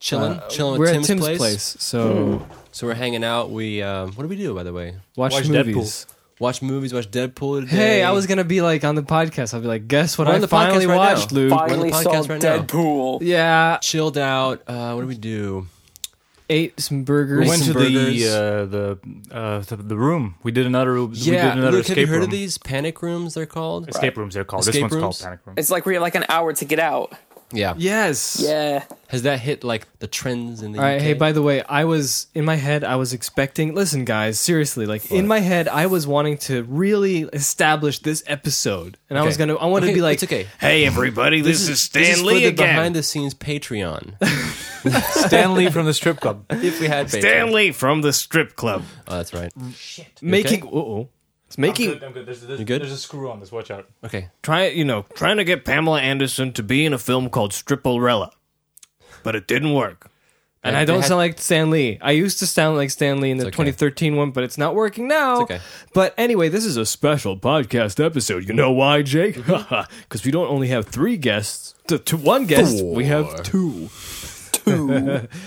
chilling, Uh, chilling. we're at at Oh, Tim's, Tim's place. so Hmm. So we're hanging out. We um, what do we do by the way? watch, Watch movies. Watch movies. Watch Deadpool. Today. Hey, I was gonna be like on the podcast. I'll be like, guess what We're I on the podcast finally right now. watched, Luke. on Finally the saw podcast right now. Deadpool. yeah, chilled out. Uh, what do we do? ate some We burgers. went some to burgers. the uh, the uh, the- the room. We did another. We Yeah, did another Luke, have escape you heard room. of these panic rooms? They're called. Escape rooms. They're called. Escape this one's rooms? called panic room. It's like we have like an hour to get out. Yeah. yes. Yeah. Has that hit like the trends in the? All right. UK? Hey, by the way, I was in my head. I was expecting. Listen, guys, seriously. Like in my head, I was wanting to really establish this episode, and I was gonna. I wanted Okay, to be like, it's okay. Hey, everybody, this, is, Stan This is for Lee the again. behind the scenes Patreon. Stanley from the strip club. if we had Patreon. Stan Lee from the strip club. Oh, that's right. making. Oh, it's making. I'm good. There's, there's, good? there's a screw on this. Watch out. Okay. Try you know trying to get Pamela Anderson to be in a film called Stripperella, but it didn't work. And They I don't had- sound like Stan Lee. I used to sound like Stan Lee in the okay. 2013 one, but it's not working now. It's okay. But anyway, this is a special podcast episode. You know why, Jake? Mm-hmm. Because we don't only have three guests. To, to one guest, we have two. Two.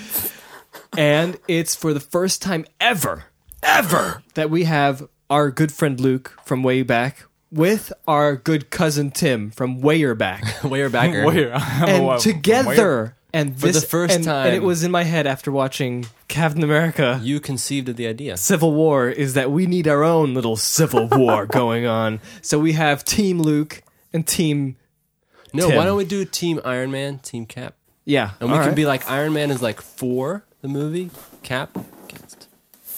and it's for the first time ever, ever, that we have our good friend Luke from way back with our good cousin Tim from way back Way or backer. Where? I'm and aware- where- together and this, the first and- time- and it was in my head after watching captain america You conceived of the idea. civil war is that we need our own little civil war going on so we have team luke and team No, Tim. why don't we do Team Iron Man, Team Cap? yeah And we can be like Iron Man is like for the movie, Cap against.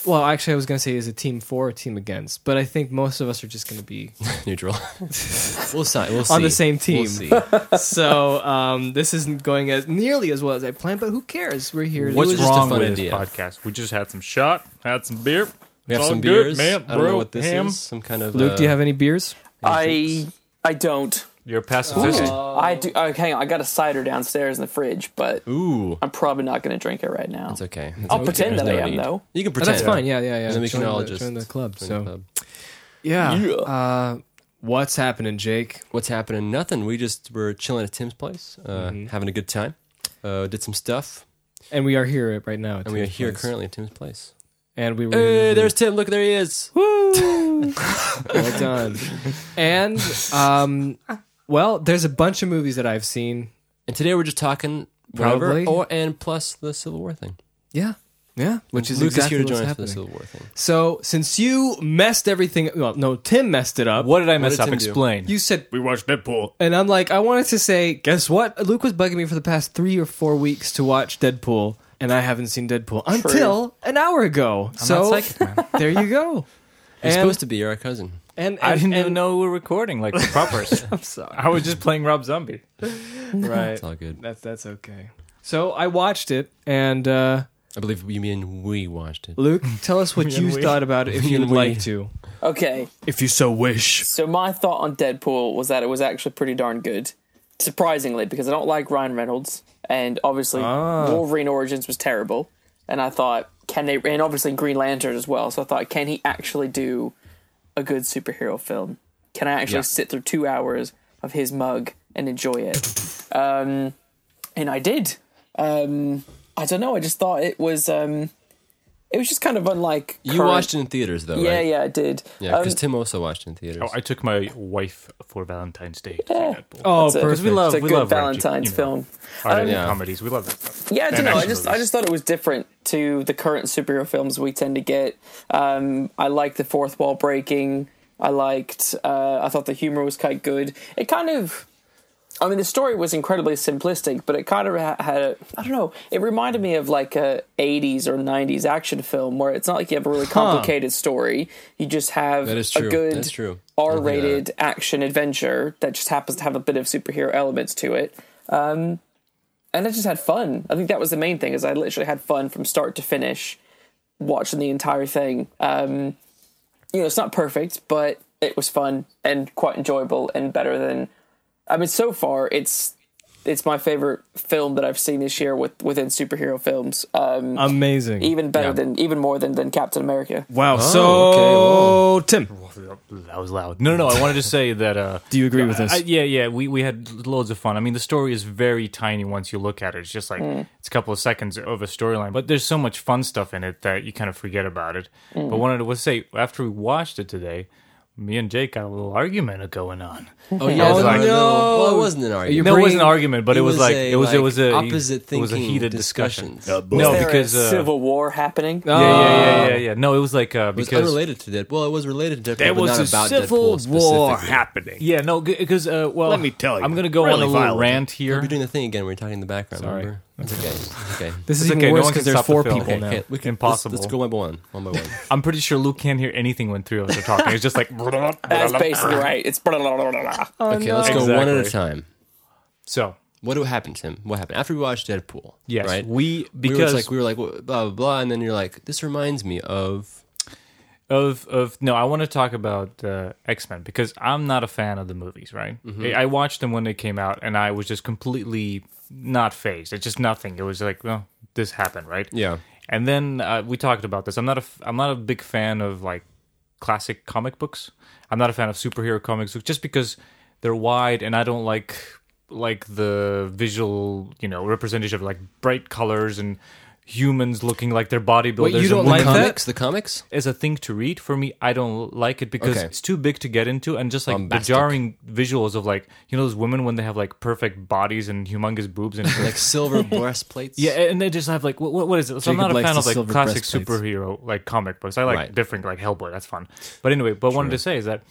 well actually i was gonna say is it team for or team against but i think most of us are just gonna be neutral. we'll see. We'll see. On the same team. We'll see. so um, this isn't going as nearly as well as i planned but who cares we're here to- What's it was just a wrong fun with idea. this podcast? We just had some shot, had some beer. We have It's all some good, beers. man. I don't know Bro, what this ham. is. Some kind of luke do uh, you have any beers I I don't. You're a pacifist. I do. Oh, hang on. I got a cider downstairs in the fridge, but Ooh, I'm probably not going to drink it right now. it's okay. It's I'll okay. pretend There's that I no am, need. though. You can Oh, pretend. that's fine yeah yeah yeah And then we can Join all the- just join the club join the so club. Yeah. Yeah. Uh, what's happening, Jake? What's happening? Nothing. We just were chilling at Tim's place, uh, Mm-hmm. having a good time. Uh, did some stuff, And we are here right now. at and we are Tim's here place. currently at Tim's place. And we were. Hey, there's Tim. Look, there he is. Woo! well done. And um, well, there's a bunch of movies that I've seen. And today we're just talking whatever, Probably. or and plus the Civil War thing. Yeah. Yeah. Which is Luke exactly is here to what's join us for the happening. Civil War thing. so since you messed everything, well, no, Tim messed it up. What did I mess did up? Tim do? Explain. you said? We watched Deadpool. And I'm like, I wanted to say, guess what? Luke was bugging me for the past three or four weeks to watch Deadpool, and I haven't seen Deadpool until an hour ago. so psychic, man. there you go. He's And- supposed to be you're our cousin. And, and I didn't and, even know we were recording like the propers. I'm sorry. I was just playing Rob Zombie. Right. It's all good. That's that's okay. So I watched it, and uh, I believe you mean we watched it. Luke, tell us what you we. thought about it, if Me you and would we. like to. Okay. If you so wish. So my thought on Deadpool was that it was actually pretty darn good, surprisingly, because I don't like Ryan Reynolds, and obviously Ah. Wolverine Origins was terrible, and I thought can they, and obviously Green Lantern as well. So I thought, can he actually do a good superhero film? Can I actually Yeah. sit through two hours of his mug and enjoy it? Um, and I did. Um, I don't know. I just thought it was. Um, it was just kind of unlike. You current- watched it in theaters though, Yeah, right? yeah, I did. Yeah, Um, because Tim also watched it in theaters. Oh, I took my wife for Valentine's Day. Oh, That's it. perfect. we love it's a we good love Valentine's Reggie, you know, film. Hard Um, hitting Yeah. comedies. We love that stuff. Yeah, I don't And know. I action just I movies. just thought it was different to the current superhero films we tend to get. Um, I liked the fourth wall breaking. I liked. Uh, I thought the humor was quite good. It kind of. I mean, the story was incredibly simplistic, but it kind of ha- had a. I don't know. It reminded me of like a '80s or '90s action film where it's not like you have a really complicated story. You just have That is a true. good That's true. I agree with that. R-rated action adventure that just happens to have a bit of superhero elements to it Um, and I just had fun. I think that was the main thing is I literally had fun from start to finish watching the entire thing. Um, you know, it's not perfect, but it was fun and quite enjoyable and better than I mean so far it's it's my favorite film that I've seen this year with within superhero films. Um, Amazing. even better yeah. than even more than than Captain America. Oh, wow. okay, so Tim, That was loud. No, no, no. I wanted to say that. Uh, Do you agree with I- us? I- yeah, yeah. We, we had loads of fun. I mean, the story is very tiny once you look at it. It's just like it's a couple of seconds of a storyline, but there's so much fun stuff in it that you kind of forget about it. But wanted to was say after we watched it today, me and Jake got a little argument going on. Oh, yeah. Oh, it's like- no. Well, it wasn't an you argument. No, it wasn't bringing- an argument, but it, was, like a, it was it was a opposite thinking It was a heated discussion. discussions. Was No, there because a uh, civil war happening. Yeah, yeah, yeah, yeah, yeah. No, it was like uh, It was because unrelated to Deadpool. Well, it was related to Deadpool, There but was not a about civil Deadpool war specifically. happening. yeah, no, because uh, well, Let me tell you, I'm gonna go really on a little violent. rant We're here. doing the thing again. We're talking in the background. Remember? That's okay. It's okay. this is It's even okay, no worse one because can there's stop the four film. people Okay. now. Okay, we can, Impossible. Let's, let's go one by one. One by one. I'm pretty sure Luke can't hear anything when three of us are talking. It's just like That's basically right. It's blah, blah, blah, blah, blah. okay, let's go one at a Exactly. time. so. What happened, Tim? What happened after we watched Deadpool? Yes, right. we we were because just like we were like blah blah blah, and then you're like, this reminds me of of of no, I want to talk about uh, X Men because I'm not a fan of the movies. Right, Mm-hmm. I I watched them when they came out, and I was just completely not phased. It's just nothing. It was like, well, this happened, right? yeah. And then uh, we talked about this. I'm not a f- I'm not a big fan of like classic comic books. I'm not a fan of superhero comics just because they're wide and I don't like like the visual, you know, representation of like bright colors and humans looking like they're bodybuilders. you don't and like women. comics, the comics. As a thing to read for me, I don't like it because Okay. it's too big to get into, and just like Bombastic. the jarring visuals of like you know those women when they have like perfect bodies and humongous boobs and Like silver breastplates. yeah, and they just have like what, what what is it? So I'm Jacob not a likes fan the of like silver classic breastplates. superhero like comic books. I like Right. different like Hellboy. That's fun. But anyway, but what I wanted to say is that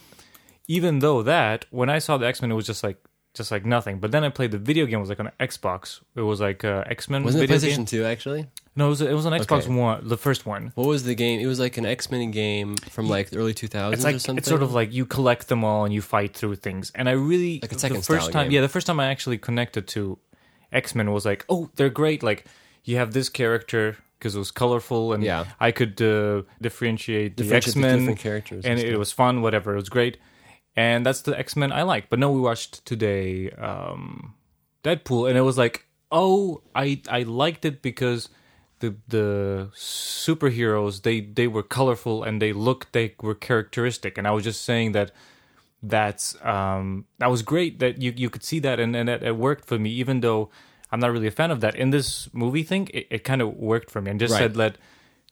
even though that when I saw the X Men, it was just like just like nothing. But then I played the video game. It was like on Xbox. It was like uh, X Men. Wasn't it video PlayStation Game. Two actually? No, it was it was on Xbox Okay. One, the first one. What was the game? It was like an X Men game from like the early 2000s It's or like something. it's sort of like you collect them all and you fight through things. And I really Like a the Tekken first style time, game. yeah, the first time I actually connected to X Men was like, oh, they're great. Like you have this character because it was colorful and Yeah. I could uh, differentiate the Differentiate X the Men different characters and and it was fun. Whatever, it was great. And that's the X Men I like. But no, we watched today um, Deadpool, and it was like, oh, I I liked it because the the superheroes they they were colorful and they looked they were characteristic, and I was just saying that that's um that was great that you you could see that and and it, it worked for me even though I'm not really a fan of that in this movie thing it, it kind of worked for me and just Right. said that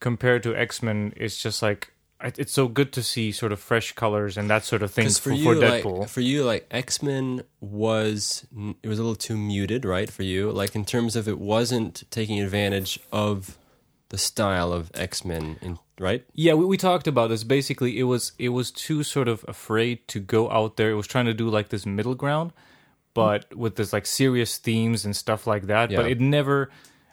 compared to X Men it's just like it- it's so good to see sort of fresh colors and that sort of thing Because for, for you, for like Deadpool for you, like X Men was n- it was a little too muted, right? For you, like in terms of it wasn't taking advantage of the style of X Men, in right? Yeah, we, we talked about this. Basically, it was it was too sort of afraid to go out there. It was trying to do like this middle ground, but with this like serious themes and stuff like that. But Yeah. it never.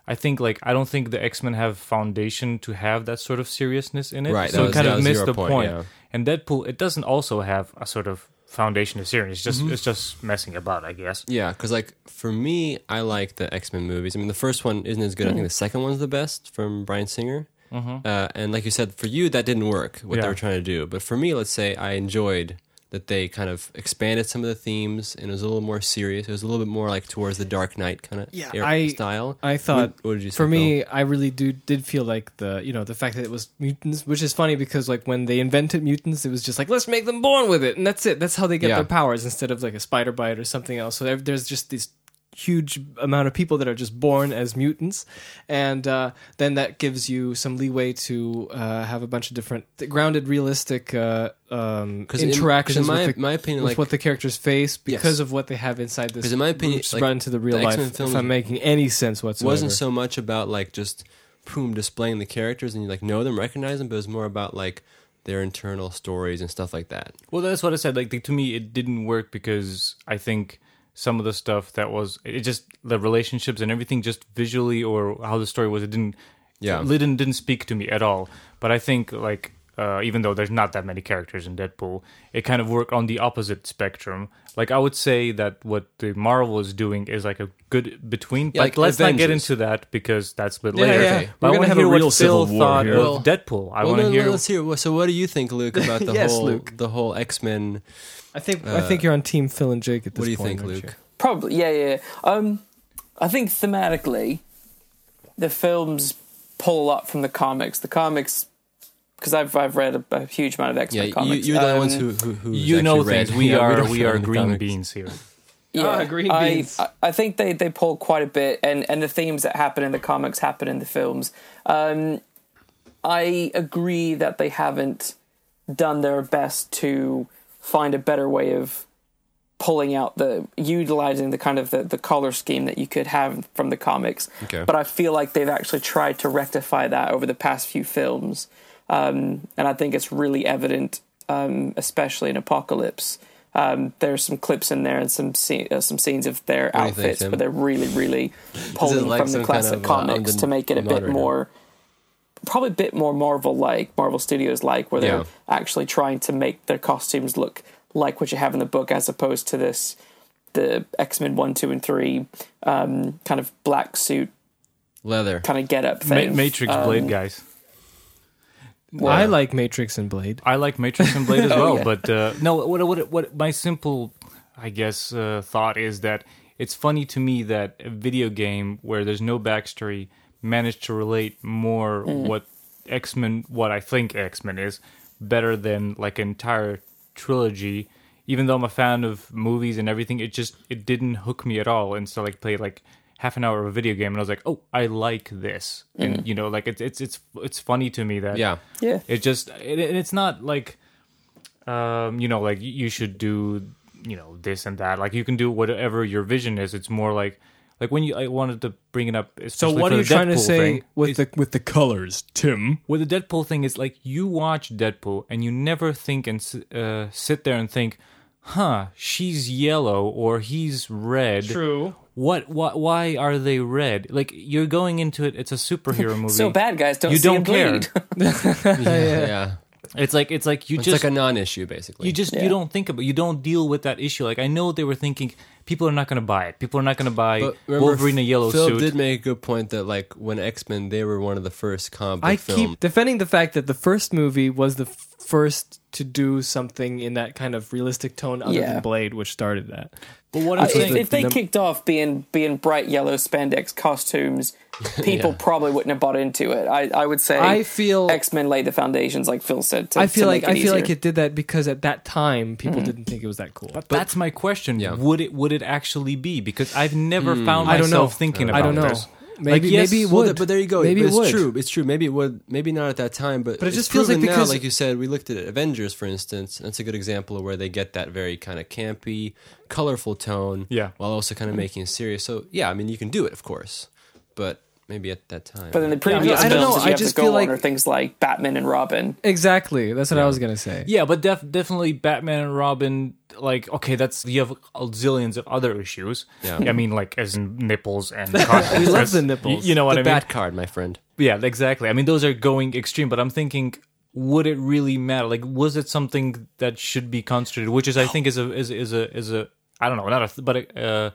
I think like I don't think the X Men have foundation to have that sort of seriousness in it. Right, so that it was- kind that of was missed your the point, point. yeah. And Deadpool, it doesn't also have a sort of foundation of seriousness. It's just Mm-hmm. it's just messing about, I guess. Yeah, because like for me, I like the X Men movies. I mean, the first one isn't as good. I think the second one's the best from Brian Singer. Uh, and like you said, for you that didn't work what they Yeah. were trying to do. But for me, let's say I enjoyed that they kind of expanded some of the themes and it was a little more serious. It was a little bit more like towards the Dark Knight kind of Yeah, I- style. I thought What- what did you say, for me, I really do did feel like the you know the fact that it was mutants, which is funny because like when they invented mutants, it was just like let's make them born with it, and that's it. That's how they get Yeah. their powers instead of like a spider bite or something else. So there, there's just this huge amount of people that are just born as mutants, and uh, then that gives you some leeway to uh, have a bunch of different grounded, realistic uh, um, 'Cause in- 'cause in interactions. my- with the, my opinion, with like- what the characters face because Yes. of what they have inside this. 'Cause in my opinion, group's like, run to the real the life. X-Men if films I'm making any sense whatsoever, wasn't so much about like just boom displaying the characters and you like know them, recognize them, but it was more about like their internal stories and stuff like that. Well, that's what I said. Like the, to me, it didn't work because I think some of the stuff that was it just the relationships and everything, just visually or how the story was, it didn't. Yeah. it didn't didn't speak to me at all. But I think like. Uh, even though there's not that many characters in Deadpool, it kind of worked on the opposite spectrum. Like I would say that what the Marvel is doing is like a good between. Yeah, but like let's not get Avengers. into that because that's a bit Yeah, later. yeah. Okay. But We're I gonna want to have a hear real what civil Phil war thought here. Well- of Deadpool. I want to no, hear. Let's hear. well, So, what do you think, Luke, about the Yes, whole Luke. the whole X Men? I think I think you're on Team Phil and Jake at this uh, What do you point. think, aren't Luke? you? Probably, yeah, yeah. yeah. Um, I think thematically, the films pull a lot from the comics. The comics, because I've I've read a, a huge amount of X Men Yeah, you, comics. you're the Um, ones who who who's You know actually read. things. We Yeah, are don't we read are the green comics. beans here. Yeah, Ah, green I- beans. I, I think they they pull quite a bit, and and the themes that happen in the comics happen in the films. Um, I agree that they haven't done their best to find a better way of pulling out the utilizing the kind of the, the color scheme that you could have from the comics Okay. but i feel like they've actually tried to rectify that over the past few films um, and i think it's really evident um, especially in apocalypse um, there's some clips in there and some scene, uh, some scenes of their do you think, outfits Tim? but they're really really pulling like from some the kind classic of, uh, comics London to make it a bit moderator? more probably a bit more Marvel like, Marvel Studios like, where they're Yeah. actually trying to make their costumes look like what you have in the book as opposed to this the X Men one, two, and three um, kind of black suit leather. kind of get up Ma- thing. Matrix Um, Blade guys. I like Matrix and Blade. I like Matrix and Blade as well, yeah. but uh, no. What, what what my simple, I guess, uh, thought is that it's funny to me that a video game where there's no backstory managed to relate more what X Men, what I think X Men is, better than like an entire trilogy. Even though I'm a fan of movies and everything, it just it didn't hook me at all. And so like played like half an hour of a video game, and I was like, oh, I like this. And you know, like it's it's it's it's funny to me that Yeah. Yeah. it just it, it- it's not like um you know like y- you should do you know this and that like you can do whatever your vision is it's more like like when you i wanted to bring it up So especially what for are you the trying to Deadpool say thing, with is- the with the colors, Tim? with the Deadpool thing is like you watch Deadpool and you never think and s- uh, sit there and think, huh, she's yellow or he's red. True. What? Why? Why are they red? Like you're going into it. It's a superhero movie. So bad guys don't You see don't him care. bleed. yeah. It's like it's like you It's just like a non-issue basically. you just Yeah. you don't think about you don't deal with that issue. Like I know they were thinking people are not going to buy it. People are not going to buy But remember, Wolverine a yellow Phil suit. did make a good point that like when X Men, they were one of the first comic book I film. keep defending the fact that the first movie was the f- first to do something in that kind of realistic tone other Yeah. than Blade, which started that. but what I'm I- if, saying, if they num- kicked off being being bright yellow spandex costumes, people probably wouldn't have bought into it. I, I would say I feel- X Men laid the foundations, like Phil said. To, I feel to like make I it feel like easier. it did that because at that time people Mm-hmm. didn't think it was that cool. but that's my question. Yeah. Would it would it actually be? Because I've never found I don't myself know. thinking about I don't know. this. Maybe Like, yes, maybe it would. well, Well, th- but there you go. Maybe But it it's would. true. It's true. Maybe it would. Maybe not at that time, but But it it's just feels like proven now, because- like you said, we looked at Avengers, for instance. And it's a good example of where they get that very kind of campy, colorful tone, Yeah. while also kind of making it serious. So yeah, I mean, you can do it, of course, but maybe at that time. But in the previous I don't films, know, if you I have just to go feel on like- are things like Batman and Robin. Exactly. That's what I was gonna say. Yeah, but def- definitely Batman and Robin. Like, okay, that's you have zillions of other issues. Yeah. I mean, like as in nipples and We we love the nipples. You, know what the I mean? bat card, my friend. Yeah, exactly. I mean, those are going extreme, but I'm thinking, would it really matter? Like, was it something that should be concentrated? Which is, I think, is a is is a is a I don't know, not a th- but a, uh,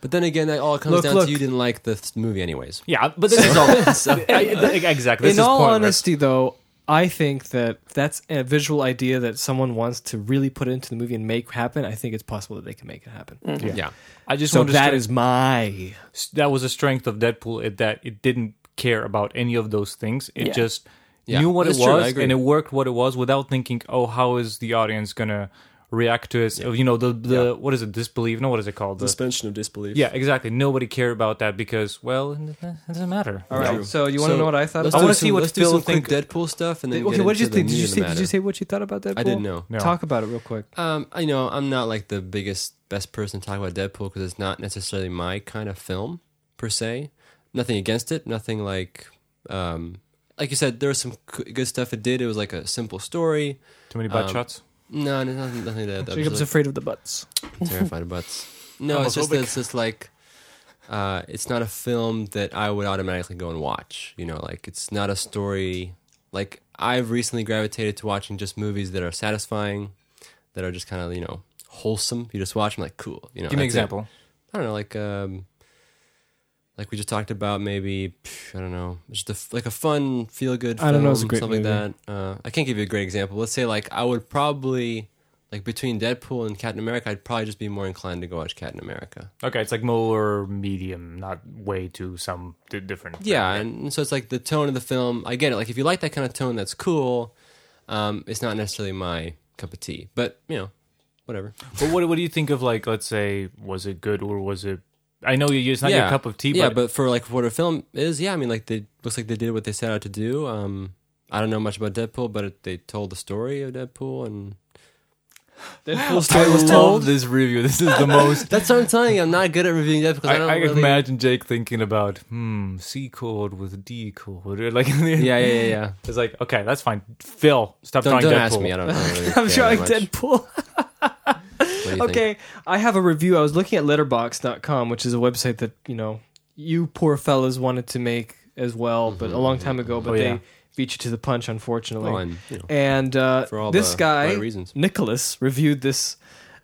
But then again, that all comes Look, down look. to you didn't like the th- movie, anyways. yeah. But this is all I- th- exactly. This In is all pointless. honesty, though, I think that that's a visual idea that someone wants to really put into the movie and make happen. I think it's possible that they can make it happen. Yeah. I just So wanted to that stre- is my that was a strength of Deadpool it, that it didn't care about any of those things. It Yeah. just Yeah, knew what it that's true, I was agree. and it worked what it was without thinking, oh, how is the audience gonna react to it? You know, the the what is it? Disbelief? No, what is it called? The- Suspension of disbelief. yeah, exactly. Nobody cared about that because, well, it doesn't matter. All right. So you want to know what I thought? Let's About? do wanna some- see what let's do Phil some quick think- Deadpool stuff, and then Okay, get what did you into the think? Did you meat of say? the Did you matter. say what you thought about Deadpool? I didn't know. No. Talk about it real quick. Um, you know, I'm not like the biggest best person to talk about Deadpool because it's not necessarily my kind of film per se. Nothing against it. Nothing like, um, like you said, there was some c- good stuff it did. It was like a simple story. Too many butt Um, shots. No, no nothing, nothing that. that was, Jacob's like, afraid of the butts. terrified of butts. No, it's just that it's just like uh, it's not a film that I would automatically go and watch. You know, like it's not a story. Like I've recently gravitated to watching just movies that are satisfying, that are just kind of you know wholesome. You just watch them like cool. You know, Give me an that's it. example. I don't know, like um, like we just talked about, maybe pff, I don't know, just a f like a fun, feel good. I don't know, it's a film, great something movie. like that. Uh, I can't give you a great example. Let's say like I would probably like Like between Deadpool and Captain America, I'd probably just be more inclined to go watch Captain America. Okay, it's like more medium, not way to some di- different. Yeah, and so it's like the tone of the film. I get it. Like if you like that kind of tone, that's cool. Um, it's not necessarily my cup of tea, but you know, whatever. But what what do you think of like let's say was it good or was it? I know you- it's not your cup of tea, Yeah, but, but for like what a film is, yeah, I mean, like they looks like they did what they set out to do. Um, I don't know much about Deadpool, but it, they told the story of Deadpool, and Deadpool I story was love told. this review. This is the most. that's what I'm telling you. I'm not good at reviewing Deadpool. 'cause I, I, don't I really... imagine Jake thinking about hmm C chord with D chord like Yeah, yeah, yeah, yeah. It's like okay, that's fine. Phil, stop Don't, don't drawing Deadpool. ask me. I don't. I don't really care I'm drawing that much. Deadpool. What do you think? Okay, I have a review. I was looking at letterbox.com, which is a website that, you know, you poor fellas wanted to make as well, but a Mm-hmm. long time ago, but Oh, yeah. they beat you to the punch, unfortunately. Well, Oh, and, you know, and uh, for all this the guy right reasons. Nicholas reviewed this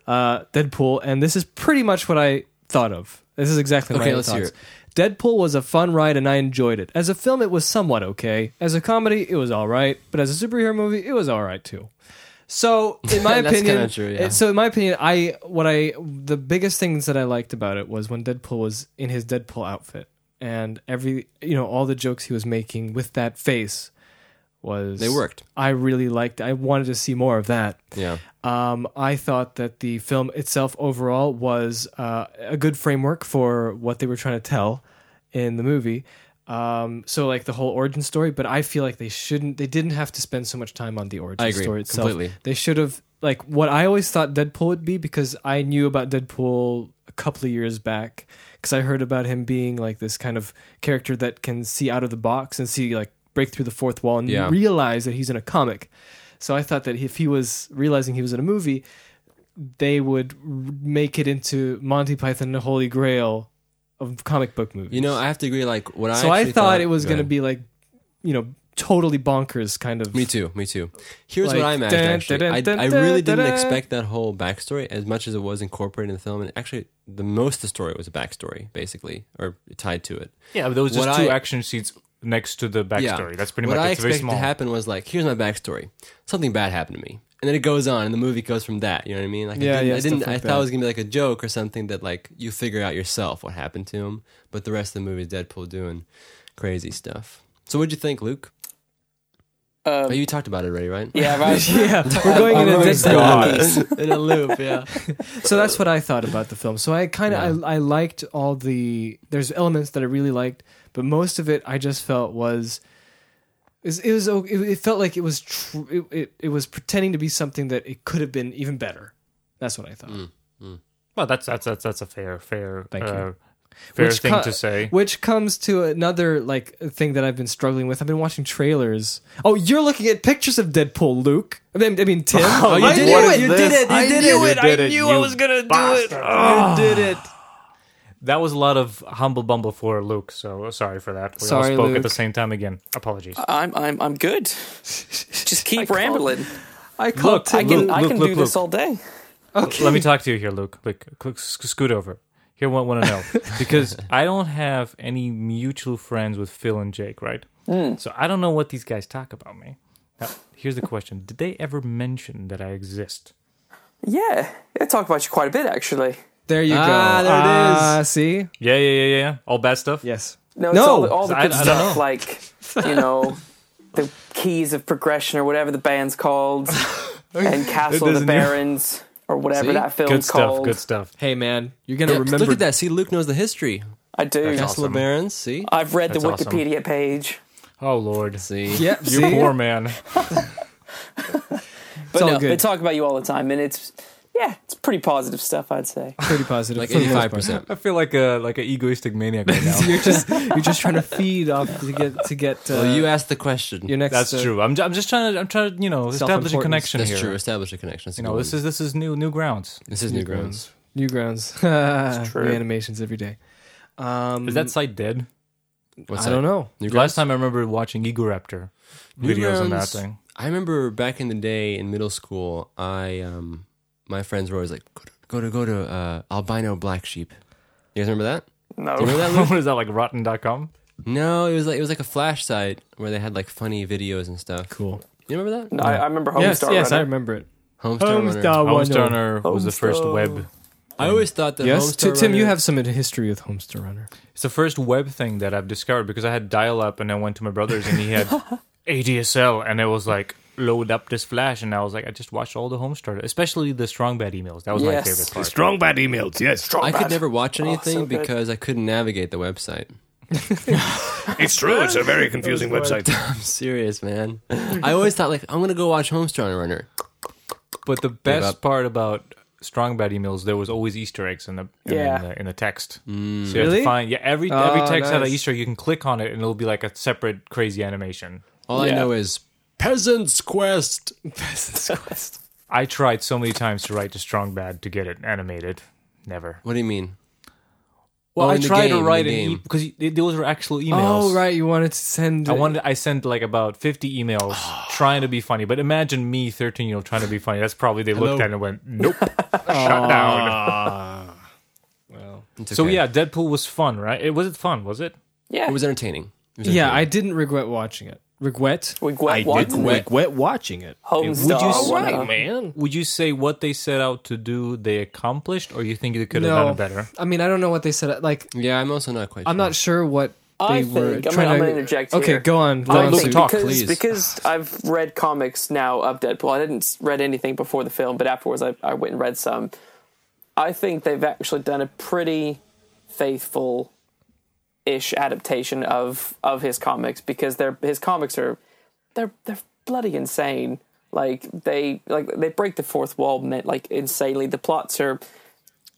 uh, Deadpool, and this is pretty much what I thought of. This is exactly Okay, my let's thoughts. hear it. Deadpool was a fun ride, and I enjoyed it. As a film, it was somewhat okay. As a comedy, it was all right. But as a superhero movie, it was all right too. So, in my That's opinion, kinda true, yeah. it- so in my opinion, I what I the biggest things that I liked about it was when Deadpool was in his Deadpool outfit, and every you know all the jokes he was making with that face was They worked. I really liked. I wanted to see more of that. Yeah. Um, I thought that the film itself overall was uh, a good framework for what they were trying to tell in the movie. Um, so like the whole origin story, but I feel like they shouldn't. They didn't have to spend so much time on the origin I agree, story itself. completely. They should have like what I always thought Deadpool would be because I knew about Deadpool a couple of years back because I heard about him being like this kind of character that can see out of the box and see like break through the fourth wall and Yeah. realize that he's in a comic. So I thought that if he was realizing he was in a movie, they would r- make it into Monty Python and the Holy Grail of comic book movies. You know, I have to agree. Like what I. so I actually thought, it was Go going to ahead. be like, you know, totally bonkers kind of. Me too. Me too. Here's Like, what I imagined. dun, Actually, dun, I, dun, I really dun, didn't dun. expect that whole backstory as much as it was incorporated in the film. And actually, the most of the story was a backstory, basically, or tied to it. Yeah, but there was just What two I- action sheets next to the backstory. That's pretty what much I it's very expected small. to happen was like, here's my backstory. Something bad happened to me, and then it goes on, and the movie goes from that. You know what I mean? Like, Yeah, I didn't. yeah, I, didn't, stuff like I thought it was gonna be like a joke or something that like you figure out yourself what happened to him. But the rest of the movie is Deadpool doing crazy stuff. So what'd you think, Luke? Um, Oh, you talked about it already, right? yeah, right. yeah, Oh, we're Oh going in a already Deadpool gone. in a loop. Yeah. so that's what I thought about the film. So I kind of I, I liked all the there's elements that I really liked, but most of it I just felt was is- it was o- it, it felt like it was tr- it, it it was pretending to be something that it could have been even better. That's what I thought. well, that's that's that's that's a fair fair Thank you. uh, fair thing co- to say. Which comes to another like thing that I've been struggling with. I've been watching trailers. Oh, you're looking at pictures of Deadpool, Luke. I mean, I mean Tim. Oh, you I did knew it. it. You did it. You I did knew it. it. did I it, knew I you was gonna do it. You did it. That was a lot of humble bumble for Luke. So sorry for that. We Sorry, all spoke Luke. Uh, at the same time again. Apologies. I'm I'm I'm good. Just keep rambling. I called Look, Tim. I can Luke, I can Luke, do Luke, this Luke. all day. Okay. Let me talk to you here, Luke. Like, click, sc- scoot over. Here, what want to know because I don't have any mutual friends with Phil and Jake, right? Hmm. So I don't know what these guys talk about me. Now, here's the question: Did they ever mention that I exist? Yeah, I talk about you quite a bit actually. There you Ah, go. there it is. Ah, see? Yeah, yeah, yeah, yeah. All bad stuff. Yes. No, it's No. all the, all the I- good I don't stuff like you know the keys of progression or whatever the band's called, and Castle of the doesn't even- Barons or whatever See? that film's Good stuff. called. Good stuff. Hey man, you're gonna remember Look at that. See, Luke knows the history. I do. That's Castle awesome. of Barons. See, Ah, I've read That's the awesome. Wikipedia page. Oh Lord, see. Yep. you see? poor man. But all no, good. they talk about you all the time, and it's yeah, it's pretty positive stuff, I'd say. Pretty positive. Like for the most eighty-five percent. I feel like a like an egoistic maniac right part. now. you're just you're just trying to feed off to get to get. Uh, Well, you asked the question. your next. That's uh, true. I'm, ju- I'm just trying to I'm trying to you know establish a Self-importance. connection That's here. true. Establish a connection. That's a You know good this one. is this is new new grounds. this is new grounds. Newgrounds. true. Reanimations every day. Mm. Um, Is that site dead? What's I don't know. New Last time I remember watching Egoraptor videos on that Newgrounds. thing. I remember back in the day in middle school, I um, my friends were always like, go to go to, go to uh, albino black sheep. You guys remember that? No, Do you remember that? Luke? what is that like rotten.com? no, it was like it was like a flash site where they had like funny videos and stuff. Cool. You remember that? No, I, I remember Homestar. Yes, yes, I Runner. remember it. Homestar Runner. Homestar Runner. Homestarner was the first Homestar. web. I always thought that Yes, T- Homestar Tim, you Runner- have some history with Homestar Runner. It's the first web thing that I've discovered because I had dial up and I went to my brother's and he had ADSL and it was like load up this flash and I was like I just watched all the Homestarter, especially the strong bad emails. That was Yes. my favorite part. Strong bad emails, yes. I could never watch anything Oh, so good. because I couldn't navigate the website. It's true. It's a very confusing website. I'm serious, man. I always thought like I'm gonna go watch Homestar Runner. But the best up. part about strong bad emails, there was always Easter eggs in the in, Yeah. the, in the text. Mm. So you have Really? to find yeah every every Oh, text had an nice. Easter. You can click on it and it'll be like a separate crazy animation. All I Yeah. know is Peasant's Quest. I tried so many times to write the strong bad to get it animated. Never. What do you mean? Well, Oh, I in the tried game, to in write the an e- game. because y- those were actual emails. Oh, right. You wanted to send. I wanted. I sent like about fifty emails trying to be funny, but imagine me, thirteen year old, trying to be funny. That's probably they Hello. looked at it and went, "Nope, shut down." It's So okay. yeah, Deadpool was fun, right? It was it fun? Was it? Yeah. it was entertaining. It was Yeah, I entertaining. didn't regret watching it. Regret? we went I one. did regret watching it. Homestar. Oh, Would you s- Runner. Right, man. Would you say what they set out to do they accomplished, or you think they could have No. done it better? I mean, I don't know what they said. Like, yeah. I'm also not quite. I'm sure. not sure what they I think- were I'm gonna- trying I'm to gonna interject Okay, here. go on. I Go on, think Luke, Sue. talk, because, please. Because I've read comics now of Deadpool. I didn't s- read anything before the film, but afterwards I, I went and read some. I think they've actually done a pretty faithful ish adaptation of of his comics because they're his comics are they're they're bloody insane. Like they like they break the fourth wall meant like insanely. The plots are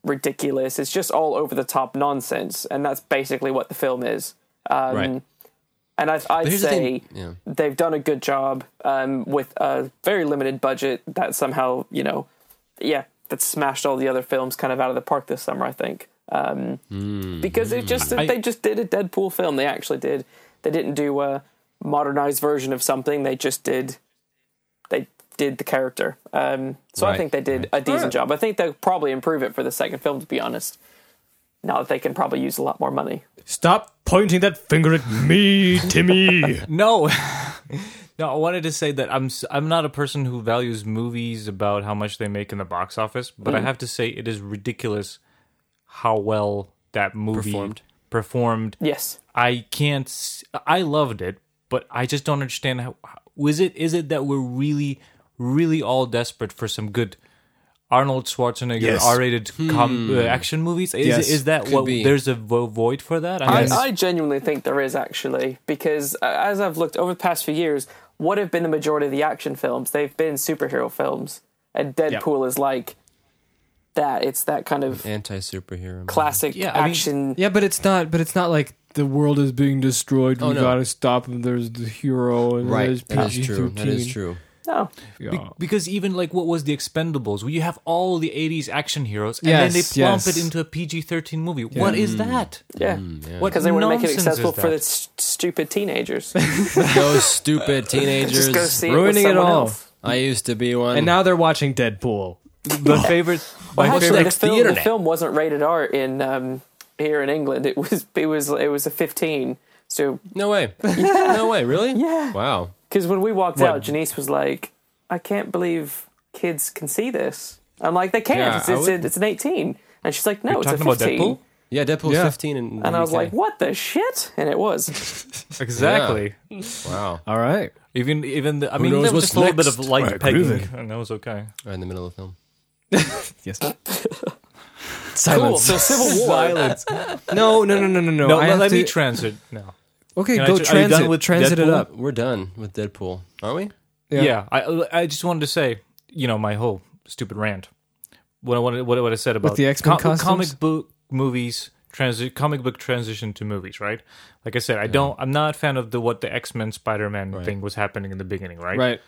ridiculous. It's just all over the top nonsense, and that's basically what the film is. Um, Right. And I, I'd here's the say thing- yeah. they've done a good job um, with a very limited budget that somehow, you know, yeah, that smashed all the other films kind of out of the park this summer, I think. Um, Hmm. Because it just they just did a Deadpool film. They actually did. They didn't do a modernized version of something. They just did. They did the character. Um, so I Right, think they did a decent job. I think they'll probably improve it for the second film. To be honest, now that they can probably use a lot more money. Stop pointing that finger at me, Timmy. No, no. I wanted to say that I'm s- I'm not a person who values movies about how much they make in the box office, but I have to say it is ridiculous how well that movie Performed. performed. Yes. I can't. s- I loved it, but I just don't understand how. Was it? Is it that we're really, really all desperate for some good Arnold Schwarzenegger Yes. R-rated com- Hmm. uh, action movies? Is, Yes, is that could what? be. There's a vo- void for that. I, mean, I, I genuinely think there is actually because uh, as I've looked over the past few years, what have been the majority of the action films? They've been superhero films, and Deadpool is like that. It's that kind of anti superhero. classic Yeah, I mean- action. Yeah, but it's not. But it's not like the world is being destroyed. Oh, we no. gotta stop them. There's the hero. And Right. There's That is PG-13. true. That is true. No, Be- Yeah. because even like what was the Expendables, where you have all the '80s action heroes, and then they Yes, plump yes. it into a PG-13 movie. What is that? Hmm. yeah, What because they want to make it nonsense is accessible for the that? s- stupid teenagers. Those stupid Just go teenagers. see Ruining it, it with someone all. Else. I used to be one. And now they're watching Deadpool. The favorite, my Well, favorite actually, the film, the internet. film wasn't rated R in um, here in England. It was it was it was a fifteen. So no way. No way. Really? Yeah. Wow. Because when we walked out, Janice was like, "I can't believe kids can see this." I'm like, "They can't. Yeah, it's, I it's, would- it's an 18." And she's like, "No, it's talking a about 15." Deadpool. Yeah. Deadpool's Yeah. 15 and. And I was like, "What the shit?" And it was. Exactly. Wow. All right. Even even the, I mean, knows there was what's just a little bit next? of light Right, pegging, grooving. and that was okay. Right in the middle of the film. Yes. Cool. Silence. So Civil War. No, no, no, no, no, no. No, I let, have let to, me transit now. Okay, Can I go ju- are you done transit. with transit it Deadpool? up. We're done with Deadpool, aren't we? Yeah. Yeah. I I just wanted to say, you know, my whole stupid rant. What I wanted, what, I- what I said about the X-Men costumes? comic book movies, transi- comic book transition to movies, right? Like I said, I don't, I'm not a fan of the what the X Men Spider Man thing was happening in the beginning, right? Right.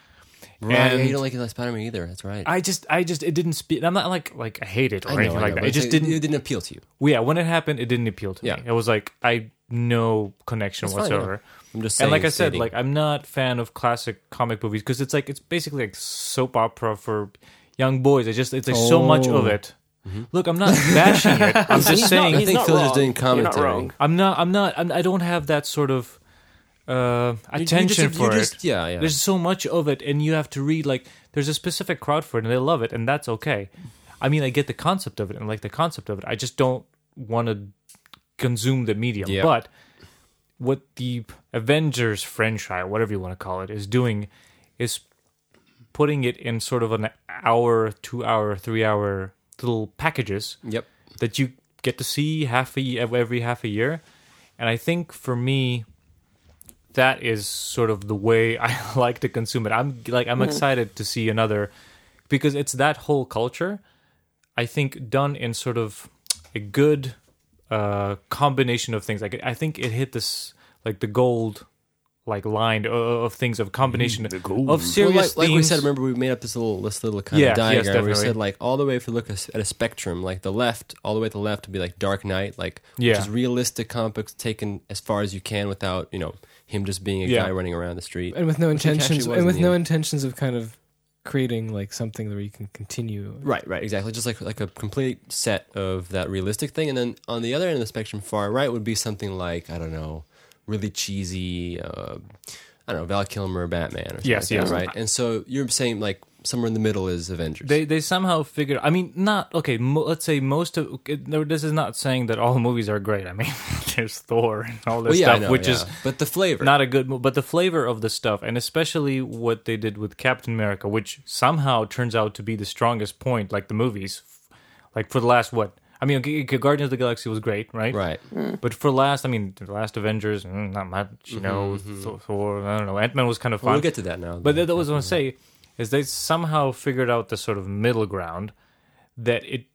Right. Yeah, And- you don't like Spider Man either. That's right. I just, I just, it didn't speak. I'm not like, like I hate it or I know, anything I know, like that. but It just it- didn't. It didn't appeal to you. Well, yeah, when it happened, it didn't appeal to Yeah. me. It was like I no connection It's fine, whatsoever. I'm just saying. and like I said, stating. like I'm not fan of classic comic movies because it's like it's basically like soap opera for young boys. It's just it's like so much Oh. of it. Look, I'm not bashing it. I'm just He's not- saying Mm-hmm. I he's think not Phil's wrong. just doing You're not commentary. wrong. I'm not. I'm not. I'm, I don't have that sort of uh, attention just- you for it. just- yeah, yeah. There's so much of it, and you have to read like there's a specific crowd for it, and they love it, and that's okay. I mean, I get the concept of it, and like the concept of it. I just don't want to consume the medium. Yeah. But what the Avengers franchise, whatever you want to call it, is doing is putting it in sort of an hour, two hour, three hour little packages Yep. that you get to see half a year, every half a year. And I think for me, that is sort of the way I like to consume it. I'm like Mm-hmm. I'm excited to see another because it's that whole culture. I think done in sort of a good uh, combination of things. Like I think it hit this like the gold like line of, of things of combination of serious Well, like, like we themes. said, remember we made up this little this little kind Yeah, of yes, diagram. where we definitely. said like all the way if you look as- at a spectrum, like the left, all the way to the left would be like Dark Knight, like Yeah. which is realistic comic books taken as far as you can without you know him just being a Yeah. guy running around the street. and with no Which it actually intentions was and in with the no end. intentions of kind of creating like something where you can continue Right, right, exactly. Just like like a complete set of that realistic thing, and then on the other end of the spectrum, far right would be something like I don't know, really cheesy. Uh, I don't know Val Kilmer Batman. Or something Yes, like that, yes. right. And so you're saying like somewhere in the middle is Avengers. They they somehow figure. I mean, not okay. Mo, let's say most of it, no, this is not saying that all movies are great. I mean, there's Thor and all this well, yeah, I stuff, know, which yeah. is but the flavor. not a good. mo- But the flavor of the stuff, and especially what they did with Captain America, which somehow turns out to be the strongest point, like the movies, like for the last what. I mean, okay, okay, Guardians of the Galaxy was great, right? right. But for last, I mean, the last Avengers, mm, not much, you know. Thor- Thor, I don't know. Ant Man was kind of fun. Mm-hmm. We'll get to that now. But though. that, that was what I say is they somehow figured out the sort of middle ground that it,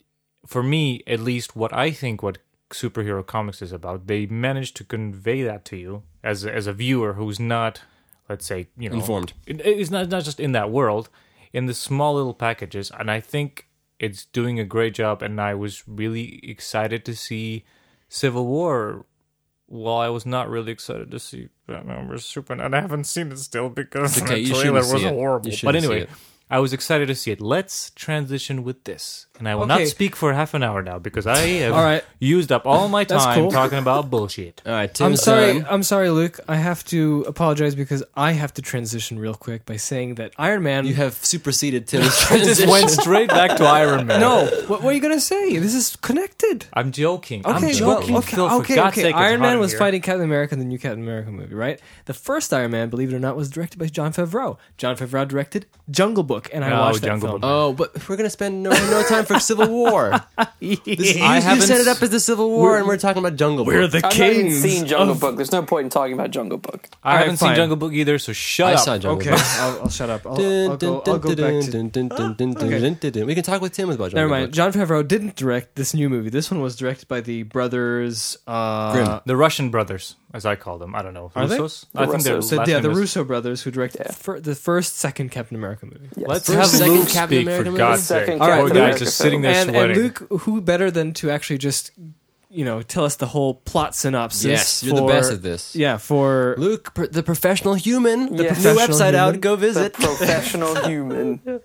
for me at least, what I think what superhero comics is about. They managed to convey that to you as as a viewer who's not, let's say, you know, Informed. It, it's not not just in that world, in the small little packages, and I think it's doing a great job. And I was really excited to see Civil War while I was not really excited to see Batman vs Superman, and I haven't seen it still because It's okay, you the trailer shouldn't was see it. You horrible. But shouldn't see anyway, it. I was excited to see it. Let's transition with this, and I will not Okay. speak for half an hour now because I have All right. used up all my That's time cool. talking about bullshit. all right. Tim's I'm sorry. um, done. I'm sorry, Luke. I have to apologize because I have to transition real quick by saying that Iron Man. You have superseded Tim's I just transition. went straight back to Iron Man. no. Oh, What, what are you gonna say? This is connected. I'm joking. I'm Okay, well, joking. okay, Phil, for okay, God's okay. sake, it's Iron hot Man in was here. fighting Captain America in the new Captain America movie, right? The first Iron Man, believe it or not, was directed by John Favreau. John Favreau directed Jungle Book, and I Oh, watched that Jungle film. Book. Oh, but we're gonna spend no, no time for Civil War. This, you, you haven't set it up as the Civil War, and we're talking about Jungle Book. the I've not even seen Jungle Book. There's no point in talking about Jungle Book. I haven't seen fine. Jungle Book either, so shut I up. saw Jungle Okay, Book. I'll, I'll shut up. I'll, Dun, I'll go, dun, dun, I'll go back dun, to dun, dun, dun, dun, dun, dun, dun. We can talk with Tim about Jungle Never mind. Book. John Favreau didn't direct this new movie. This one was directed by the brothers. Uh, Grimm. The Russian brothers, as I call them. I don't know. Are they? Russos? I think they're Russos. The, last yeah, the name is- Russo brothers who directed Yeah. fir- the first, second Captain America movie. Yes. Let's First, have second Luke Captain speak America for movie? God's sake. Second Poor Captain guy's America just sitting there and, sweating. and Luke, who better than to actually just, you know, tell us the whole plot synopsis? Yes, you're the for- best at this. Yeah, for Luke, pr- the professional human, the Yes. new Professional website out. human. Go The visit. professional human.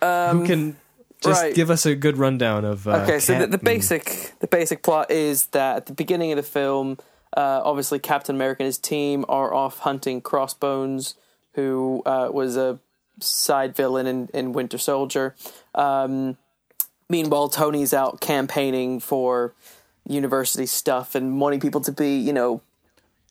Um, who can just right. give us a good rundown of. Uh, okay, so the, the Captain- basic the basic plot is that at the beginning of the film, uh, obviously Captain America and his team are off hunting Crossbones, who uh, was a side villain in, in Winter Soldier. Um, meanwhile, Tony's out campaigning for university stuff and wanting people to be, you know,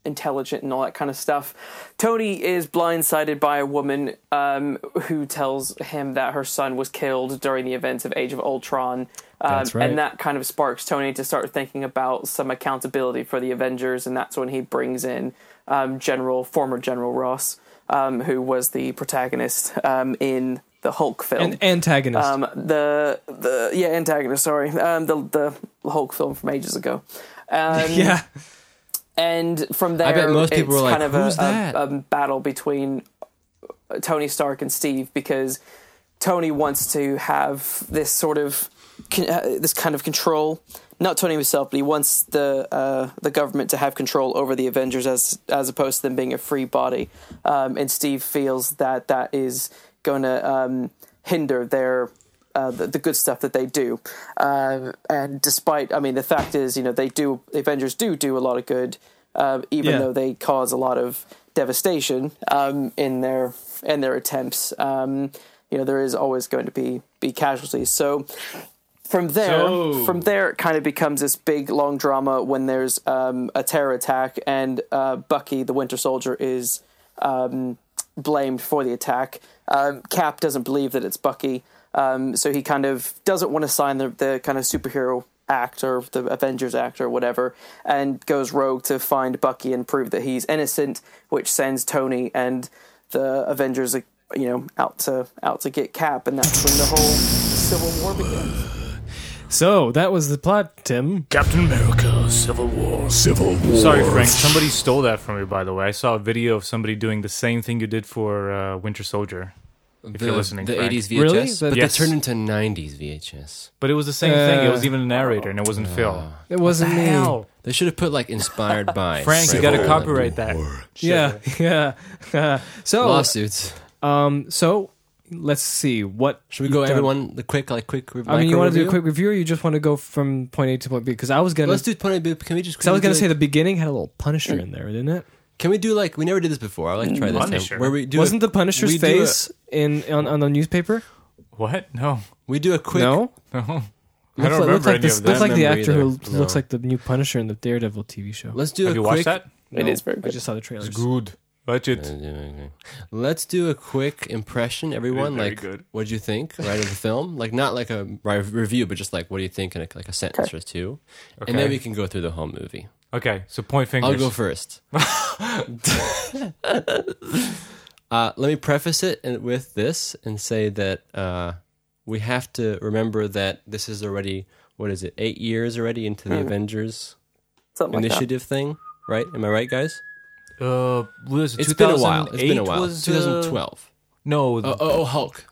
intelligent and all that kind of stuff. Tony is blindsided by a woman um, who tells him that her son was killed during the events of Age of Ultron. Um, That's right. And that kind of sparks Tony to start thinking about some accountability for the Avengers, and that's when he brings in um, General, former General Ross, um, who was the protagonist um, in the Hulk film. an antagonist. Um, the the yeah antagonist. Sorry, um, the the Hulk film from ages ago. Um, yeah, and from there, I bet most people were it's like, kind of a- "Who's a, that?" a battle between Tony Stark and Steve because Tony wants to have this sort of con- uh, this kind of control. Not Tony himself, but he wants the uh, the government to have control over the Avengers as as opposed to them being a free body. Um, and Steve feels that that is going to um, hinder their uh, the, the good stuff that they do. Uh, Um, and despite, I mean, the fact is, you know, they do the Avengers do do a lot of good uh, even Yeah. though they cause a lot of devastation um, in their in their attempts. Um, you know, there is always going to be be casualties. So from there, So- from there, it kind of becomes this big long drama when there's um, a terror attack and uh, Bucky, the Winter Soldier, is um, blamed for the attack. Um, Cap doesn't believe that it's Bucky, um, so he kind of doesn't want to sign the, the kind of superhero act or the Avengers act or whatever, and goes rogue to find Bucky and prove that he's innocent, which sends Tony and the Avengers, like, you know, out to out to get Cap, and that's when the whole Civil War begins. So that was the plot, Tim. Captain America, Civil War. Civil War. Sorry, Frank. Somebody stole that from me, by the way. I saw a video of somebody doing the same thing you did for uh, Winter Soldier, the, you're listening, the Frank. 80s VHS, Really? but Yes. they turned into 90s VHS. but it was the same thing. It was Uh, even a narrator, and it wasn't Phil. It wasn't me. Hell, They should have put like inspired by Frank, you Civil got to War. copyright that. Yeah, yeah. so, lawsuits. um, so let's see what Should we go you've done. everyone the quick like quick? I mean, you want want to do a quick review, or you just want to go from point A to point B? Because I was gonna, Let's do point. B. Can we just? because I was quickly do, gonna say like- the beginning had a little Punisher in there, didn't it? Can we do like we never did this before? I like to try this Punisher. time, where we do Wasn't a, the Punisher's we do a- face in on, on the newspaper? What? No, we do a quick no, Looks no. I don't like- remember looks like any this- of Looks that. like the Remember actor who either. No. looks like the new Punisher in the Daredevil TV show. Let's do Have a you quick. watched that? It is very I good. just saw the trailers. Good. Watch it. Let's do a quick impression, everyone. Very Like, good. what do you think, right, of the film? Like, not like a ri- review, but just like, what do you think, in a, like a sentence or two, and Okay. then we can go through the whole movie. Okay, so point fingers. I'll go first. uh, let me preface it and- with this and say that uh, we have to remember that this is already what is it? Eight years already into the Avengers Something like that. initiative thing, right? Am I right, guys? Uh, was it It's been a while. It's been a 2008 while. Was, uh, 2012. No, Oh, oh, oh, Hulk.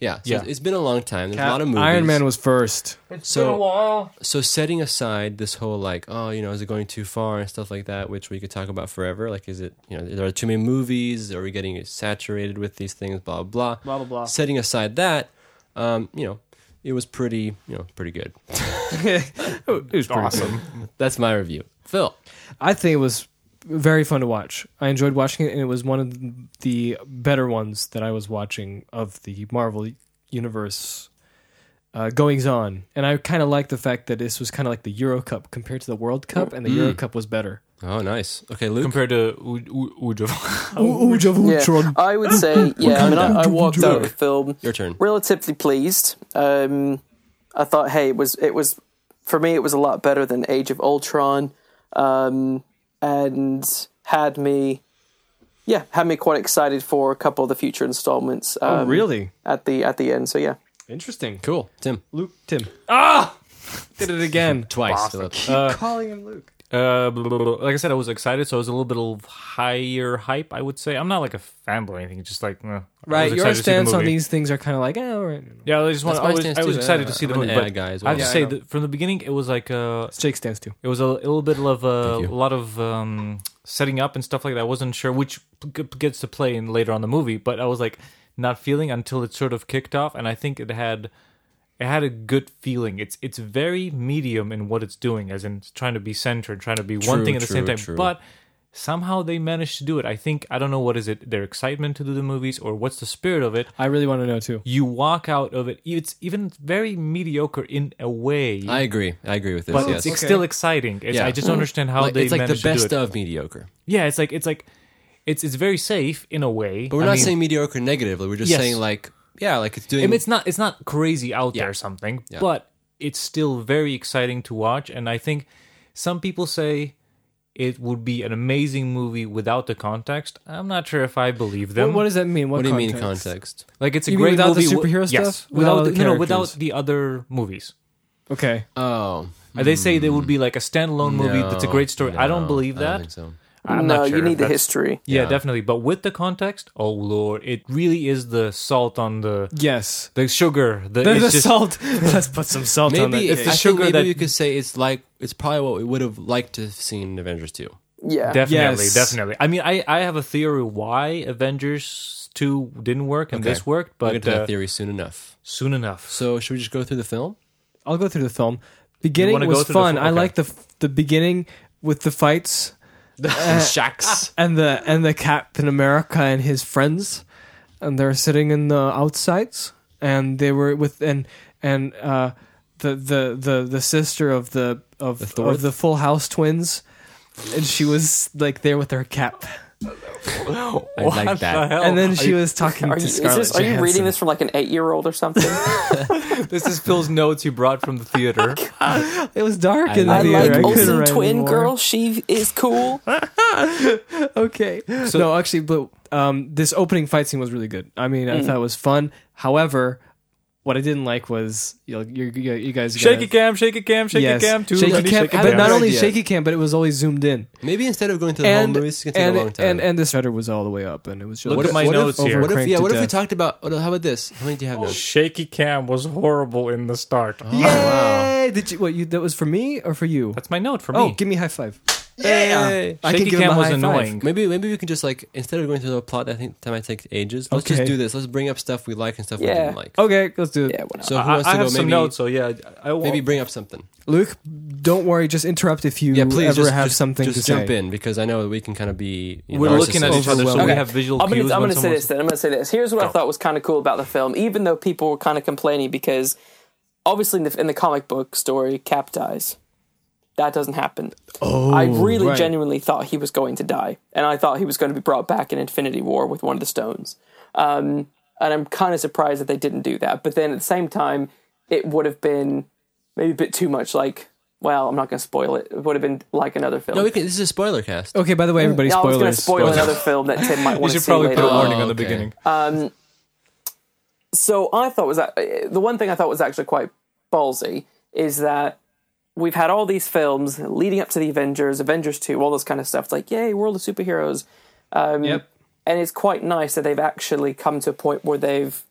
Yeah, so Yeah. it's- it's been a long time. There's a lot of movies. Iron Man was first. so- been a while. so setting aside this whole like oh you know is it going too far and stuff like that which we could talk about forever like is it you know there are too many movies are we getting saturated with these things blah blah blah blah, blah. setting aside that um you know it was pretty you know pretty good It was awesome. that's my review phil I think it was very fun to watch. I enjoyed watching it, and it was one of the better ones that I was watching of the Marvel universe uh, goings on. And I kind of like the fact that this was kind of like the Euro Cup compared to the World Cup, and the Euro Mm. Cup was better. oh nice okay luke Compared to U- U- Ujo. Yeah, I would say, yeah. I mean, I, I walked out of the film your turn relatively pleased. Um, I thought, hey, it was it was for me, it was a lot better than Age of Ultron, um, and had me, yeah, had me quite excited for a couple of the future installments. Um, oh, Mm. really? At the at the end, so yeah. Interesting. cool tim Luke, Tim. Ah! Did it again. twice Philip. Calling him Luke. Uh, blah, blah, blah. like I said, I was excited, so I was a little bit of higher hype. I would say I'm not like a fanboy or anything. Just like eh, I was Right, excited your to see the stance on movie. these things are kind of like, eh, all right. Yeah, I just want. That's my I was, stance I was too. excited Yeah, to see the I'm an movie. AI but guy as I well. have to Yeah, I say know. that from the beginning, it was like uh, a, It's Jake's stance too. it was a, little bit of uh, Thank a you. lot of um, setting up and stuff like that. I wasn't sure which g- gets to play in later on the movie, but I was like not feeling until it sort of kicked off, and I think it had it had a good feeling. It's it's very medium in what it's doing, as in it's trying to be centered, trying to be one True, thing at the true, same time, true. but somehow they managed to do it. I think I don't know what is it their excitement to do the movies or what's the spirit of it I really want to know too. you walk out of it. It's even very mediocre in a way, i agree i agree with this but yes it's still exciting. It's, Yeah. I just don't understand how Like, they it's like the managed to best do it. of mediocre yeah, it's like it's like it's it's very safe in a way. but we're I not mean, saying mediocre negatively we're just Yes. saying like yeah like it's doing I mean, it's not it's not crazy out there or something, Yeah. but it's still very exciting to watch. And I think some people say it would be an amazing movie without the context. I'm not sure if I believe them. What, what does that mean? what What, do you context? mean context like it's a You mean great without the movie. wi- superhero yes, stuff? without, Without the, the no, no, without characters? the other movies. Okay. oh Uh, They say there would be like a standalone movie that's a No, great story. I don't no, believe I that. think so. I'm no, not sure you if need the that's- history. Yeah, definitely. But with the context, oh lord, it really is the salt on the Yes. the sugar. The, There's it's the just- salt. Let's put some salt on that. Maybe if cake. I sugar think maybe that- you could say it's like it's probably what we would have liked to have seen in Avengers two. Yeah, Definitely, Yes. definitely. I mean, I I have a theory why Avengers two didn't work and Okay. this worked, We'll get but to uh, that theory soon enough. soon enough. So should we just go through the film? I'll go through the film. You Beginning wanna go was through the fun. fi- I okay. like the the beginning with the fights. uh, Shacks. and the and the Captain America and his friends, and they're sitting in the outsides, and they were with and and uh, the the the the sister of the of the, Thorth? of the Full House twins, and she was like there with her cap, I like that. and then she was talking Oh, Are to you, is Scarlett this, are you reading Johansson. this from like an eight year old or something? This is Phil's notes you brought from the theater. It was dark in the I I theater. like I couldn't Olsen write twin anymore. girl. She is cool. okay. no, actually, but um, this opening fight scene was really good. I mean, I thought it was fun. However, what I didn't like was you know, you, you, you guys Shaky gotta- cam, shaky cam, shaky yes, cam, two shaky ready, cam, shaky but cam. not only Idea. shaky cam, but it was always zoomed in. Maybe instead of going to the And home movies, Oh, it's gonna take and, a long time. and and the shutter was all the way up, and it was just Look at my notes here. What if, overcranked yeah, to what if we death. talked about? How about this? How many do you have notes? Shaky cam was horrible in the start. Yay! Did you? What you? That was for me or for you? That's my note for me. Oh, give me a high five. Yeah. I can Shaky give him cam a was high five. annoying. Maybe maybe we can just like instead of going through the plot, I think time I take ages. Let's Okay. just do this. Let's bring up stuff we like and stuff we Yeah. didn't like. Okay, let's do it. Yeah, why not? So who I, wants to I have go? some Maybe notes, so yeah, I, I won't. maybe bring up something. Luke, don't worry. Just interrupt if you Yeah, please ever just, have just, something just to jump say. in because I know we can kind of be. you know, we're looking at each other, so we Okay. have visual I'm cues. gonna, I'm when gonna say someone's- this then. I'm gonna say this. Here's what I thought was kind of cool about the film, even though people were kind of complaining because obviously in the, in the comic book story, Cap dies. That doesn't happen. Oh, I really right. genuinely thought he was going to die, and I thought he was going to be brought back in Infinity War with one of the stones. Um, and I'm kind of surprised that they didn't do that. But then at the same time, it would have been maybe a bit too much. Like, well, I'm not gonna spoil it. It would have been like another film. No, we can. This is a spoiler cast. Okay. By the way, everybody, Mm, I was spoilers. gonna spoil another film that Tim might You want to should see probably later. put a on. warning on the Oh, okay. beginning. so I thought was that uh, the one thing I thought was actually quite ballsy is that we've had all these films leading up to the Avengers, Avengers Two, all this kind of stuff. It's like, yay, world of superheroes, Um, Yep. and it's quite nice that they've actually come to a point where they've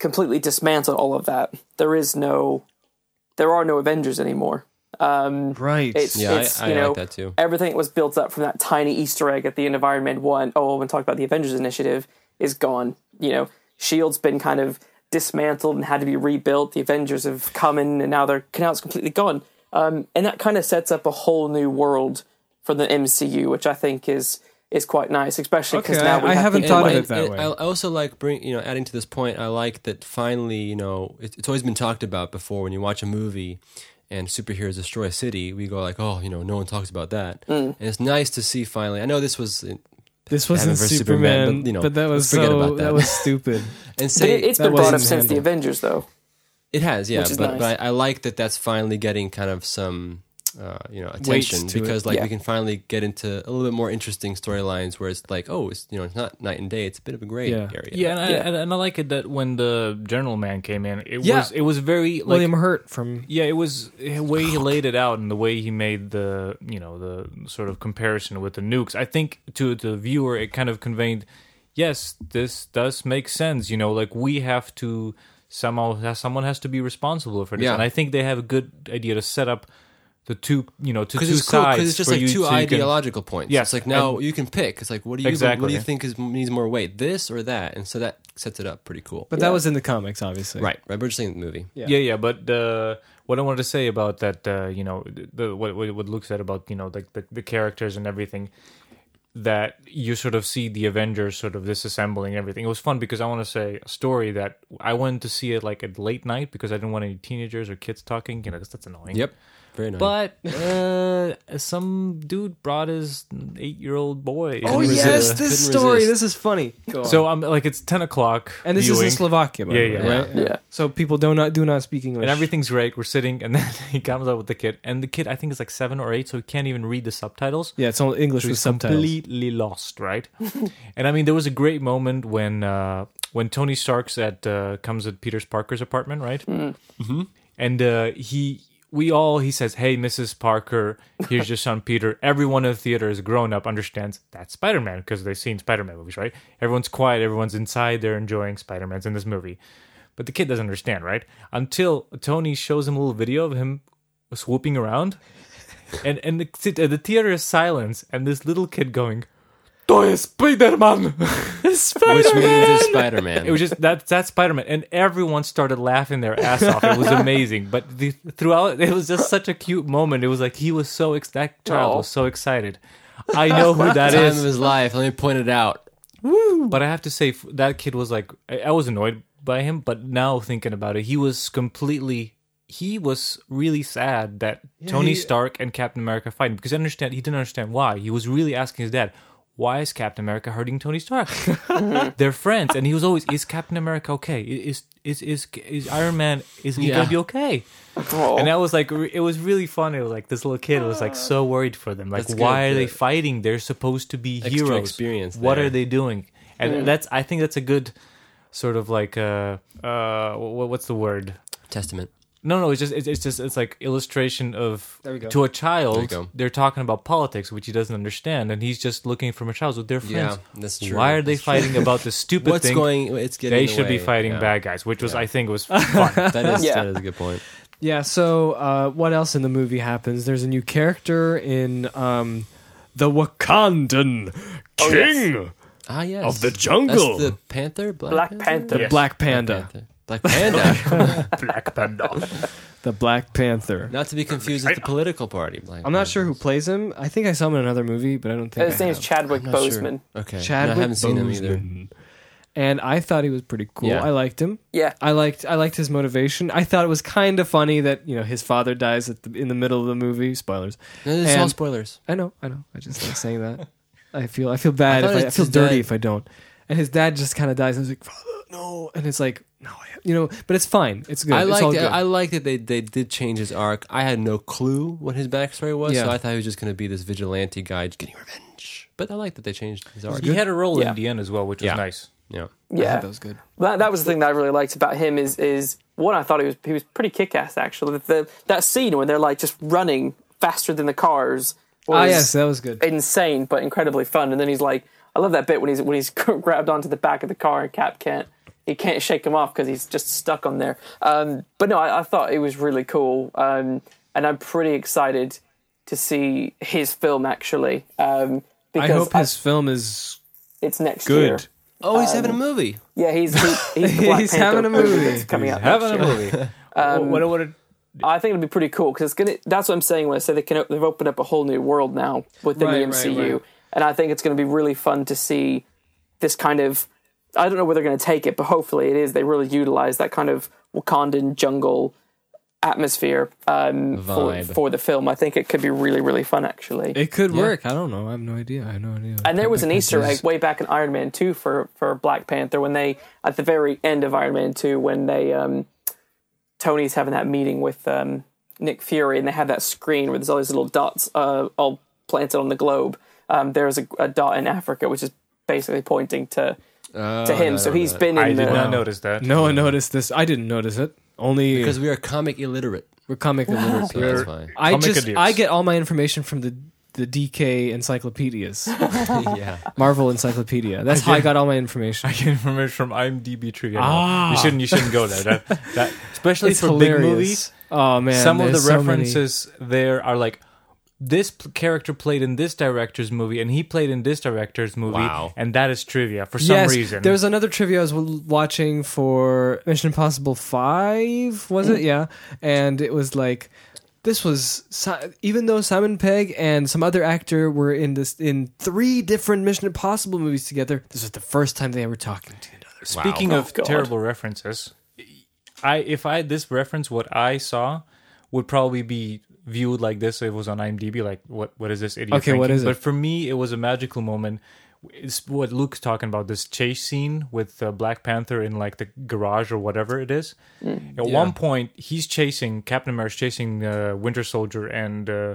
completely dismantled all of that. There is no, there are no Avengers anymore. Right. It's, Yeah, I- it's, I you know, like that too. Everything that was built up from that tiny Easter egg at the end of Iron Man One. Oh, when talking about the Avengers Initiative, is gone. You know, Shield's E been kind of dismantled and had to be rebuilt. The Avengers have come in, and now they're now it's completely gone. Um, and that kind of sets up a whole new world for the MCU, which I think is is quite nice, especially because Okay, now I- we I have haven't people thought of like- it that and way. I I also like bring you know adding to this point. I like that finally you know it, it's always been talked about before when you watch a movie and superheroes destroy a city. We go like oh you know no one talks about that, Mm. and it's nice to see finally. I know this was this wasn't Batman versus Superman, Superman, but, but, you know, that was let's forget so, about that. that. was stupid. and But say it, it's that been brought up wasn't since the handled. Avengers, though. It has, yeah, Which is but nice. but I, I like that that's finally getting kind of some uh, you know attention to it. because like Yeah. we can finally get into a little bit more interesting storylines where it's like oh it's you know it's not night and day it's a bit of a gray Yeah. area Yeah, and, I, Yeah. and- and I like it that when the general man came in, it Yeah. was it was very like William Hurt from yeah, it was the way he laid it out and the way he made the you know the sort of comparison with the nukes. I think to the viewer, it kind of conveyed, yes, this does make sense. You know, like we have to somehow someone has to be responsible for this, Yeah. and I think they have a good idea to set up the two you know to two because it's cool sides because it's just for like you two so you can- ideological points Yes, it's like now you can pick it's like what do you what do Exactly. you think is needs more weight this or that and so that sets it up pretty cool But that was in the comics, obviously. right right we're just saying the movie Yeah. yeah, yeah. But uh, what I wanted to say about that, uh, you know, the, what what what Luke said about you know like the, the characters and everything, that you sort of see the Avengers sort of disassembling everything. It was fun because I want to say a story that I wanted to see it like at late night because I didn't want any teenagers or kids talking. You know, 'cause that's annoying. yep very nice But uh, some dude brought his eight-year-old boy. Oh Couldn't yes, resist. this Couldn't story. resist. This is funny. So I'm like, it's ten o'clock, and this is in viewing. Slovakia, by Yeah, the way, yeah. right? Yeah. So people do not do not speak English. and everything's great. We're sitting, and then he comes out with the kid, and the kid I think is like seven or eight, so he can't even read the subtitles. yeah, it's all English So with he's subtitles. completely lost, right? and I mean, there was a great moment when uh, when Tony Stark's at uh, comes at Peter Parker's apartment, right? Mm-hmm. And uh, he. We all, he says, "Hey, Mrs. Parker, here's your son Peter." Everyone in the theater is grown up, understands that's Spider-Man because they've seen Spider-Man movies, right? Everyone's quiet, everyone's inside, they're enjoying Spider-Man's in this movie. But the kid doesn't understand, right? Until Tony shows him a little video of him swooping around, and and the, sit- uh, the theater is silence, and this little kid going, "To jest Spider-Man." which means it's Spider-Man It was just that that's Spider-Man, and everyone started laughing their ass off. It was amazing, but the, throughout it was just such a cute moment. It was like he was so ex- that child Aw. was so excited. I know who that Time is. of his life. Let me point it out. But I have to say f- that kid was like I, I was annoyed by him, but now thinking about it, he was completely he was really sad that Tony Stark and Captain America fighting because I understand he didn't understand why. He was really asking his dad, why is Captain America hurting Tony Stark? They're friends, and he was always, is Captain America okay? I- Is is is is Iron Man is he Yeah. Oh. gonna be okay? And that was like re- it was really fun. It was like this little kid was like so worried for them. Like That's why good, are they the fighting? They're supposed to be extra heroes. experience What there. are they doing? And that's I think that's a good sort of like uh uh wh- what's the word? Testament. No, no, it's just it's, it's just it's like illustration of There we go. to a There child. you go. They're talking about politics, which he doesn't understand, and he's just looking from a child. So they're friends. Yeah, that's true. Why are they That's true. fighting about this stupid What's thing? going? It's getting. they in the should be way. fighting Yeah. bad guys, which was I think was fun. That is, Yeah. that is a good point. Yeah. So, uh, what else in the movie happens? There's a new character in um, the Wakandan King Ah, yes. of the That's jungle. the Panther? Black, Black Panther? Panther. Black Panda, Black Panda. Black Panda. the Black Panther. not to be confused with the political party. Black I'm not sure who plays him. I think I saw him in another movie, but I don't Uh, think His I name is have. Chadwick Panther. Not sure. Boseman. Okay. Chadwick I haven't seen him either. Boseman. And I thought he was pretty cool. Yeah. I liked him. Yeah. I liked I liked his motivation. I thought it was kind of funny that you know his father dies at the, in the middle of the movie. Spoilers. No, this is all And- spoilers. I know. I know. I just like saying that. I feel I feel bad. I thought if I, I it's feel his dirty dad. if I don't. And his dad just kind of dies. And I was like, Father, no. And it's like, no, I, you know. But it's fine. It's good. I it's all liked. good. I liked that they they did change his arc. I had no clue what his backstory was, Yeah. so I thought he was just going to be this vigilante guy just getting revenge. But I like that they changed his arc. he had a role Yeah. in the end as well, which was Yeah. nice. Yeah. Yeah. that was good. That, that was the thing that I really liked about him is is one I thought he was he was pretty kick ass actually. The, that scene where they're like just running faster than the cars was Ah, yes, that was good. insane but incredibly fun. And then he's like, I love that bit when he's when he's grabbed onto the back of the car and Cap can't he can't shake him off because he's just stuck on there. Um, but no, I, I thought it was really cool, um, and I'm pretty excited to see his film actually. Um, I because hope his film is it's next year. good. Oh, he's having a movie. Yeah, he's he, he's, the Black He's Panther having a movie. that's coming out. next Having a year. movie. um, what, what, I think it'll be pretty cool because it's gonna. That's what I'm saying when I say they can. They've opened up a whole new world now within Right, the right, MCU, right. and I think it's going to be really fun to see this kind of. I don't know where they're going to take it, but hopefully it is. They really utilize that kind of Wakandan jungle atmosphere um, for, Vibe. for the film. I think it could be really, really fun actually. It could work. I don't know. I have no idea. I have no idea. and there was an Black Easter Panther's- egg way back in Iron Man Two for for Black Panther when they at the very end of Iron Man Two when they um, Tony's having that meeting with um, Nick Fury and they have that screen where there's all these little dots uh, all planted on the globe. Um, there's a, a dot in Africa which is basically pointing to to him. So he's been in I did the not notice that. No one noticed this. I didn't notice it. Only because we are comic illiterate. we're comic illiterate. So that's why. I Comic just idiots. I get all my information from the the DK encyclopedias, yeah. Marvel encyclopedia. That's how I got all my information. I get information from IMDb trivia. Ah. You shouldn't. You shouldn't go there. That, that, especially It's for hilarious. big movies. Oh man, some of the there's so many- references there are like this p- character played in this director's movie, and he played in this director's movie, Wow. and that is trivia for some yes, reason. there's another trivia I was w- watching for Mission Impossible Five, was Mm. it? Yeah, and it was like this was Si- even though Simon Pegg and some other actor were in this in three different Mission Impossible movies together. This was the first time they were talking to another. Speaking Wow. of Oh, God. terrible references, I if I this reference what I saw would probably be viewed like this if it was on IMDb. Like what what is this idiot? Okay, what thinking? is it? But for me, it was a magical moment. It's what Luke's talking about this chase scene with uh, Black Panther in like the garage or whatever it is. Mm. At one point, he's chasing Captain America's chasing uh, Winter Soldier and uh,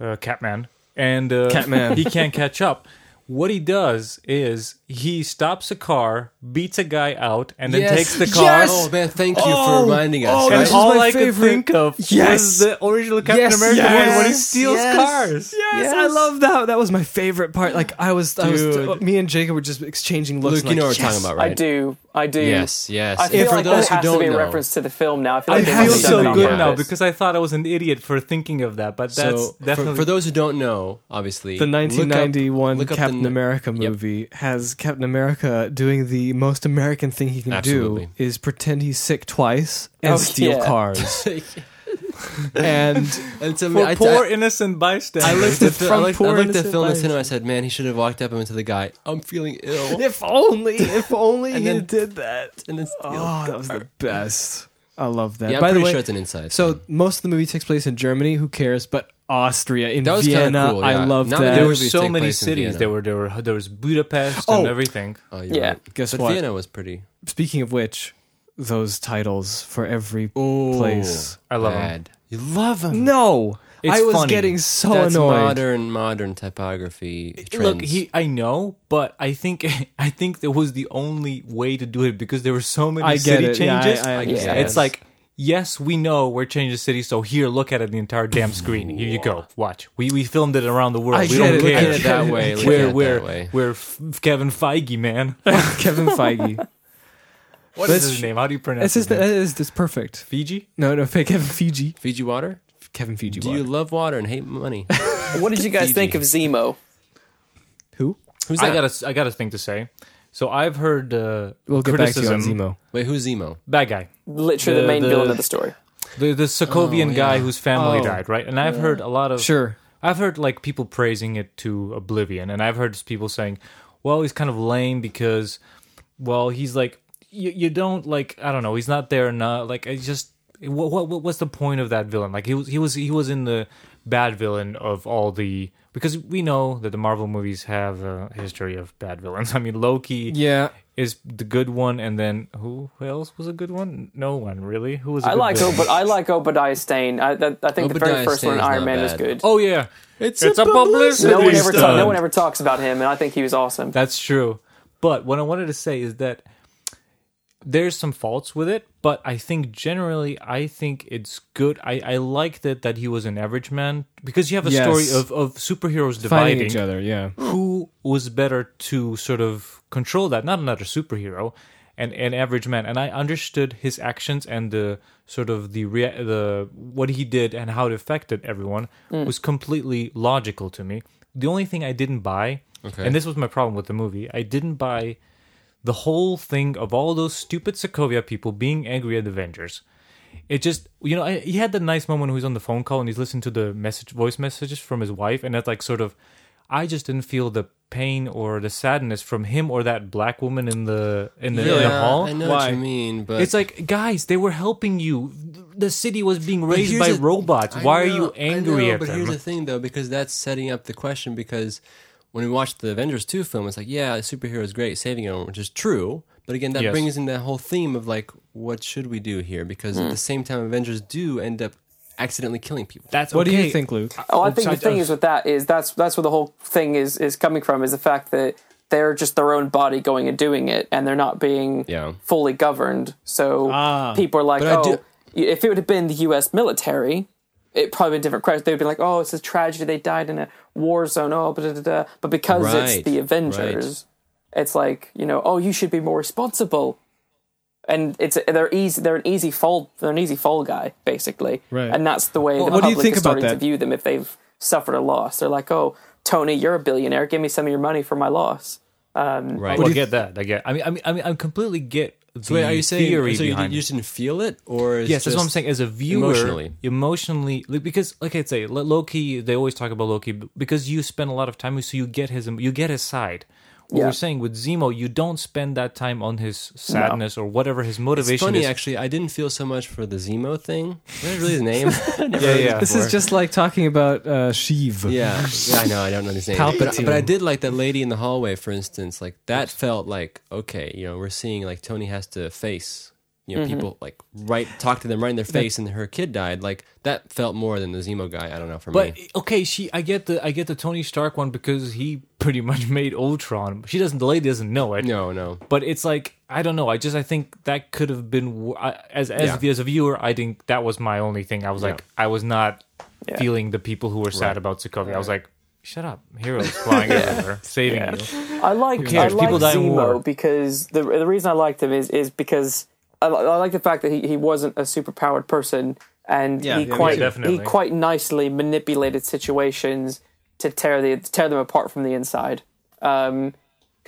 uh, Catman, and uh, Catman. he can't catch up. What he does is he stops a car, beats a guy out, and then takes the car. Yes! Oh man, thank you Oh! for reminding us. Oh, And right? this is all my I favorite. could think of Yes! was the original Captain Yes, America one when he yes, steals yes. cars. Yes, I love that. That was my favorite part. Like I was, I was Dude. me and Jacob were just exchanging looks. Luke, and you know what like, we're yes. talking about, I right? do, I do. Yes, yes. I feel and for like those that has who to don't be a know, reference to the film now. I feel I like they feel must feel have done it so on good purpose. now because I thought I was an idiot for thinking of that, but that's so for- definitely for, those who don't know, obviously The look up- 1991 look up the Captain n- America movie has Captain America doing the most American thing he can Absolutely. do is pretend he's sick twice and Oh, steal yeah. cars. and It's For amazing. I, poor I, innocent bystander. I looked at the, I From looked, I poor looked at Phil in the innocent cinema. I said, "Man, he should have walked up and went to the guy. I'm feeling ill." if only, if only And you then- did that. and it's, Oh, that was the best. I love that. yeah, I'm By the pretty way, sure it's an inside. so most of the movie takes place in Germany. Who cares? But Austria, in That was kinda Vienna, cool, I yeah. love Now that. that there That were movie so take many place in cities. Vienna. There were there were there was Budapest Oh. and everything. Oh, you're Yeah. right. Guess but what? Vienna was pretty. Speaking of which, those titles for every Oh, place. I love 'em. bad. You love them. No, It's I was funny. getting so That's annoyed. modern modern typography trends. Look, he I know, but I think I think that was the only way to do it because there were so many I get city it. Yeah, I- changes. I understand. It's like yes, we know we're changing the city, so here look at it the entire damn screen. Here you go. Watch. We we filmed it around the world. I we get don't it, Look care. at it that way. Look we're at it we're that way. we're F- Kevin Feige, man. Kevin Feige. What is his name? How do you It's pronounce just his that name? is uh, just perfect. Fiji? No, no, Kevin Fiji. Fiji water. Kevin Fiji. Do water. you love water and hate money? What did you guys Fiji. think of Zemo? Who? Who's I that? got a I got a thing to say. So I've heard uh, We'll get criticism. back to you on Zemo. Wait, who's Zemo? Bad guy. Literally the, The- main the- villain of the story. The the Sokovian Oh, guy yeah. whose family Oh. died, right? And I've heard a lot of Sure. I've heard like people praising it to oblivion, and I've heard people saying, "Well, he's kind of lame because, well, he's like you, you don't like I don't know, he's not there enough. Like I just what, what what- what's the point of that villain? Like he was he was he was in the bad villain of all the because we know that the Marvel movies have a history of bad villains. I mean, Loki Yeah. is the good one, and then who else was a good one? No one really. Who was a I good like villain? Ob- I like Obadiah Stane. I, that, I think the very Obadiah first one in Stane's Iron not Man was bad. good. Oh yeah, it's, a publicity no one he's ever ta- done. no one ever talks about him, and I think he was awesome. That's true. But what I wanted to say is that there's some faults with it, but I think generally I think it's good. I, I liked it that he was an average man because you have a Yes. story of, of superheroes Finding dividing each other. Yeah. Hmm, who was better to sort of control that not another superhero and an average man and i understood his actions and the sort of the rea- the what he did and how it affected everyone was completely logical to me the only thing i didn't buy Okay. and this was my problem with the movie i didn't buy the whole thing of all those stupid Sokovia people being angry at the Avengers. It just, you know, I, he had that nice moment when he was on the phone call and he's listening to the message, voice messages from his wife, and that's like sort of, I just didn't feel the pain or the sadness from him or that black woman in the in the, in the hall. I know Why? what you mean, but It's like, guys, they were helping you. The city was being But raised here's by the- robots. I Why know, are you I angry know, at but them? here's the thing, though, because that's setting up the question. Because when we watched the Avengers two film, it's like, yeah, superhero is great, saving everyone, which is true. But again, that Yes. brings in that whole theme of like, what should we do here? Because at the same time, Avengers do end up accidentally killing people. that's What do okay. you think, Luke? Oh, I think the Which I- thing is with that is that's that's where the whole thing is is coming from is the fact that they're just their own body going and doing it, and they're not being Yeah. fully governed. So Ah. people are like, But I oh, do- if it would have been the U.S. military, it probably been a different question. They'd be like, oh, it's a tragedy. They died in a war zone. Oh, blah, blah, blah. but because Right, it's the Avengers, it's like you know, oh, you should be more responsible. And it's they're easy. They're an easy fall. They're an easy fall guy, basically. Right. And that's the way. the what do you public think is about starting that? To view them if they've suffered a loss. They're like, oh, Tony, you're a billionaire. Give me some of your money for my loss. right. Well, I get that. I get. I mean, I mean, I mean, I completely get. The So wait, are you saying theory so you, behind you just didn't feel it, or is yes, that's what I'm just- saying. As a viewer, emotionally. emotionally, emotionally like, because like I'd say, Lo- Loki. They always talk about Loki b- because you spend a lot of time, with- so you get his, you get his side. What Yeah. we're saying with Zemo, you don't spend that time on his sadness or whatever his motivation It's funny, is. actually. I didn't feel so much for the Zemo thing. Is that really his name? I never Yeah, heard yeah. it This before. is just like talking about uh, Sheev. Yeah, yeah, I know. I don't know these names, but, Palpatine. but I did like that lady in the hallway, for instance. Like that felt like okay, you know, we're seeing like Tony has to face you Mm-hmm. know people like right talk to them right in their face, and her kid died. Like that felt more than the Zemo guy. I don't know for but me. okay, she. I get the I get the Tony Stark one because he pretty much made Ultron. She doesn't. The lady doesn't know it. No, no. but it's like I don't know. I just I think that could have been w I as as Yeah. as a viewer. I think that was my only thing. I was like I was not feeling the people who were sad about Sokovia. I was like, shut up, heroes flying everywhere, saving you. I like I cares? like People die in war. Zemo because the the reason I liked him is is because I, li- I like the fact that he, he wasn't a superpowered person and he yeah, quite yeah, definitely. he quite nicely manipulated situations to tear the to tear them apart from the inside. Because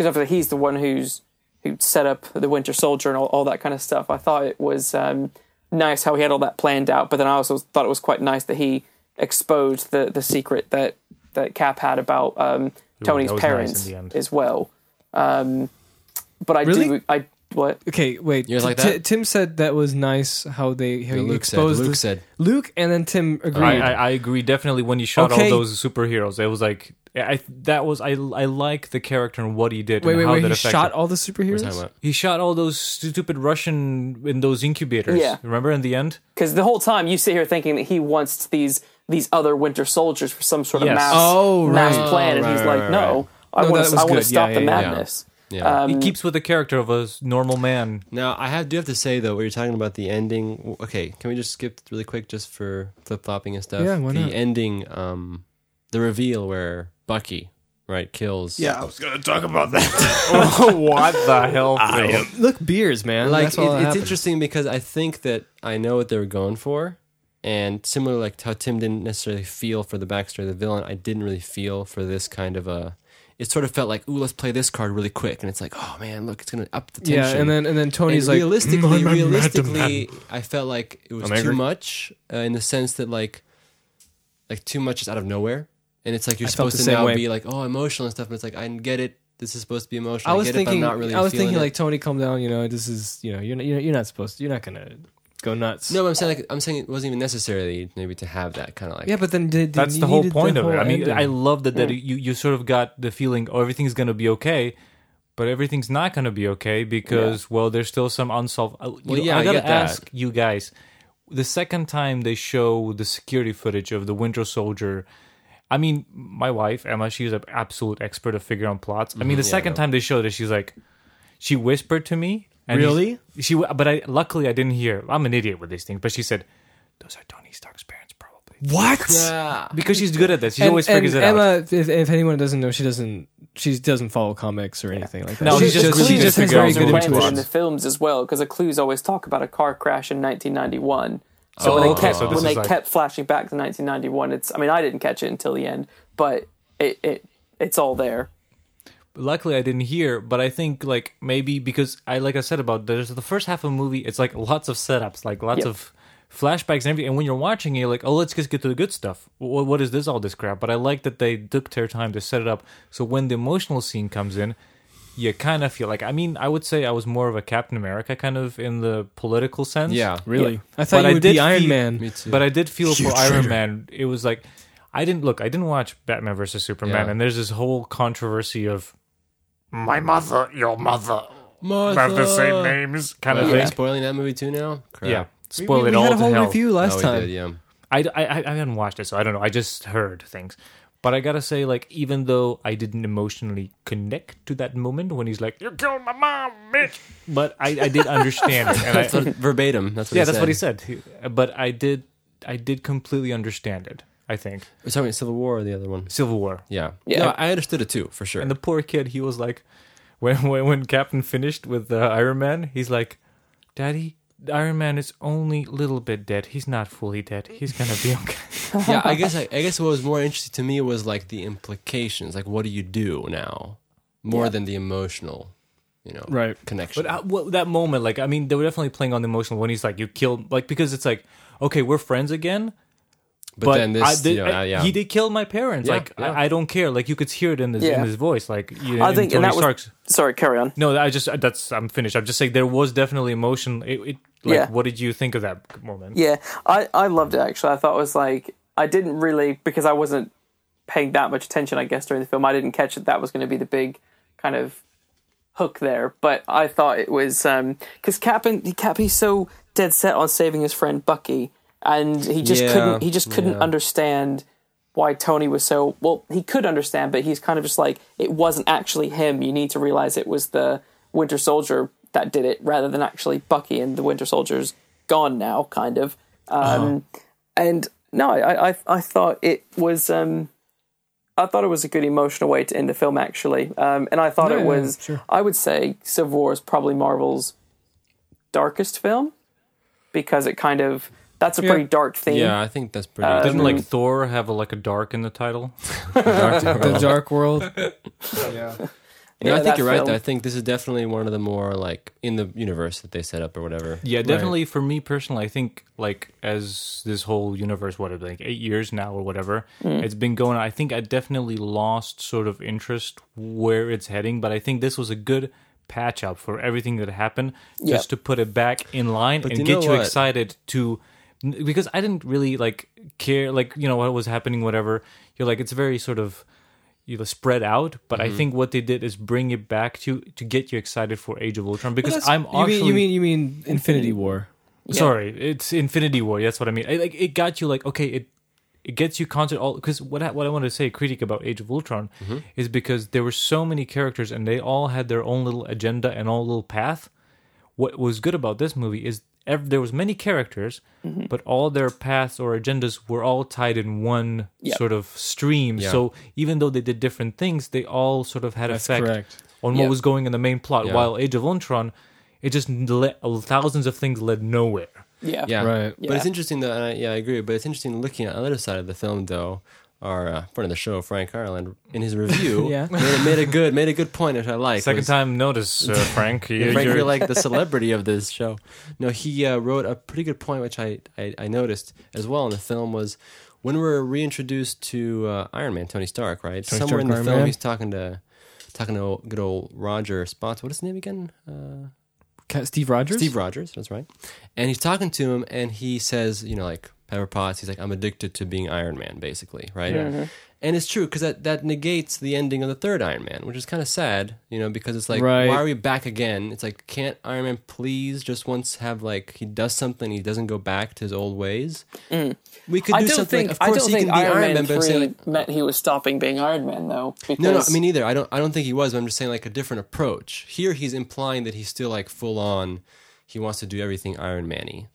obviously he's the one who's who set up the Winter Soldier and all, all that kind of stuff. I thought it was um, nice how he had all that planned out. But then I also thought it was quite nice that he exposed the the secret that that Cap had about um, Tony's that was nice parents in the end. as well. Um, but I do Really? I what Okay, wait. You guys T- like that? T- Tim said that was nice how they how No, you Luke said. exposed Luke the- said. Luke and then Tim agreed. I, I, I agree definitely when you shot Okay. all those superheroes it was like I that was I I like the character and what he did wait, and wait, how wait. that He affected. shot all the We're talking superheroes. about- he shot all those stupid Russian in those incubators. Yeah. Remember in the end? because the whole time you sit here thinking that he wants these these other Winter Soldiers for some sort of Yes. mass Oh, mass right. plan, and Oh, he's right, like, right, no, I No, want that was to I want to good. stop Yeah, the yeah, yeah. madness. Yeah. Um, he keeps with the character of a s- normal man. Now I have do have to say though, what you're talking about the ending. w- Okay, can we just skip really quick just for flip flopping and stuff? Yeah, why the not? ending, um, the reveal where Bucky right kills. I was gonna talk about that. what the hell? Look, beers, man. like That's it, all that it's happened. interesting because I think that I know what they were going for, and similar like how Tim didn't necessarily feel for the backstory of the villain, I didn't really feel for this kind of a. It sort of felt like, ooh, let's play this card really quick, and it's like, oh man, look, it's gonna up the tension. Yeah, and then and then And Tony's like, realistically, "Mm, I'm mad, realistically, I felt like it was I'm too angry. much uh, in the sense that like, like too much is out of nowhere, and it's like you're I felt supposed the to same now way. be like, oh, emotional and stuff, but it's like I get it. This is supposed to be emotional. I was get thinking, it, but I'm not really I was feeling thinking it. like Tony, calm down. You know, this is you know, you're not, you're you're not supposed, to, you're not gonna go nuts. No, but I'm saying like I'm saying it wasn't even necessarily maybe to have that kind of like yeah, but then did, That's you the whole needed point of it. whole I mean, ending. I love that, that you, you sort of got the feeling, oh, everything's going to be okay, but everything's not going to be okay because, well, there's still some unsolved. I- you Well, know, yeah, I I got get to that. ask you guys the second time they show the security footage of the Winter Soldier. I mean, my wife, Emma, she's an absolute expert of figuring out plots. I mean, the second time they showed it, she's like, she whispered to me. And Really? She, but I luckily I didn't hear. I'm an idiot with these things, but she said, "Those are Tony Stark's parents, probably." what? Because she's good at this. She and, always and figures it Emma, out. If, if anyone doesn't know, she doesn't she doesn't follow comics or anything like that. No, she she's just really she good just at has very figuring Plans out good what are planted in intuition. the films as well because the clues always talk about a car crash in 1991. So Oh, when they okay, kept so this when they is like- kept flashing back to 1991, it's I mean I didn't catch it until the end, but it it it's all there. Luckily, I didn't hear, but I think like maybe because I like I said about there's the first half of the movie. It's like lots of setups, like lots Yep. of flashbacks and everything. And when you're watching, it, you're like, oh, let's just get to the good stuff. What, what is this all this crap? But I like that they took their time to set it up. So when the emotional scene comes in, you kind of feel like. I mean, I would say I was more of a Captain America kind of in the political sense. yeah. Really, Yeah. I thought But I you would be did Iron feel- Man. But I did feel for Iron Man. It was like I didn't look. I didn't watch Batman versus Superman, Yeah. and there's this whole controversy of My mother, your mother, have the same names. kind of Are Yeah. they thing. spoiling that movie too now? Crap. Yeah, spoil We, we it all had a to whole hell. review Oh, last we time. did, yeah. I, I I I haven't watched it, so I don't know. I just heard things. But I gotta say, like, even though I didn't emotionally connect to that moment when he's like, You killed my mom, bitch. but I, I did understand it. And I, That's what- verbatim. That's what yeah, he that's said. what he said. He- But I did, I did completely understand it. I think We're talking about Civil War or the other one. Civil War. Yeah. Yeah. No, I understood it too, for sure. And the poor kid, he was like, when when, when Captain finished with uh, Iron Man, he's like, "Daddy, Iron Man is only a little bit dead. He's not fully dead. He's gonna be okay." yeah, I guess I, I guess what was more interesting to me was like the implications. Like what do you do now? More than the emotional, you know, Right. connection. but uh, what, that moment, like, I mean, they were definitely playing on the emotional when he's like, "You killed," like, because it's like, "Okay, we're friends again." But then this, I did, you know, I- yeah. he did kill my parents. Yeah, like, yeah. I, I don't care. Like, you could hear it in his Yeah. in his voice. Like, you know, I think Tony and that was Stark's. sorry, carry on. No, I just that's I'm finished. I'm just saying there was definitely emotion. It, it like, Yeah. what did you think of that moment? Yeah, I, I loved it actually. I thought it was like I didn't really because I wasn't paying that much attention. I guess during the film, I didn't catch that that was going to be the big kind of hook there. But I thought it was because Cap and Cap he's so dead set on saving his friend Bucky, and he just Yeah, couldn't he just couldn't yeah. understand why Tony was so well. He could understand, but he's kind of just like it wasn't actually him. You need to realize it was the Winter Soldier that did it, rather than actually Bucky. And the Winter Soldier's gone now, kind of. Uh-huh. Um, And no, I, I I thought it was um, I thought it was a good emotional way to end the film actually, um, and I thought Yeah, it was sure. I would say Civil War is probably Marvel's darkest film because it kind of that's a Yeah. pretty dark theme. yeah, I think that's pretty Didn't like Thor have a, like a dark in the title? The Dark World. No, I Yeah, think that you're right. film. Though. I think this is definitely one of the more like in the universe that they set up or whatever. Yeah, definitely for me personally, I think like as this whole universe, what like eight years now or whatever, Hmm. it's been going. on, I think I definitely lost sort of interest where it's heading, but I think this was a good patch up for everything that happened, just to put it back in line and you know get you what? excited to because I didn't really like care like you know what was happening, whatever. You're like it's very sort of you know, spread out, but Mm-hmm. I think what they did is bring it back to to get you excited for Age of Ultron because That's- I'm actually you mean you mean you mean Infinity War. Sorry, it's Infinity War. That's what I mean. It, like it got you like okay, it it gets you content all because what I, what I want to say critique about Age of Ultron is because there were so many characters and they all had their own little agenda and all little path. What was good about this movie is ev- there was many characters, but all their paths or agendas were all tied in one Yep. sort of stream. So even though they did different things, they all sort of had effect correct. on Yeah. what was going in the main plot. While Age of Ultron, it just le- thousands of things led nowhere. Yeah. Yeah, Right. But it's Yeah. interesting though. And I, yeah, I agree. But it's interesting looking at the other side of the film though. Our uh, friend of the show, Frank Ireland, in his review, Yeah. made, a, made a good made a good point which I like. Second was- time notice, uh, Frank. You- Yeah, Frank, you're- you're like the celebrity of this show. No, he uh, wrote a pretty good point, which I, I, I noticed as well in the film was when we're reintroduced to uh, Iron Man, Tony Stark, right? Tony Somewhere Stark, in the Iron film, Man. he's talking to talking to old- good old Roger Spots. What is his name again? Uh, Ca- Steve Rogers. Steve Rogers. That's right. And he's talking to him, and he says, you know, like Pepper Potts. He's like, I'm addicted to being Iron Man, basically, right? Mm-hmm. And it's true because that, that negates the ending of the third Iron Man, which is kind of sad, you know, because it's like, Right. why are we back again? It's like, can't Iron Man please just once have like he does something, he doesn't go back to his old ways? We could Mm. I do don't something. think of I course, don't he think can be Iron, Man, but three say like, meant he was stopping being Iron Man though. Because, no, no, I mean either. I don't. I don't think he was. But I'm just saying like a different approach. Here, he's implying that he's still like full on. He wants to do everything Iron Man-y.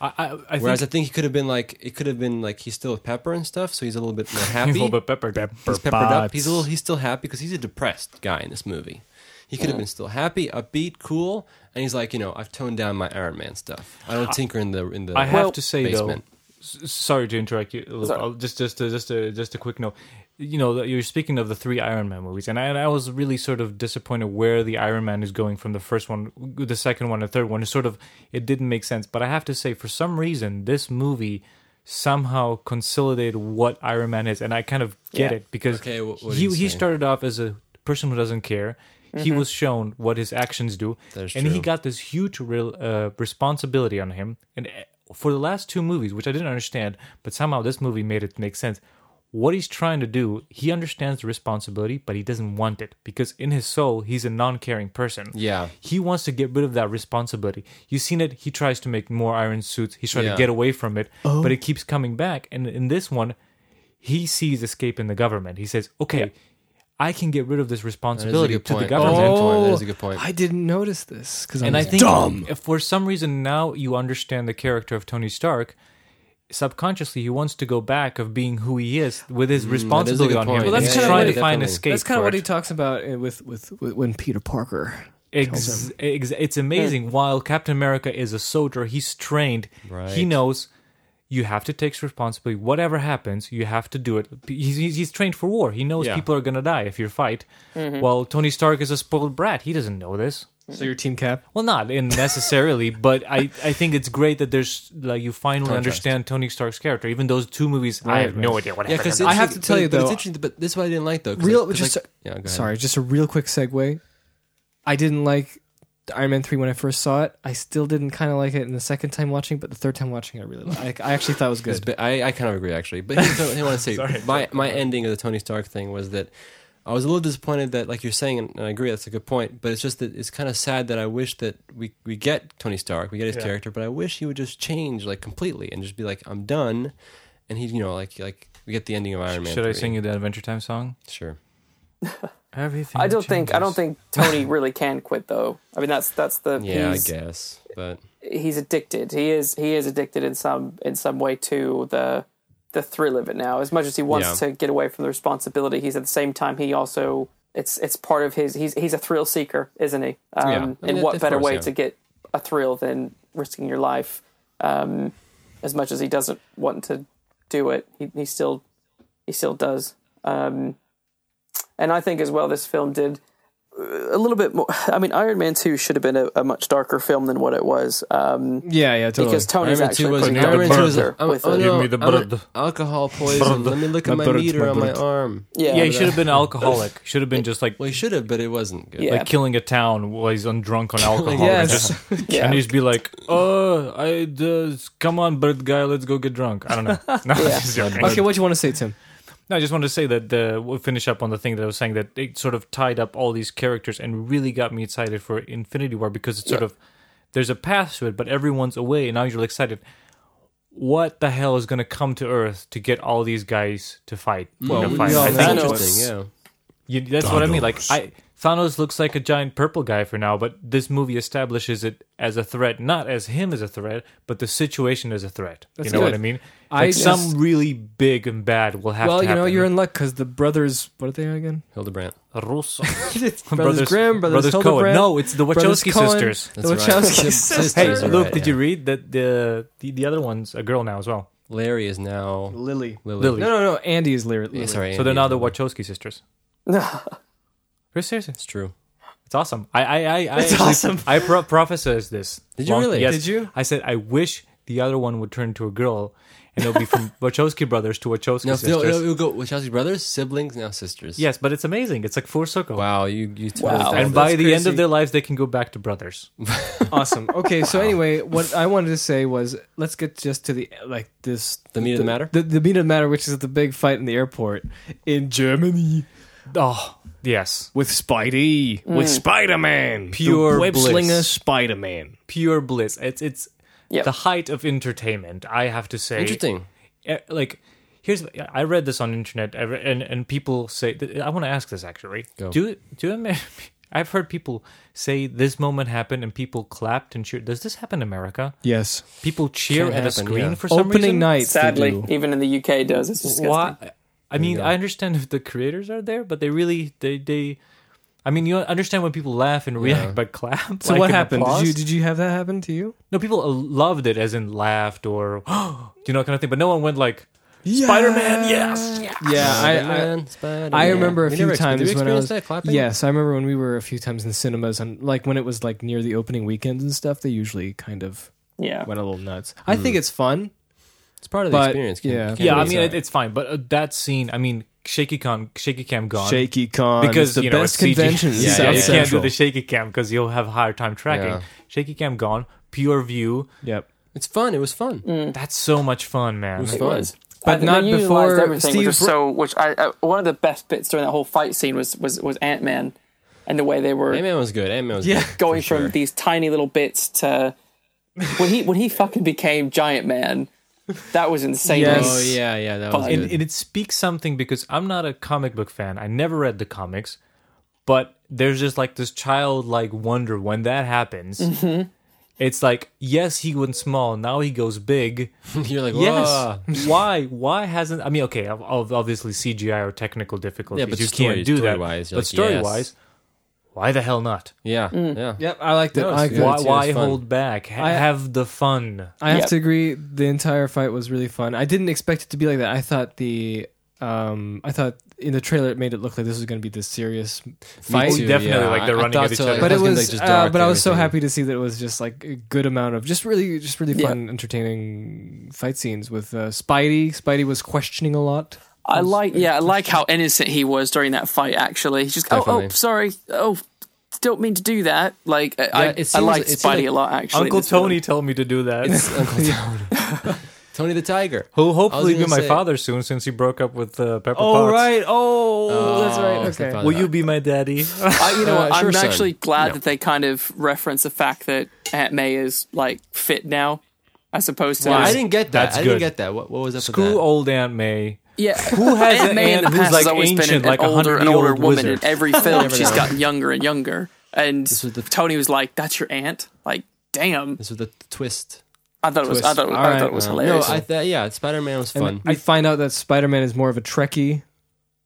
I, I, I Whereas I think think he could have been like, it could have been like he's still with Pepper and stuff, so he's a little bit more a happy. little bit peppered. he's peppered up. He's a little, he's still happy because he's a depressed guy in this movie. He could have been still happy, upbeat, cool, and he's like, you know, I've toned down my Iron Man stuff. I don't tinker in the in the. I have Well- to say basement. though, s- sorry to interrupt you. a little- Sorry. I'll- Just, just, a, just a, just a quick note. You know, that you're speaking of the three Iron Man movies, and I, and I was really sort of disappointed where the Iron Man is going from the first one, the second one, the third one. It sort of, it didn't make sense. But I have to say, for some reason, this movie somehow consolidated what Iron Man is, and I kind of get Yeah. it because Okay, wh- what do he you he say? started off as a person who doesn't care. He was shown what his actions do, That is and he Mm-hmm. true. got this huge real, uh, responsibility on him. And eh, for the last two movies, which I didn't understand, but somehow this movie made it make sense. What he's trying to do, he understands the responsibility, but he doesn't want it because in his soul, he's a non-caring person. Yeah. he wants to get rid of that responsibility. You've seen it. He tries to make more iron suits. He's trying Yeah. to get away from it, but it keeps coming back. And in this one, he sees escape in the government. He says, "Okay, I can get rid of this responsibility good to the point. government." That is a good point. That is a good point. Oh. I didn't notice this because And I I think if for some reason now you understand the character of Tony Stark. Subconsciously, he wants to go back of being who he is with Mm, his responsibility good on point. him. Well, that's He's kinda trying what to it- find definitely. escape. that's kind for of what it. he talks about uh, with with, with when Peter Parker. Ex- ex- it's amazing. While Captain America is a soldier, he's trained. He Right. knows you have to take responsibility. Whatever happens, you have to do it. He's, he's, he's trained for war. He knows Yeah. people are gonna die if you fight. Mm-hmm. While Tony Stark is a spoiled brat. He doesn't know this. So your team cap. Well, not in necessarily, but I, I think it's great that there's like you finally understand Tony Stark's character. Even those two movies, I have no idea what yeah, happened. because I have to tell you, but, though- it's interesting. But this is what I didn't like though. 'cause Real, like- 'cause just like- a- yeah, go ahead. sorry, just a real quick segue. I didn't like Iron Man three when I first saw it. I still didn't kind of like it in the second time watching, but the third time watching, I really like. I actually thought it was It's good. bi- I, I kind of agree actually, but here's what I want to say. my my ending of the Tony Stark thing was that I was a little disappointed that, like you're saying, and I agree, that's a good point. But it's just that it's kind of sad that I wish that we we get Tony Stark, we get his character, but I wish he would just change like completely and just be like, I'm done, and he, you know, like like we get the ending of Iron Man. Should I 3. sing you the Adventure Time song? Sure. Everything. I don't think I don't think Tony really can quit though. I mean that's that's the Yeah, he's, I guess, but he's addicted. He is he is addicted in some in some way to the the thrill of it now. As much as he wants Yeah. to get away from the responsibility, he's at the same time he also it's it's part of his he's he's a thrill seeker, isn't he? Um Yeah. I mean, and of- what of better course, way yeah. to get a thrill than risking your life? Um as much as he doesn't want to do it, he he still he still does. Um and I think as well this film did a little bit more. I mean, Iron Man Two should have been a, a much darker film than what it was. Um, Yeah, yeah, totally. because Iron Tony's Man actually 2 was putting an- out Iron Man 2 a was burger a- I'm- with oh, it. no, me the I'm an bread. alcohol poison. Let me look at my, My bread, meter my on my bread. arm. Yeah, yeah, he should have been an alcoholic. Should have been just like Well, he should have, but it wasn't good. Yeah. Like, like killing a town while he's on drunk on alcohol. and, yes. just, Yeah. and he'd be like, "Oh, I just come on, bird guy, let's go get drunk." I don't know. No, just joking. okay, what do you want to say, Tim? No, I just wanted to say that the we'll finish up on the thing that I was saying that it sort of tied up all these characters and really got me excited for Infinity War because it's sort of there's a path to it, but everyone's away, and now you're excited. What the hell is going to come to Earth to get all these guys to fight? well, in a we, fight? we all I know think Thanos. interesting, yeah. you, that's what I mean. Like I Thanos looks like a giant purple guy for now, but this movie establishes it as a threat, not as him as a threat, but the situation as a threat. you know what good. I mean? I Like just- some really big and bad will have Well, to you happen. know, you're in luck because the brothers. What are they again? Hildebrandt. Russo. Brothers Grimm, brothers Cohen. Hildebrand, No, it's the brothers Wachowski Coen, sisters. That's the right. Wachowski The sisters. Hey, sisters are Luke, right, did yeah. you read that the, the the other one's a girl now as well? Larry is now Lily. Lily. Lily. No, no, no. Andy is Larry. Yeah, Lily. sorry, So they're now Andy. the Wachowski sisters. Really, Seriously, It's true. it's awesome. I I I, I actually- awesome. I pro- prophesized this. Did you really? Yes. Did you? I said I wish the other one would turn into a girl, and it'll be from Wachowski brothers to Wachowski Now, Phil, sisters. no, uh, it'll go Wachowski brothers, siblings, now sisters. Yes, but it's amazing. It's like full circle. Wow, you you totally Wow. thought And of by this. the end crazy. of their lives, they can go back to brothers. Mm. awesome. Okay, so anyway, what I wanted to say was let's get just to the like this The meat of the matter? The, the meat of the matter, which is the big fight in the airport in Germany Oh, yes. with Spidey, with Spider Man, Pure web bliss. slinger Spider Man. Pure bliss. It's it's Yep. the height of entertainment. I have to say. interesting. Eh, Like, here's I read this on internet, I re- and and people say I want to ask this actually. Go. Do do Amer- I've heard people say this moment happened and people clapped and cheered. Does this happen in America? Yes. People cheer Can at a happen, screen yeah. for some Opening reason? night. they Sadly, do. even in the UK, it does. It's disgusting. Why? I mean, I understand if the creators are there, but they really they they. I mean, you understand when people laugh and react but clap. So like, what and happened? applause? Did you did you have that happen to you? no, people uh, loved it, as in laughed or you know kind of thing. But no one went like Spider Man. Yes, yeah. Yeah, I, I Spider-Man, Spider-Man. I remember a We few never experienced- times did we when I experience was that clapping? yes, I remember when we were a few times in cinemas and like when it was like near the opening weekends and stuff. They usually kind of Yeah. went a little nuts. I think Mm. it's fun. it's part of the But, experience. Can- yeah. can Yeah, be I mean designed. it, it's fine, but uh, that scene. I mean, shaky cam, shaky cam gone Shaky con because it's the you know best it's CG. convention. in Yeah, yeah, South you can't do Central. the shaky cam because you'll have hard time tracking. Yeah. Shaky cam gone, pure view. Yep. it's fun. It was fun. That's so much fun, man. It was It fun. was. But I think not they utilized before everything, Steve Which was Bro- so, which I, I one of the best bits during that whole fight scene was was was Ant Man, and the way they were Ant-Man was good. Ant-Man was Yeah. good, going for from sure. these tiny little bits to when he when he fucking became Giant Man. That was insane. Yes. Oh yeah, yeah, that was Fun. good. and, and it speaks something because I'm not a comic book fan. I never read the comics, but there's just like this childlike wonder when that happens. Mm-hmm. It's like, yes, he went small. Now he goes big. You're like, Yes. "Whoa." Why? Why hasn't? I mean, okay, ob- ob- obviously CGI or technical difficulties. Yeah, but you story- can't do that. story-wise, but you're like, story yes. wise, why the hell not? yeah, yeah. Yep, I liked it. No, I, liked it's- it. why? too. Why It's fun. hold back? Ha- I- have the fun. I have Yep. to agree. The entire fight was really fun. I didn't expect it to be like that. I thought the um, I thought in the trailer it made it look like this was going to be this serious fight. too. definitely, like, they're I- I running thought at each so, other. I But thought it gonna be, was, like, just uh, dark but I and was so everything. happy to see that it was just like a good amount of just really, just really Yeah. fun, entertaining fight scenes with uh, Spidey. Spidey was questioning a lot. I like yeah, I like how innocent he was during that fight. Actually, he's just oh, oh Definitely. sorry oh don't mean to do that. Like I Yeah, it I seems- liked it seemed Spidey like a lot actually. Uncle this film. Tony told me to do that. Uncle Tony. Tony the Tiger. Who'll I was hopefully be gonna my say- father soon, since he broke up with uh, Pepper Oh Potts. right! Oh, that's Oh, right. it's Okay. not Will you be my daddy? I, you know, what, Uh, sure, I'm son. actually glad that they kind of reference the fact that Aunt May is like fit now, as opposed to I didn't get that. That's I didn't good. get that. What, what was up with Screw that? old Aunt May. yeah. Who has Aunt an May in aunt the who's, past like, has always ancient, been an, like a an older, an 100-year-old older woman wizard? in every film. She's know. gotten younger and younger, and was the- Tony was like, "That's your aunt." Like, damn, This was the twist. I thought it was, I thought it was, All I right, thought it was Uh, hilarious. No, I th- yeah, Spider Man was fun. I find out that Spider Man is more of a Trekkie.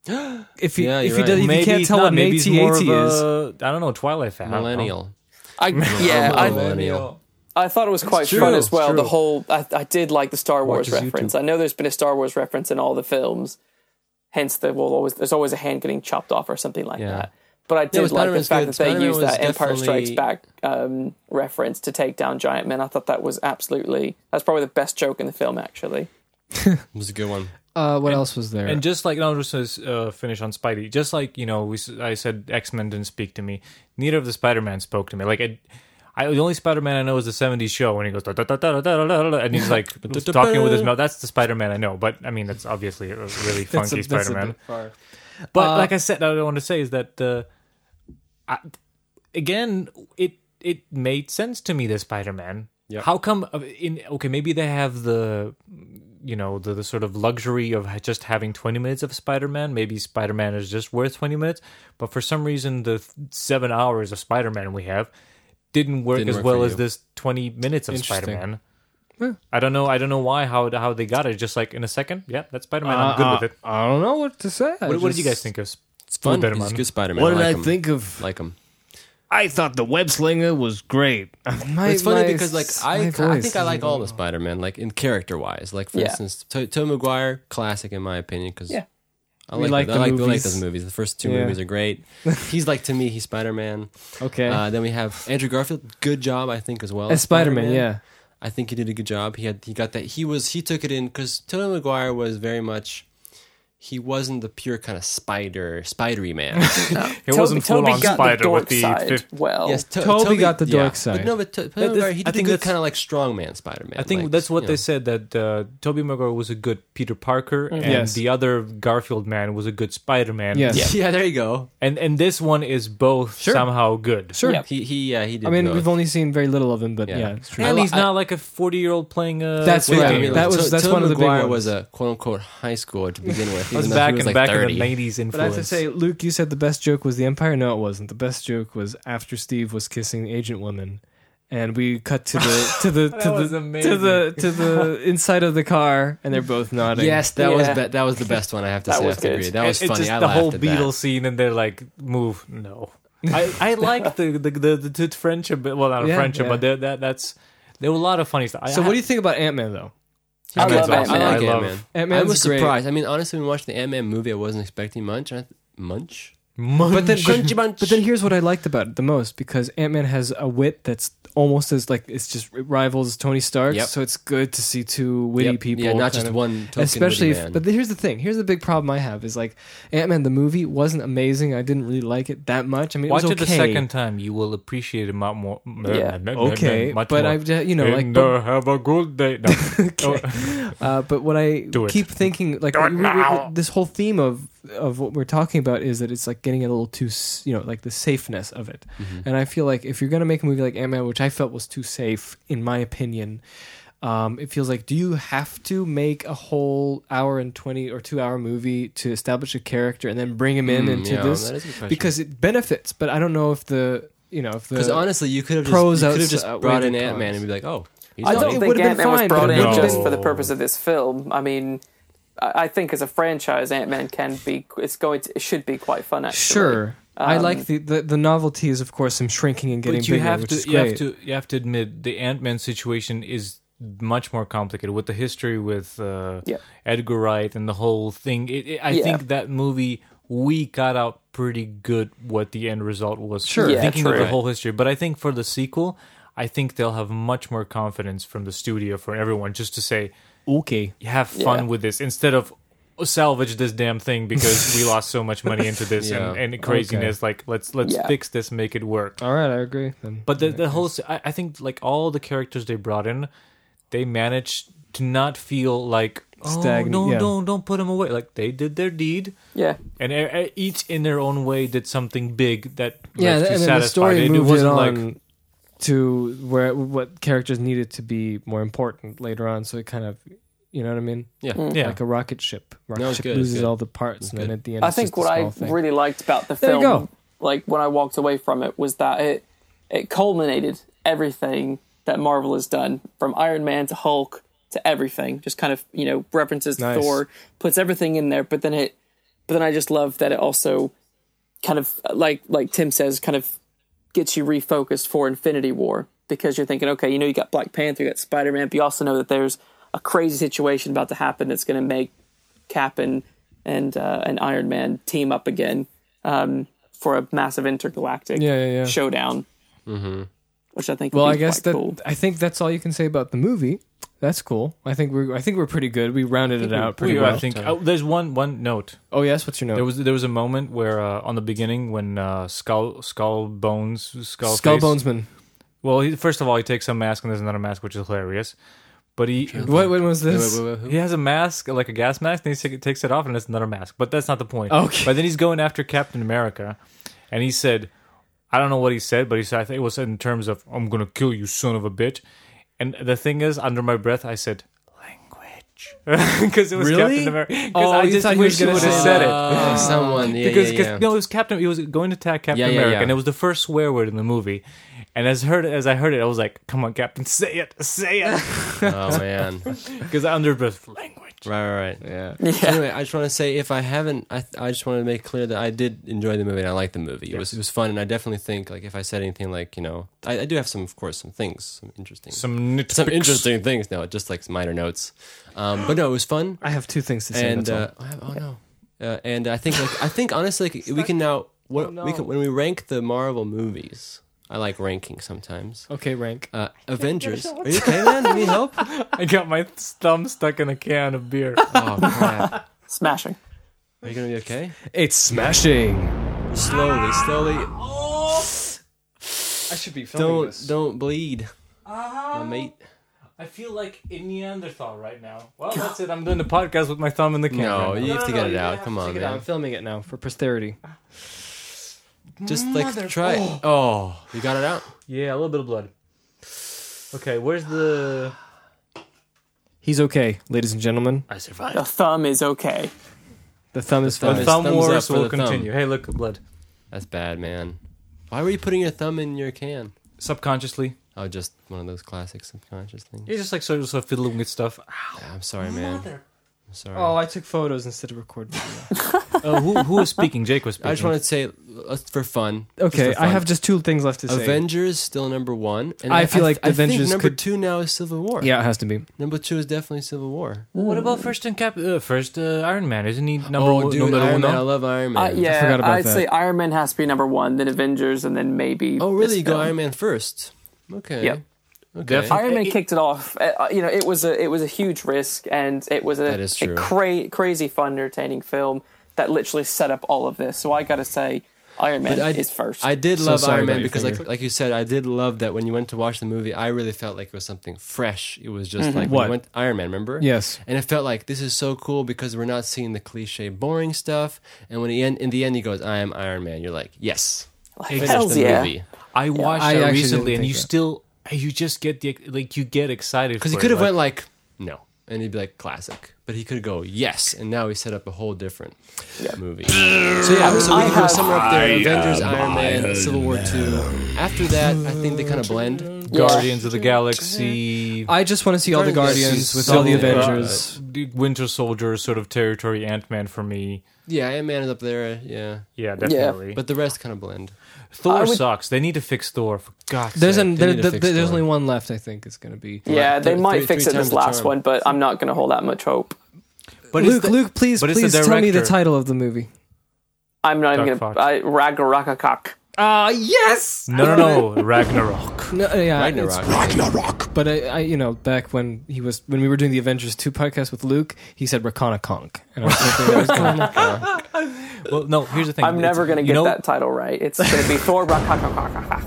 If you Yeah, if you're you, right. does, if you can't tell not, what an maybe he's more of AT-AT is, a- I don't know, Twilight fan. I don't know. Millennial. I, yeah, Oh, I, millennial. I thought it was quite true, fun as it's well. The true. whole I, I did like the Star Wars Watches reference. YouTube. I know there's been a Star Wars reference in all the films, hence there will always there's always a hand getting chopped off or something like Yeah. that. But I did like Spider-Man's the fact good. that they Spider-Man used that was Empire Strikes definitely- Back um, reference to take down Giant Man. I thought that was absolutely that's probably the best joke in the film. Actually, It was a good one. Uh, what else was there? And just like now, just uh, finish on Spidey. Just like you know, we s- I said X Men didn't speak to me. Neither of the Spider Man spoke to me. Like I, I the only Spider Man I know is the '70s show when he goes da, da, da, da, da, da, da, da, and he's like talking with his mouth. That's the Spider Man I know. But I mean, that's obviously a really That's a- funky that's a bit Spider Man. far. But Uh, like I said, what I want to say is that uh, I, again, it it made sense to me the Spider Man. How come uh, in okay maybe they have the you know the, the sort of luxury of ha- just having 20 minutes of Spider-Man maybe Spider-Man is just worth 20 minutes but for some reason the 7 hours of Spider-Man we have didn't work Didn't as work well for as you. this 20 minutes of Interesting. Spider-Man I don't know I don't know why how how they got it just like in a second yeah that's Spider-Man Uh, I'm good with it I don't know what to say. what, what did you guys think of It's fun. better He's a man. good Spider-Man. What did like I him. think of? Like him. I thought the web slinger was great. It's funny because like I, I think I like all the Spider-Man like in character wise. Like for Yeah. instance, To- Tobey Maguire, classic in my opinion because Yeah. I We like, like I the like, I like movies. those movies. The first two Yeah. movies are great. He's like to me, he's Spider-Man. Okay. Uh, then we have Andrew Garfield. Good job, I think, as well. As Spider-Man, yeah. I think he did a good job. He had he got that he was he took it in because Tobey Maguire was very much he wasn't the pure kind of spider spidery man. it wasn't full on Spider with the fif- well. yes, to- Toby got the dork side. But no, but to- Tobey That- Maguire he did a I think good that's- kind of like strongman Spider Man. I think that's what they said that uh, Toby Maguire was a good Peter Parker, and Mm-hmm. Yes. the other Garfield man was a good Spider Man. Yes. Yeah. yeah, there you go. and and this one is both somehow good. Sure. Yeah. He he yeah he did. I mean, both. we've only seen very little of him, but yeah, Yeah. it's true. And I- he's I- not like a forty year old playing uh, a. That's video I right. game. mean, That To- was- that's Tobey one of the big Maguire was ones. a quote unquote high schooler to begin with. That was even though he back was and like back 30. in the nineties influence. But I have to say, Luke, you said the best joke was the Empire. No, it wasn't. The best joke was after Steve was kissing Agent Woman, and we cut to the to the to was the to amazing. the to the inside of the car, and they're both nodding. Yes, that was Yeah. be- that was the best one. I have to That say, I was have to good. agree. That And was it's funny. just I the laughed whole at Beatles That. scene, and they're like, "Move, no." I I like the the the, the, the friendship, but- well, not Yeah, a friendship, yeah. but there- that that's there were a lot of funny stuff. I- So, I- what do you think about Ant Man though? I Ant-Man's love awesome. I Ant-Man. like I love- Ant-Man. I Ant-Man's was great. surprised. I mean, honestly, when we watched the Ant Man movie, I wasn't expecting much. I, munch. But then, Crunchy bunch. but then here's what I liked about it the most because Ant Man has a wit that's almost as like it's just it rivals Tony Stark. Yep. So it's good to see two witty Yep. people. Yeah, not kind just of- one. Token especially witty if, man. but here's the thing here's the big problem i have is like ant-man the movie wasn't amazing i didn't really like it that much i mean it Watch was it okay the second time. You will appreciate it much more. Yeah. okay much but more. i have you know like And, but, uh, have a good day. No. uh, but what i Do it. keep thinking like Do it we- we- now. this whole theme of of what we're talking about is that it's like getting a little too s- you know like the safeness of it and i feel like if you're gonna make a movie like ant-man which i felt was too safe in my opinion um, it feels like do you have to make a whole hour and 20 or two hour movie to establish a character and then bring him in Mm, into yeah, this that is a good question. because it benefits but i don't know if the you know if Because the honestly, you could have pros just, you could have outs- just outweigh brought the in Ant Man cons. and be like, oh, he's No, I not- don't it think would've been Ant Man was fine, brought but in it would've just been- for the purpose of this film. I mean, I I think as a franchise, Ant Man can be. It's going. To, it should be quite fun. Actually, sure i Um, like the, the the novelty is of course him shrinking and getting but you bigger have which to is you have great. to you have to admit the Ant Man situation is much more complicated with the history with uh, Yeah. Edgar Wright and the whole thing. It, it, I Yeah. think that movie we got out pretty good what the end result was. Sure. Yeah, thinking of true. the whole history, but I think for the sequel, I think they'll have much more confidence from the studio for everyone just to say okay have fun Yeah. with this instead of "Oh, salvage this damn thing because we lost so much money into this Yeah. and, and craziness like let's let's Yeah. fix this make it work all right i agree then but the, the whole s- I, I think like all the characters they brought in they managed to not feel like oh Stagnant, don't yeah. don't don't put them away like they did their deed Yeah. and e- e- each in their own way did something big that yeah, left th- you and then the satisfied. story It- it moved it, wasn't on like to where what characters needed to be more important later on. So it kind of, you know what I mean? yeah. yeah Like a rocket ship. Rocket No, it's ship good, it's loses good. all the parts, and then good. at the end, I it's think just a what I small thing. really liked about the There you film, go. like when I walked away from it, was that it it culminated everything that Marvel has done from Iron Man to Hulk to everything. Just kind of you know references Nice. Thor, puts everything in there. But then it, but then I just love that it also kind of like like Tim says, kind of gets you refocused for Infinity War because you're thinking, okay, you know, you got Black Panther, you got Spider Man, but you also know that there's a crazy situation about to happen that's going to make Cap and and uh, and Iron Man team up again um, for a massive intergalactic Yeah, yeah, yeah. showdown. Mm-hmm. Which I think. Well, would be I guess that quite cool. I think that's all you can say about the movie. That's cool. I think we're I think we're pretty good. We rounded it out pretty We- well. I think oh, there's one one note. oh yes, what's your note? There was there was a moment where uh, on the beginning when uh, skull skull bones skull Skull Face- Bonesman. Well, he, first of all, he takes a mask and there's another mask, which is hilarious. But he What when was Wait, this? wait, wait, who? he has a mask like a gas mask, and he take- takes it off, and it's another mask. But that's not the point. Okay. But then he's going after Captain America, and he said, I don't know what he said, but he said I think it was in terms of I'm gonna kill you, son of a bitch. And the thing is, under my breath, I said language because it was Really? Captain America. 'Cause Oh, I you just thought he was wish he gonna would have say said it Oh, someone. Yeah, because yeah, cause, yeah. no, it was Captain. He was going to attack Captain Yeah, yeah, America, yeah. and it was the first swear word in the movie. And as heard as I heard it, I was like, "Come on, Captain, say it, say it," Oh man. right, because I under breath language. right, right. Yeah. Yeah. anyway, I just want to say if I haven't, I, I just want to make clear that I did enjoy the movie and I liked the movie. It was it was fun, and I definitely think like if I said anything like you know, I, I do have some, of course, some things, some interesting, Some nitpicks. some interesting things. No, just like minor notes. Um, but no, it was fun. I have two things to say. and that's all. uh, I have- oh no, uh, and I think like I think honestly like, we can now what we can when we rank the Marvel movies. I like ranking sometimes. okay, rank. Uh, Avengers. Are you okay, man? Do you need help? I got my thumb stuck in a can of beer. Oh crap! Smashing. Are you gonna be okay? It's smashing. Slowly, slowly. I should be Don't don't bleed, my mate. I feel like a Neanderthal right now. Well, that's it. I'm doing the podcast with my thumb in the can. No, right now. Oh, you have to get it out. have Come to on, take it out. I'm man. filming it now for posterity. Just like try. it. Oh, you got it out. yeah, a little bit of blood. Okay, where's the? He's okay, ladies and gentlemen. I survived. The thumb is okay. The thumb is thumb fine. is- thumb thumbs up wars for will the thumb. continue. Hey, look, blood. That's bad, man. Why were you putting your thumb in your can? Subconsciously, Oh, just one of those classic subconscious things. you're just like sort of, sort of fiddling with stuff. I'm sorry, man. I'm sorry. Oh, I took photos instead of recording. Uh, who who was speaking? Jake was speaking. I just want to say, uh, for fun. just okay, for I fun, have just two things left to say. Avengers still number one. And I feel like I Avengers think number could- two now is Civil War. yeah, it has to be. number two is definitely Civil War. What about first and Cap? Uh, first uh, Iron Man isn't he number Oh, one? dude, number Iron Man, I uno? love Iron Man. Uh, yeah, forgot about I'd that. say Iron Man has to be number one, then Avengers, and then maybe. Oh, really? this You go film. uh, Iron Man first. Okay. Yep. Okay. Definitely. Iron Man kicked it off. Uh, uh, you know, it was a it was a huge risk, and it was a, That is a true. cra- crazy fun, entertaining film that literally set up all of this. So I got to say, Iron Man But I, is first. I did So love sorry Iron about Man your because, finger. like, like you said, I did love that when you went to watch the movie, I really felt like it was something fresh. It was just like when Mm-hmm. What? you went Iron Man, remember? Yes. And it felt like this is so cool because we're not seeing the cliche, boring stuff. And when he end, in the end, he goes, "I am Iron Man." You're like, "Yes, like, finish hells the yeah. movie." I watched I that actually recently, didn't and you think that. still uh, you just get the like you get excited Because he could have went like, "No," and he'd be like, "Classic," but he could go, "Yes," and now he set up a whole different movie. So yeah, so we I can go have- somewhere up there: Avengers, Iron Man, Civil War Two. After that, I think they kind of blend. Guardians of the Galaxy. I just want to see all the Guardians. Guardians with So- all the uh, Avengers. uh, Winter Soldier, sort of territory Ant Man for me. Yeah, Iron Man is up there. Yeah, Yeah, definitely. But but the rest kind of blend. Thor I would- sucks. They need to fix Thor. For God's There's sake. an, there, need to there- fix there's that. only one left. I think is going to be. Yeah, they Three- might three- fix three it in times this the last charm. one, but I'm not going to hold out much hope. But Luke, it's the- Luke, please, but it's the please tell me the director. title of the movie. I'm not even Dark going Fox. to Ragarakakak. Ah, yes. No, no, no, Ragnarok. No, yeah, it's- Ragnarok. But I, I, you know, back when he was when we were doing the Avengers two podcast with Luke, he said Rakanakonk, and I was thinking that was gonna- Well, no. Here's the thing. I'm never going to to get that title right. It's going to be Thor Ragnarakakak.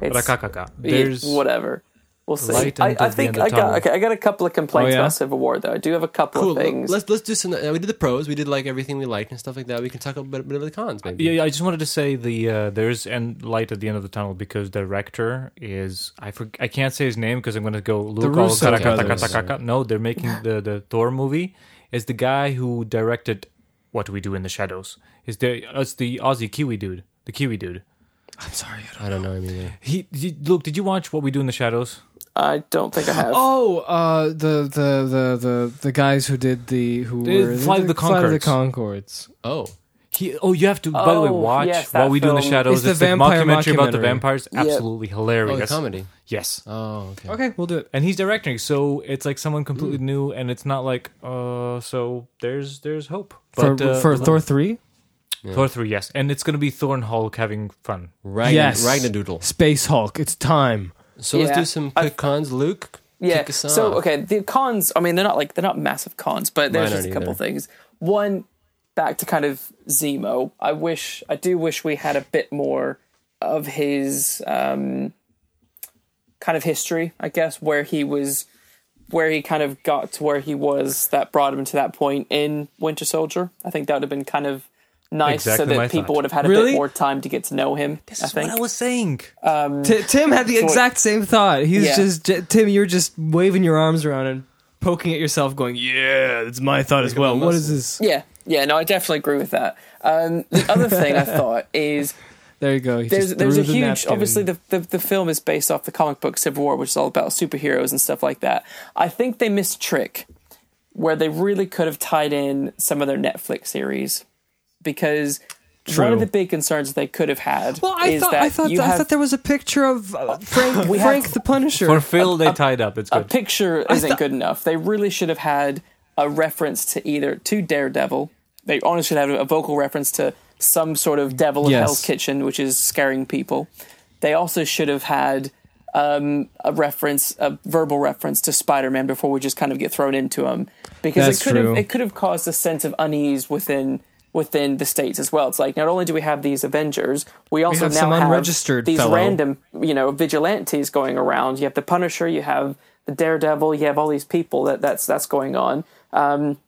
It's Rakakaka. it- There's whatever. We'll see. light I, until I the think end of I tunnel. got okay. I got a couple of complaints Oh, yeah? about Civil War though. I do have a couple Cool. of things. Let's let's do some. uh, We did the pros. We did like everything we liked and stuff like that. We can talk a bit, bit of the cons, maybe. Yeah, yeah, I just wanted to say the uh, there's an light at the end of the tunnel because the director is I for, I can't say his name because I'm gonna go Luke all Russo taka- taka- brothers. taka- taka. No, they're making the the Thor movie. Is the guy who directed What We Do in the Shadows? Is the uh, it's the Aussie Kiwi dude, the Kiwi dude. I'm sorry. I don't- I don't know. I mean, He, he Luke, did you watch What We Do in the Shadows? I don't think I have. Oh, uh, the, the the the the guys who did the who The were Flight of the Flight of the Conchords. Concords. oh, He, oh, you have to. by the way, Oh, watch yes, that What We Do in the film. Shadows. It's the vampire about the mockumentary. vampires. Absolutely oh, hilarious. the comedy. Yes. Oh, okay. Okay, we'll do it. and he's directing so it's like someone completely new and it's not like uh so there's there's hope For uh, for Thor three. Thor three, yes, and it's gonna be Thor and Hulk having fun. Ragn- Yes. Ragnadoodle. Space Hulk, it's time. So let's Yeah. do some quick cons. Luke, Yeah. kick us off. So okay, the cons. I mean, they're not like they're not massive cons, but there's Mine just a aren't couple either. things. One, back to kind of Zemo. I wish I do wish we had a bit more of his um, kind of history, I guess, where he was, where he kind of got to where he was that brought him to that point in Winter Soldier. I think that would have been kind of nice, Exactly so my that people thought. would have had a Really? bit more time to get to know him. I think. was saying. T- Tim had the exact same thought. He's Yeah. just J- Tim. You're just waving your arms around and poking at yourself, going, Yeah, that's my thought as well. "Well, what is this?" yeah, yeah. No, I definitely agree with that. Um, the other thing I thought is There you go. He there's just there's a threw the huge napkin. obviously the, the the film is based off the comic book Civil War, which is all about superheroes and stuff like that. I think they missed a trick where they really could have tied in some of their Netflix series because one True. of the big concerns they could have had Well, I is thought that I thought you I have Oh, thought there was a picture of uh, Frank We have- Frank the Punisher. For Phil, they tied up. It's a good. picture isn't good enough. They really should have had a reference to either to Daredevil. They honestly should have a vocal reference to some sort of Devil of Yes. Hell's Kitchen, which is scaring people. They also should have had um, a reference, a verbal reference to Spider-Man before we just kind of get thrown into him, because That's it could true. have it could have caused a sense of unease within within the states as well. It's like not only do we have these Avengers, we also have now some have unregistered these fellow. random random, you know, vigilantes going around. You have the Punisher, you have the Daredevil, you have all these people that that's that's going on. Um,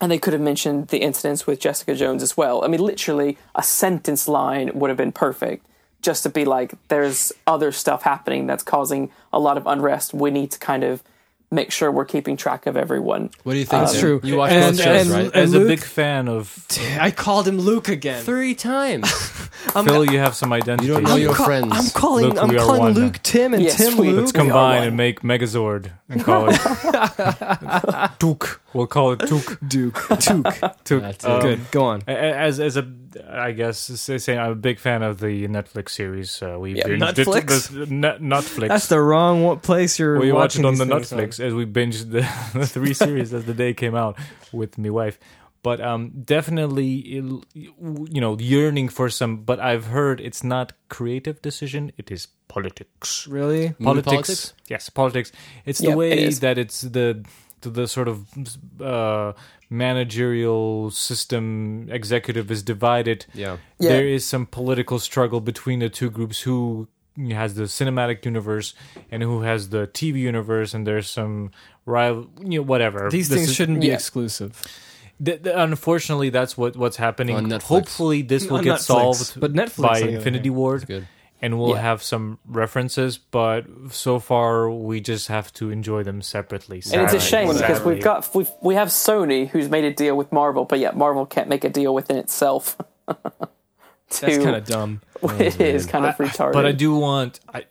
and they could have mentioned the incidents with Jessica Jones as well. I mean, literally a sentence line would have been perfect, just to be like, "There's other stuff happening that's causing a lot of unrest. We need to kind of make sure we're keeping track of everyone." what do you Um, think? Tim? true. You watch And- both shows, and- right? As a Luke- big fan of I called him Luke again. Three times. Phil, you have some identity. You don't know your Ca- friends. I'm calling Luke, I'm we are calling one. Luke Tim and Yes, Tim we- Luke. Let's Let's We are combine one. and make Megazord and call it Took. We'll call it Took. Duke. Duke. Took. That's it. Um, Good. Go on. a- a- As as a, I guess saying I'm a big fan of the Netflix series. Uh, we binged it- Netflix? the- ne- Netflix. That's the wrong wa- place you're we watched watching it on the these things Netflix as we binged the, the three series as the day came out with me wife. But um, definitely, il- you know, yearning for some. But I've heard it's not creative decision; it is politics on. Really? politics. politics? Yes, politics. It's the Yep, it way is. that it's the to the sort of uh, managerial system executive is divided. Yeah. Yeah. There is some political struggle between the two groups who has the cinematic universe and who has the TV universe and there's some rival you know whatever. These This things is- shouldn't be yeah. exclusive. th- th- unfortunately that's what what's happening. On Netflix. Hopefully this will On get Netflix. solved But Netflix, by on the other Infinity hand. Ward Good. and we'll Yeah. have some references, but so far we just have to enjoy them separately. And it's sadly. a shame because Sadly. we've got we've, we have Sony who's made a deal with Marvel, but yet Marvel can't make a deal within itself. That's To- kind of dumb. Mm-hmm. it is kind of retarded. But I do want. I,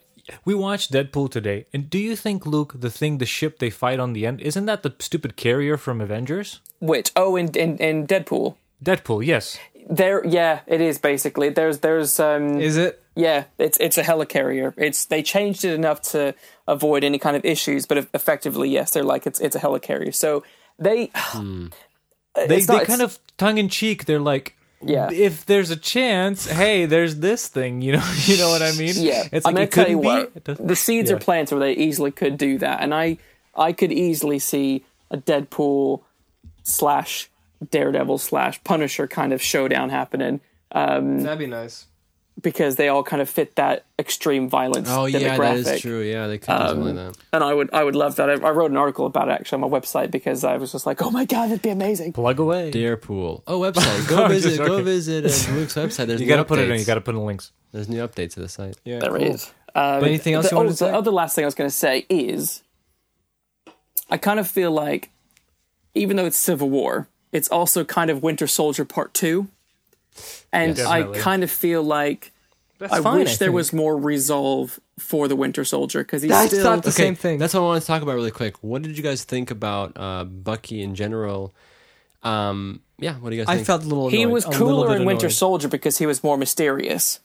we watched Deadpool today, and do you think Luke, the thing, the ship they fight on the end, isn't that the stupid carrier from Avengers? Which oh, and and, and Deadpool. Deadpool, yes. There, yeah, it is basically. There's, there's, um, Is it? yeah, it's it's a helicarrier. It's they changed it enough to avoid any kind of issues, but effectively, yes, they're like it's it's a helicarrier. So they, They, it's they not- kind of tongue in cheek. They're like. Yeah. If there's a chance, hey, there's this thing, you know, you know what I mean. yeah. it's I'm like it gonna tell you could what, be. It doesn't- the seeds yeah. are planted where they easily could do that, and I I could easily see a Deadpool slash Daredevil slash Punisher kind of showdown happening That'd be nice. because they all kind of fit that extreme violence. Oh yeah, that demographic. Um, is true. Yeah, they could do something like that. and I would I would love that. I, I wrote an article about it actually on my website because I was just like, oh my god, that'd be amazing. plug away. Deerpool. Oh, website. Go I'm just visit. Go joking. visit uh, Luke's website. There's You new gotta put it in. updates. You gotta put in links. There's new updates to the site. Yeah, There cool. is. Um, anything else the, you wanted oh, to say? The other last thing I was going to say is, I kind of feel like, even though it's Civil War, it's also kind of Winter Soldier Part Two, and I Definitely. kind of feel like I fine, wish I there think. was more resolve for the Winter Soldier because he's I still thought the same thing. That's what I wanted to talk about really quick. What did you guys think about uh, Bucky in general? Um, yeah, what do you guys I think? felt a little. he annoyed, was a little cooler bit in Winter annoyed. Soldier because he was more mysterious.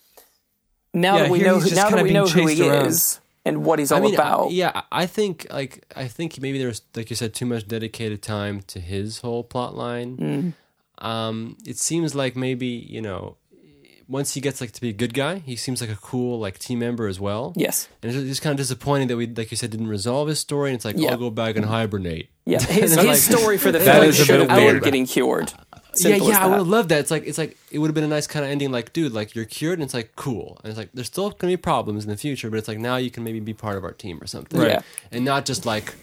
Now Yeah, that we here know, he's who, just now kinda that we being know who chased he around. uh, is and what he's all I mean, about, I- yeah, I think like I think maybe there's like you said too much dedicated time to his whole plot line. Hmm. um, it seems like maybe you know once he gets like to be a good guy, he seems like a cool like team member as well. Yes. And it's just kind of disappointing that we, like you said, didn't resolve his story. And it's like, Yeah. I'll go back and hibernate. Yeah, his, Like- his story for the That film is a should bit have been weird. getting cured. Yeah, Simple as yeah, I that. would have loved that. It's like it's like it would have been a nice kind of ending. Like, dude, like you're cured, and it's like cool, and it's like there's still gonna be problems in the future, but it's like now you can maybe be part of our team or something, Right. Yeah. And not just like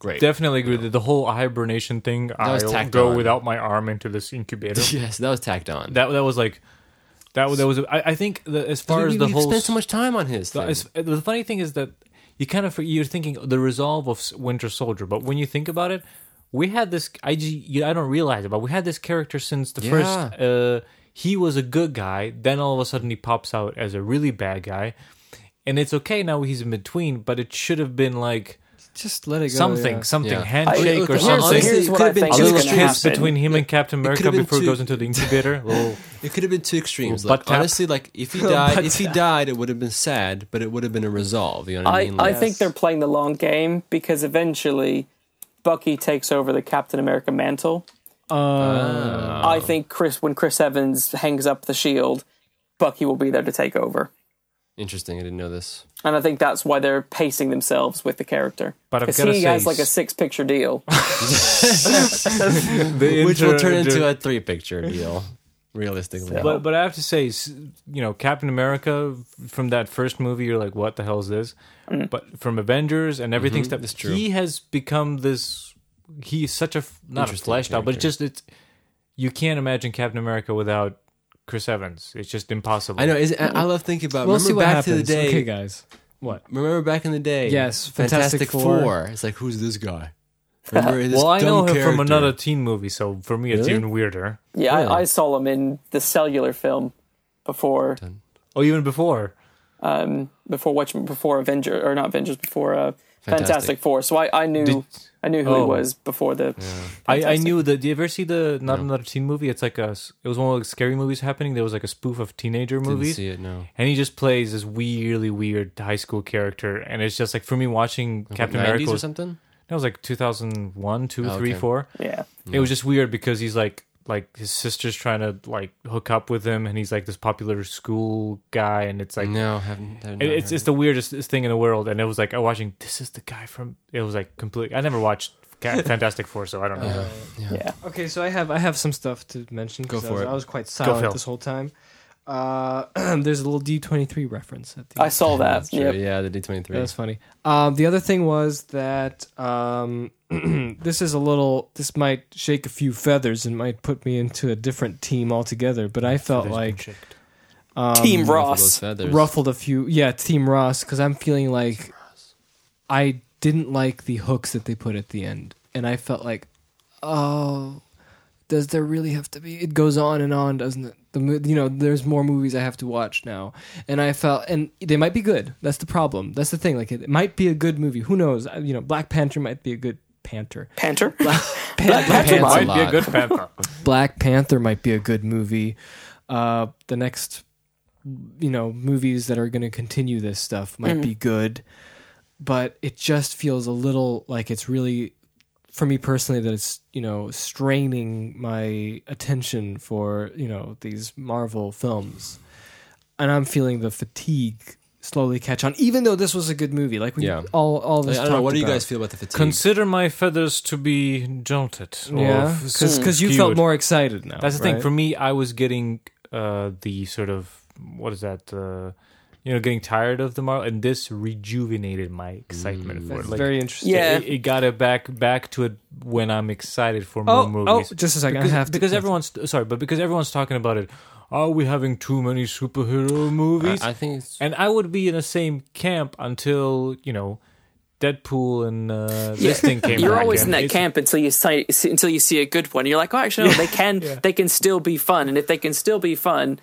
great. Definitely agree that the whole hibernation thing. was I'll tacked go on. without my arm into this incubator. yes, that was tacked on. that that was like that. was- That was. I, I think the, as far we, as the we've whole spent so much time on his. The, thing. it's- the funny thing is that you kind of you're thinking the resolve of S- Winter Soldier, but when you think about it, we had this. I ju- you, I don't realize it, but we had this character since the first. Uh, he was a good guy. Then all of a sudden he pops out as a really bad guy, and it's okay now he's in between. But it should have been like Just let it go. something, yeah. something Yeah. handshake I- or here's- something. here's Here's it what could've I been think a just is little going gonna to kiss happen. between him and Captain America been before he two- goes into the incubator. Little- It could have been two extremes. Butt Like, tap. honestly, like if he died, if he died, it would have been sad, but it would have been a resolve. You know what I, I, mean? I Like, think they're playing the long game because eventually Bucky takes over the Captain America mantle. Oh. I think Chris when Chris Evans hangs up the shield, Bucky will be there to take over. interesting. I didn't know this. And I think that's why they're pacing themselves with the character. But I've Because gotta he say- has like a six picture deal. Which will turn inter- into a three-picture deal, realistically. But but I have to say, s- you know, Captain America from that first movie, you're like, what the hell is this? Mm. But from Avengers and everything Mhm. stuff, he has become this. He's such a f- not a Interesting fleshed out, but it's character. just it's. You can't imagine Captain America without Chris Evans. It's just impossible. I know. Is, I I love thinking about. We'll remember see what back happens. to the day. Okay, guys. What? Remember back in the day? Yes, Fantastic Four. Four. It's like who's this guy? Remember this Well, I know dumb him from character? another teen movie, so for me, it's Really? even weirder. Yeah, Really? I, I saw him in the cellular film before Oh, even before. um before watching before Avenger or not Avengers before uh Fantastic, Fantastic. Four. So I, I knew Did- I knew who he Oh. was before the I, I knew that. Did you ever see the not another teen movie? It's like a. s- It was one of the scary movies happening. There was like a spoof of teenager Didn't movies. see it. No. and he just plays this weirdly weird high school character and it's just like for me watching captain 90s america or was, that something. was like 2001 2 Oh, 3 okay. Mm. 4 Yeah. it was just weird because he's like like his sister's trying to like hook up with him and he's like this popular school guy and it's like No, haven't. haven't it- it's it's the weirdest thing in the world and it was like i watching this is the guy from it was like completely i never watched Ca- fantastic four so i don't know Uh, Uh, Okay, so I have I have some stuff to mention. 'cause Go I for was, it. I was quite Phil. silent this whole time. Uh, there's a little D23 reference at the I saw that. That's true. Yep. Yeah, the D twenty three. That's funny. Um, the other thing was that um, this is a little. This might shake a few feathers and might put me into a different team altogether. But I felt like Um, Team Those Ross. feathers. ruffled a few. Yeah, Team Ross, because I'm feeling like I didn't like the hooks that they put at the end, and I felt like, oh, does there really have to be? It goes on and on, doesn't it? The mo- you know, there's more movies I have to watch now, and I felt, and they might be good. That's the problem. That's the thing. Like it, it might be a good movie. Who knows? I- You know, Black Panther might be a good Panther. Panther. Black Panther That's might be a lot. good panther Black Panther might be a good movie. Uh, the next, you know, movies that are going to continue this stuff might Mm. be good, but it just feels a little like it's really, for me personally, that it's you know straining my attention for you know these Marvel films, and I'm feeling the fatigue slowly catch on. Even though this was a good movie, like we Yeah. all all I this. don't know. What talked do you about. guys feel about the fatigue? consider my feathers to be jolted or Oh, Yeah, f- because you felt skewed. more excited now. That's the thing. right? For me, I was getting uh, the sort of what is that? Uh, you know, getting tired of the Marvel, and this rejuvenated my excitement for it. That's Like, very interesting. Yeah. it, it got it back back to it when I'm excited for Oh, more oh, movies. just a second. Because, I have to because everyone's sorry, but because everyone's talking about it. Are we having too many superhero movies? I, I think it's and I would be in the same camp until you know, Deadpool and uh, this thing came. You're back always in. in that It's- camp until you see, see- until you see a good one. You're like, oh, actually, no, they can they can still be fun, and if they can still be fun,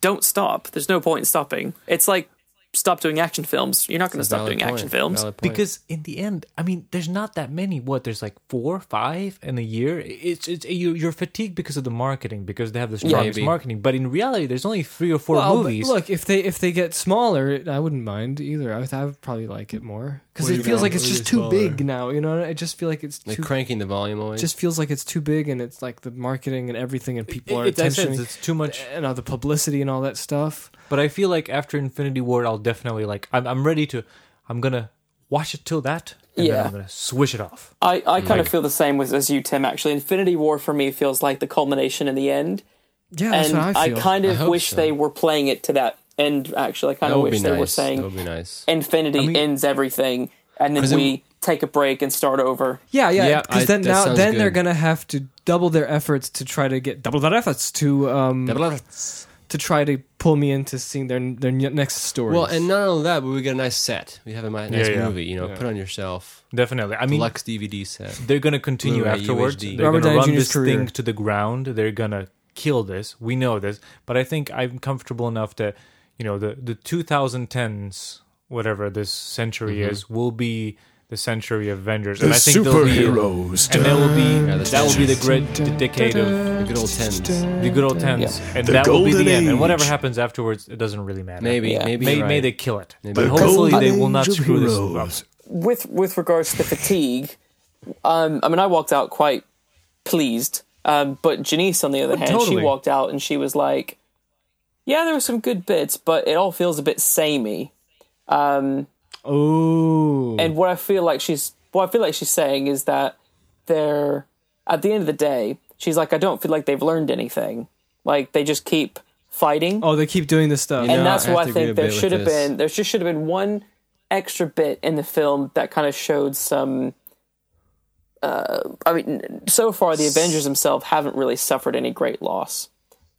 don't stop. There's no point in stopping. It's like stop doing action films. You're not going to stop valid doing point. action films. Valid point. because in the end i mean there's not that many what there's like four five in a year it's, it's you- you're fatigued because of the marketing because they have the strongest Maybe. marketing but in reality there's only three or four Well, but movies Look, if they if they get smaller, I wouldn't mind either. I would, I would probably like it more. because Way it to feels go. like it's Way just to too smaller. big now. You know, I just feel like it's Like too. cranking the volume always. just feels like it's too big, and it's like the marketing and everything, and people are It, that sense, attention it's too much. and all the publicity and all that stuff. But I feel like after Infinity War, I'll definitely like. I'm, I'm ready to. I'm gonna watch it till that. And Yeah. Then I'm gonna switch it off. I, I kind of feel the same with, as you, Tim, actually. Infinity War for me feels like the culmination and the end. Yeah, that's And what I I, feel. kind I of hope wish so. they were playing it to that end, actually. I kind that of would wish be they nice. were that saying would be nice. Infinity ends everything, and then 'Cause it- we take a break and start over. yeah, yeah. Yeah, Because I- then that now sounds then they're good. gonna have to double their efforts to try to get double their efforts to um to try to pull me into seeing their their n- next story. Well, and not only that, but we get a nice set. We have a mi- nice Yeah, yeah. movie. You know, put on yourself Definitely. I mean, deluxe DVD set. they're gonna continue Blu-ray, afterwards. UHD. They're Robert gonna Downey run Jr.'s this career. thing to the ground. They're gonna kill this. We know this. But I think I'm comfortable enough that you know the the 2010s, whatever this century Mm-hmm. is, will be the century of Avengers, and I think they'll be. And that will be Yeah, the that will be the centuries. great the decade of The good old tens. the good old tens, and The that will be golden the end. And whatever age. happens afterwards, it doesn't really matter. Maybe, Yeah. maybe, May, you're may right. they kill it. Maybe But you're hopefully golden they will not age of screw this up. heroes. With with regards to fatigue, um, I mean, I walked out quite pleased. Um, but Janice, on the other hand, totally. she walked out and she was like, "Yeah, there were some good bits, but it all feels a bit samey." Um, oh, and what I feel like she's what I feel like she's saying is that they're at the end of the day, she's like, I don't feel like they've learned anything. Like they just keep fighting, oh, they keep doing this stuff. and No, that's I why have I to agree a think there bit with should have this. been there just should have been one extra bit in the film that kind of showed some. Uh, I mean, so far the Avengers themselves haven't really suffered any great loss,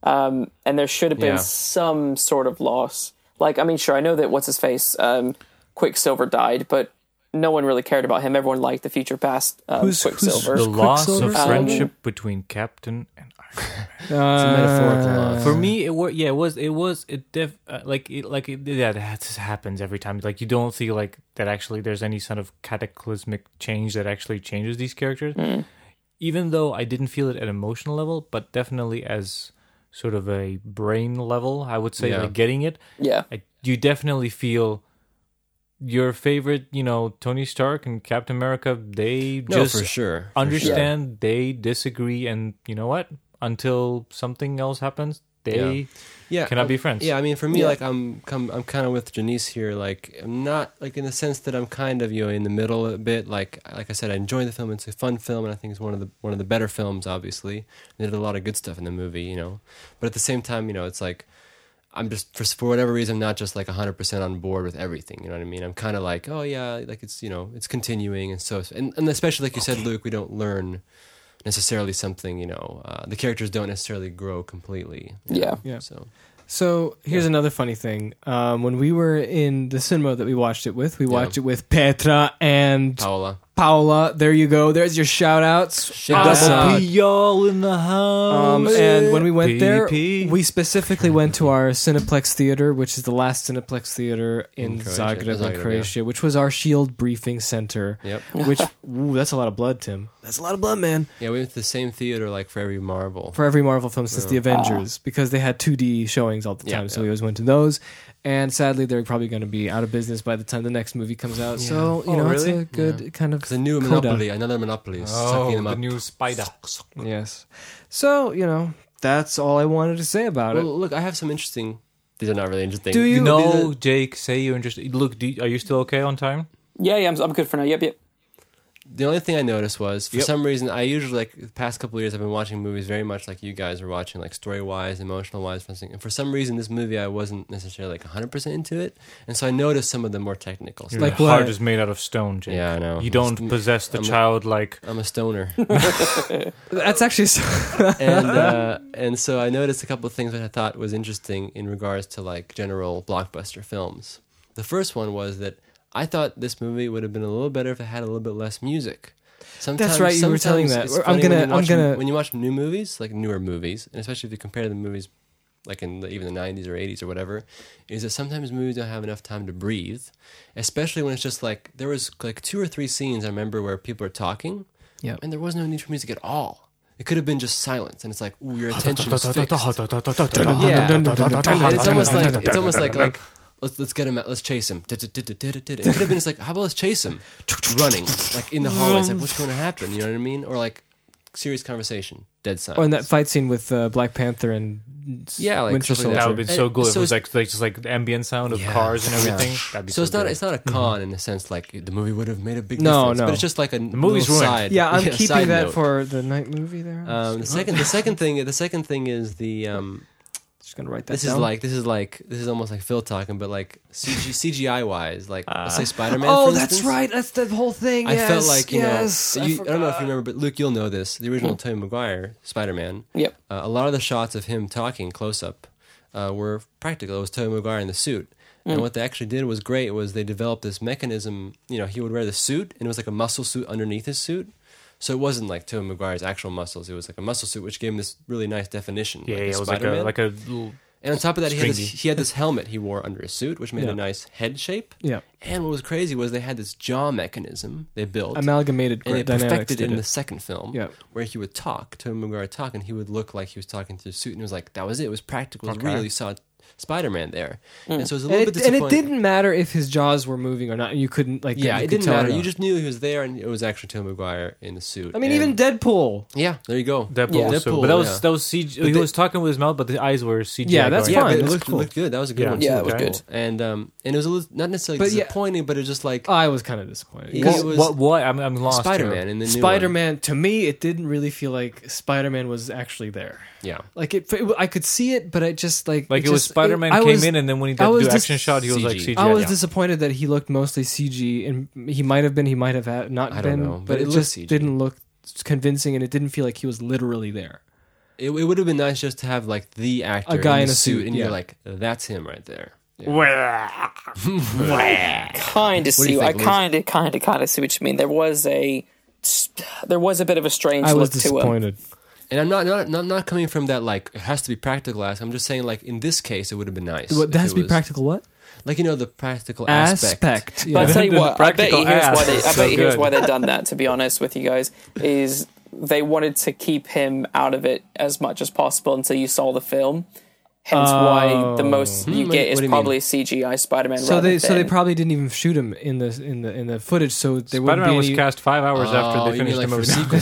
um, and there should have been Yeah. some sort of loss. Like, I mean, sure, I know that what's his face, um, Quicksilver died, but no one really cared about him. Everyone liked the future past um, Who's- who's- Quicksilver. The Quicksilver? loss of Um, friendship between Captain and Iron. it's a metaphorical loss. For me, it was yeah, it was it was it def uh, like it, like it, yeah, that just happens every time. Like you don't feel like that actually there's any sort of cataclysmic change that actually changes these characters. Even though I didn't feel it at emotional level, but definitely as sort of a brain level, I would say Yeah. like getting it, yeah, I, you definitely feel your favorite, you know, Tony Stark and Captain America. They No, just for sure. For understand they disagree and you know what until something else happens they Yeah. yeah, cannot um, be friends. Yeah, I mean, for me, Yeah. like I'm, com- I'm kind of with Janice here. Like, I'm not like in the sense that I'm kind of you know in the middle a bit. Like, like I said, I enjoy the film. It's a fun film, and I think it's one of the one of the better films. Obviously, they did a lot of good stuff in the movie, you know. But at the same time, you know, it's like I'm just for, for whatever reason, I'm not just like 100 percent on board with everything. You know what I mean? I'm kind of like, oh yeah, like it's you know it's continuing, and so and, and especially like you said, Luke, we don't learn necessarily something. You know, uh, the characters don't necessarily grow completely. you Yeah. know? Yeah. So. So here's another funny thing. Um, when we were in the cinema that we watched it with, we watched it with Petra and Paola. Paola. There you go. There's your shout outs. Shout out. y'all in the house Um, and when we went there, PP. we specifically went to our Cineplex theater, which is the last Cineplex theater in, In Croatia. Zagreb, Zagreb, in yeah. Croatia, which was our Shield E briefing center. Yep. Which ooh, that's a lot of blood, Tim. That's a lot of blood, man. Yeah, we went to the same theater like for every Marvel. for every Marvel film since the Avengers because they had 2D showings all the Yeah, time, so yeah. we always went to those. And sadly, they're probably going to be out of business by the time the next movie comes out. So you Oh, know, really? it's a good kind of the new coda. Monopoly, another Monopoly, is sucking oh them the up. new spider Yes. So you know, that's all I wanted to say about well, it. look, I have some interesting. These are not really interesting. Do you- you know these are- jake say you're interested look do you- are you still okay on time yeah, yeah. I'm, I'm good for now. Yep, yep. The only thing I noticed was, for Yep. some reason, I usually like the past couple of years, I've been watching movies very much like you guys are watching, like story wise, emotional wise, and for some reason, this movie I wasn't necessarily like 100 percent into it, and so I noticed some of the more technical stuff. Your Like heart what? is made out of stone jake Yeah, I know. you don't possess the I'm- childlike I'm a stoner. That's actually so, and uh, and so I noticed a couple of things that I thought was interesting in regards to like general blockbuster films. The first one was that I thought this movie would have been a little better if it had a little bit less music. Sometimes, right, you were telling sometimes that. it's I'm funny when gonna- you I'm watch- gonna- when you watch new movies, like newer movies, and especially if you compare the movies, like in the, even the '90s or '80s or whatever, is that sometimes movies don't have enough time to breathe, especially when it's just like there was like two or three scenes I remember where people are talking, Yep. and there was no need for music at all. It could have been just silence, and it's like ooh, your attention is fixed. Yeah. Yeah, and it's almost like it's almost like like let's let's get him out. Let's chase him. It could have been just like, how about let's chase him, running like in the hallways, like what's going to happen? You know what I mean? Or like serious conversation, dead silence. Or in Oh, that fight scene with uh, Black Panther and Yeah, like Winter something Soldier. like That would have been Uh, so And- good. if so it was it's- like, like just like the ambient sound of Yeah. cars and Yeah. everything. That'd be So, so, it's not good. it's not a con in the sense like the movie would have made a big No, difference, no. but it's just like a the movie's ruined. side. yeah, I'm side keeping that note. for the night movie. There, Um, the second the second thing the second thing is the um, just gonna write that. this is down. like this is like this is almost like Phil talking, but like CG, CGI wise, like Uh. let's say Spider Man. oh, for that's instance. right. That's the whole thing. I felt yes, like you yes, know, I you, I, don't know if forgot. Hmm. you remember, but Luke, you'll know this. The original Tobey Maguire Spider Man. Yep. Uh, a lot of the shots of him talking close up uh, were practical. It was Tobey Maguire in the suit. Hmm. And what they actually did was great. Was they developed this mechanism? You know, he would wear the suit, and it was like a muscle suit underneath his suit. So it wasn't like Tobey Maguire's actual muscles. It was like a muscle suit, which gave him this really nice definition. Yeah, like yeah, a it was like a Spider-Man. like a little And on top of that, he had, this, Stringy. he had this helmet he wore under his suit, which made Yeah. a nice head shape. Yeah. And what was crazy was they had this jaw mechanism they built, amalgamated and they great dynamics. perfected it did in it. the second film, Yeah. where he would talk to Maguire talk, and he would look like he was talking through his suit, and it was like that was it. It was practical. It really saw Spider-Man there, and so it was a Mm. and little it, bit and disappointing. it didn't matter if his jaws were moving or not. and You couldn't like. Yeah, you it could didn't tell matter. it You off. just knew he was there, and it was actually Tobey Maguire in the suit. I mean, and- even Deadpool. yeah, there you go. Deadpool. Yeah. also. Deadpool, but that was yeah. that was CG. he they- was talking with his mouth, but the eyes were CG. Yeah, that's Yeah, but fine. it it looked looked, cool. looked good. That was a good Yeah. one. Yeah, too. it was Okay. good. And um, and it was a little, not necessarily But yeah. disappointing, but it was just like I was kind of disappointed. Yeah. What, It was- what? What? I'm, I'm lost. here. Spider-Man in the new one. Spider-Man to me, it didn't really feel like Spider-Man was actually there. Yeah. Like it, it I could see it, but I just like Like it, was just- Spider Man I came was- in, and then when he did I the was dis- action shot, he was like CG. CG. I was yeah. disappointed that he looked mostly CG, and he might have been, he might have had not I don't been, know, but, but it it, looked just CG. didn't look convincing, and it didn't feel like he was literally there. It, it would have been nice just to have like the actor, A guy in, in the a suit, suit, and yeah. you're like, that's him right there. Yeah. kind of What do you see. I think, Liz? kind of, kind of, kind of see what you mean. There was a, there was a bit of a strange I was look to him. disappointed. And I'm not, not not not coming from that like it has to be practical ass. I'm just saying like in this case it would have been nice. What, if that it has to be was- practical. What Like you know the practical aspect. aspect? But yeah. I tell you The what, I bet you practical here's why ass they, I is bet so you here's good. why they've done that. To be honest with you guys, is they wanted to keep him out of it as much as possible until you saw the film. Hence, why the most you Hmm, what- get what is do you probably CGI Spider-Man. so rather they so they than- probably didn't even shoot him in the in the in the footage. So there Spider wouldn't Man be was any- cast five hours Oh, after they you mean finished the like for movie.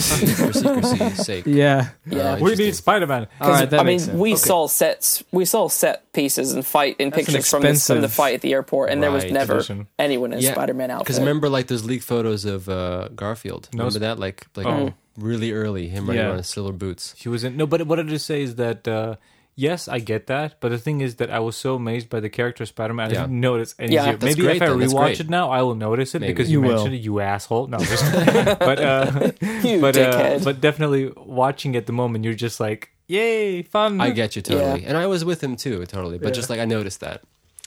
secrecy, for secrecy's sake. Yeah, Uh, We Yeah. need interesting. Spider Man. all right. That I mean, makes sense. we saw sets, we saw set pieces and fight and That's an pictures from, this, from the expensive- fight at the airport, and there was Right, never tradition. anyone in Yeah, Spider-Man outfit. Because remember like those leaked photos of uh, Garfield. Remember that like like Oh. really early him running Yeah. around in silver boots. She was in. No, but what I just say is that uh, yes, I get that. But the thing is that I was so amazed by the character Spider Man. I Yeah. didn't notice any. Yeah. of it. That's Maybe great, if I though. That's rewatch great. it now, I will notice it Maybe. because you, You will. mentioned it. You asshole. No, I'm just kidding. but uh, you but uh, dickhead. but definitely watching at the moment, you're just like, yay, fun. I get you totally. And I was with him too, totally. But just like I noticed that.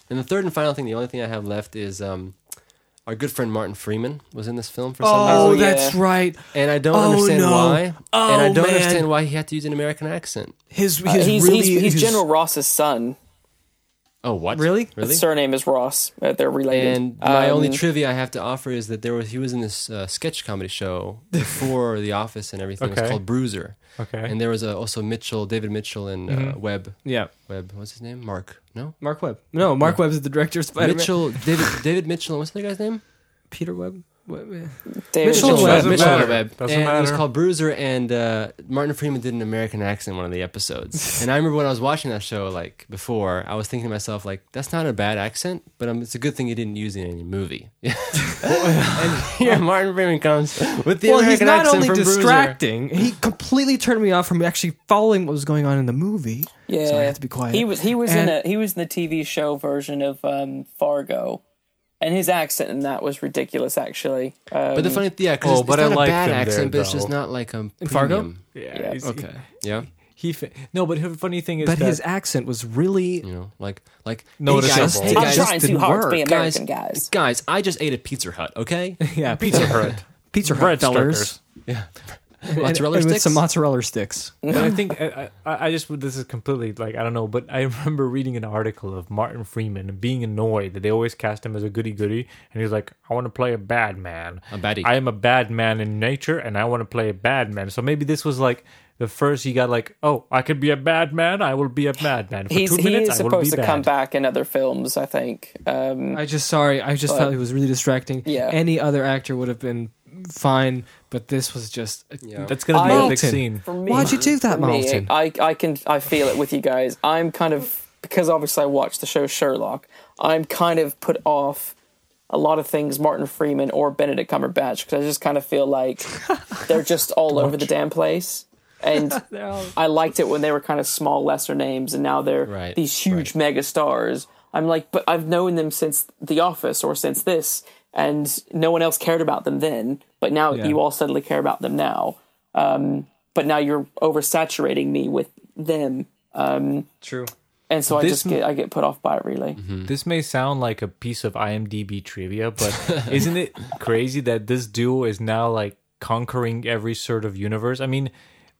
And the third and final thing, the only thing I have left is um, our good friend Martin Freeman was in this film for some reason. Oh, yeah. that's right. And I don't Oh, understand no. why. Oh, and I don't man. understand why he had to use an American accent. His his Uh, he's, really he's, he's his- General Ross's son. Oh, what? Really? Really? His surname is Ross. Uh, they're related. And my Um, only trivia I have to offer is that there was he was in this uh, sketch comedy show before The Office and everything. It Okay. was called Bruiser. Okay. And there was uh, also Mitchell, David Mitchell, and Mm-hmm. uh, Webb. Yeah, Webb, what's his name? Mark? No. Mark Webb. No, Mark Webb's the director of Spider-Man. Mitchell, David, David Mitchell, and what's the other guy's name? Peter Webb. Webb. David Mitchell Mitchell. Webb. Doesn't Mitchell matter. Webb. Doesn't and It was matter. called Bruiser, and uh, Martin Freeman did an American accent in one of the episodes. and I remember when I was watching that show, like before, I was thinking to myself, like, that's not a bad accent, but um, it's a good thing you didn't use it in any movie. and here Martin Freeman comes with the well, American he's not accent only from Bruiser. distracting, he completely turned me off from actually following what was going on in the movie. Yeah, so I have to be quiet. He was he was And- in a he was in the TV show version of um, Fargo, and his accent in that was ridiculous. Actually, um, But the funny, yeah, because Oh, it's but not I a liked bad him there, accent, but it's just though. not like a in Fargo? Yeah. he's- okay, yeah. He, fa- no, but the funny thing is but that his accent was really You know, like, like Hey Noticeable. guys, hey I'm guys, trying too didn't hard to be work, American, guys. guys, I just ate at Pizza Hut. Okay, yeah. Pizza Hut, Pizza Hut bread fellers. stickers. yeah. Mozzarella and with sticks? some mozzarella sticks. But I think I, I, I just this is completely like I don't know, but I remember reading an article of Martin Freeman and being annoyed that they always cast him as a goody goody, and he's like, I want to play a bad man, A baddie. I am a bad man in nature, and I want to play a bad man. So maybe this was like the first he got like, oh, I could be a bad man. I will be a bad man for He's two he minutes. is I will be supposed to bad. come back in other films. I think. Um, I just sorry. I just felt it was really distracting. Yeah. Any other actor would have been fine, but this was just. That's gonna be a big Milton. scene. for me, Why'd you do that, for me, Martin? I I can I feel it with you guys. I'm kind of because obviously I watched the show Sherlock. I'm kind of put off a lot of things Martin Freeman or Benedict Cumberbatch because I just kind of feel like they're just all over the damn place. And I liked it when they were kind of small, lesser names, and now they're Right, these huge right. mega stars. I'm like, but I've known them since The Office or since this, and no one else cared about them then. But now you all suddenly care about them now. Um, but now you're oversaturating me with them, um, True. Mm-hmm. and so I This just get I get put off by it really. This may sound like a piece of IMDb trivia, but isn't it crazy that this duo is now like conquering every sort of universe? I mean,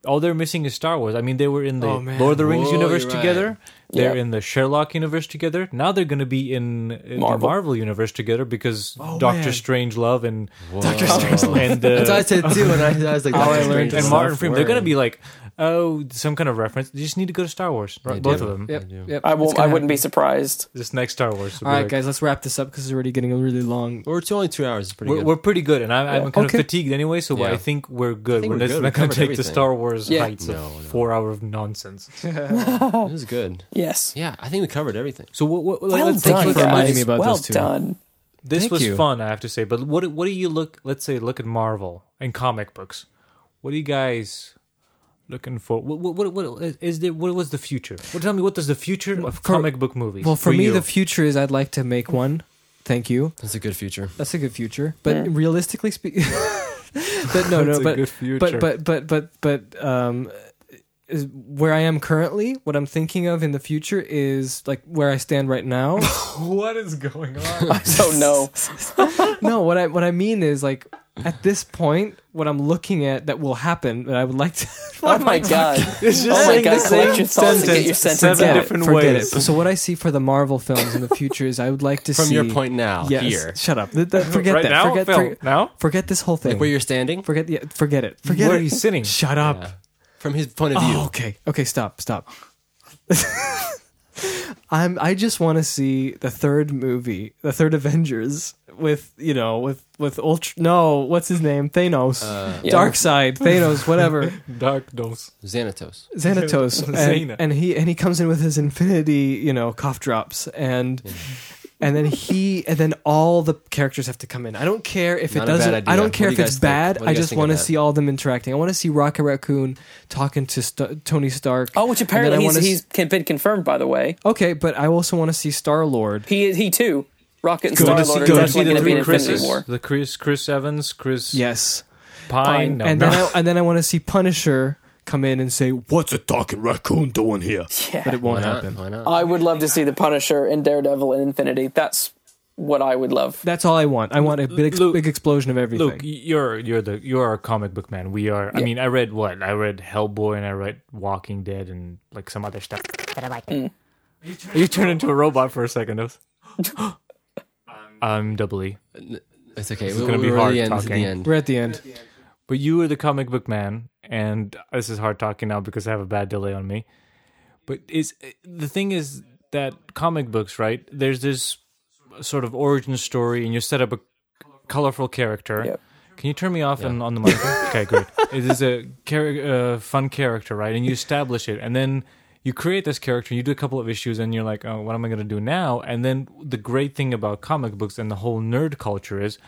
all they're missing is Star Wars. I mean, they were in the Oh, man. Lord of the Rings Whoa, universe you're right. together. They're Yeah. in the Sherlock universe together. Now they're going to be in, in the Marvel. Marvel universe together because Doctor Oh, man. Strange Love and Doctor Strangelove. and uh, That's what I said too, and I, I was like, How Oh, I that's learned strange. to and Soft Martin Freeman. They're word. going to be like, oh, some kind of reference. You just need to go to Star Wars. Right? They Both do. of them. They Yep. do. yep. I It's won't. I gonna wouldn't be happen. surprised. This next Star Wars. All right, guys, let's wrap this up because it's already getting really long. Or it's only two hours. It's pretty we're, good. we're pretty good, and I'm, I'm kind Okay. of fatigued anyway, so Yeah. I think we're good. think we're, we're just good. We not going covered to take the everything. Star Wars Yeah. heights No, of no. four hour of nonsense. It was good. Yes. Yeah, I think we covered everything. So what? what Well let's done, take a look for guys. at- reminding me about well those two. done. This Thank was you. fun, I have to say. But what? do- What do you look? Let's say look at Marvel and comic books. What are you guys looking for? What? What? What, what is there? What was the future? Well, tell me, what does the future of comic book movies? Well, for, me, you? the future is I'd like to make one. Thank you. That's a good future. That's a good future. But realistically speaking, but no, no, a but good future. but but but but but um, is where I am currently. What I'm thinking of in the future is like where I stand right now. what is going on? Oh no. no, what I what I mean is like at this point, what I'm looking at that will happen that I would like to. Oh my god. oh my saying the god. Collect same your thoughts and get your sentence sentence seven Forget out. it, different forget ways. it. So what I see for the Marvel films in the future is I would like to From see your point now, Yes, here, Shut up. Th- th- forget right that. now, forget, Phil, forget- now. forget this whole thing. like where you're standing, Forget the, forget it. Forget Where it. he's sitting. Shut up. from his point of view. Oh, okay. Okay, stop. Stop. I'm I just want to see the third movie, the third Avengers with, you know, with with Ultra No, what's his name? Thanos. Yeah. Dark Side, Thanos, whatever. Dark dose. Xanatos. Xanatos. Xena. and, and he and he comes in with his infinity, you know, cough drops and Mm-hmm. And then he, and then all the characters have to come in. I don't care if Not a it bad doesn't. idea. I don't What care do if you it's guys think? bad. What do you I guys just think of want to that? see all them interacting. I want to see Rocket Raccoon talking to St- Tony Stark. Oh, which And then I apparently he's, wanna s- he's con- been confirmed, by the way. okay, but I also want to see Star Lord. He is he too. Rocket and Go Star to see- Lord are go to definitely going to be in Infinity Chris's, War. the Chris, Chris Evans, Chris Yes, Pine, no, and no. then I, and then I want to see Punisher come in and say, What's a talking raccoon doing here? but Yeah. it Why won't not? happen. Why not? Oh. I would love to see the Punisher and Daredevil in Infinity. That's what I would love. That's all I want. I want a big, ex- Luke- big explosion of everything. Look, you're you're the you're a comic book man. We are. I mean, I read what I read Hellboy and I read Walking Dead and like some other stuff. But I like it. You turned into a robot for a second. That was- I'm double E. It's okay. It's gonna be we're at hard the end, this is talking. The end. We're at the end. But you were the comic book man, and this is hard talking now because I have a bad delay on me. But is the thing is that comic books, right? There's this sort of origin story, and you set up a colorful character. Yep. Can you turn me off and on the microphone? okay, great. It is a char- uh, fun character, right? And you establish it, and then you create this character. You do a couple of issues, and you're like, "Oh, what am I going to do now?" And then the great thing about comic books and the whole nerd culture is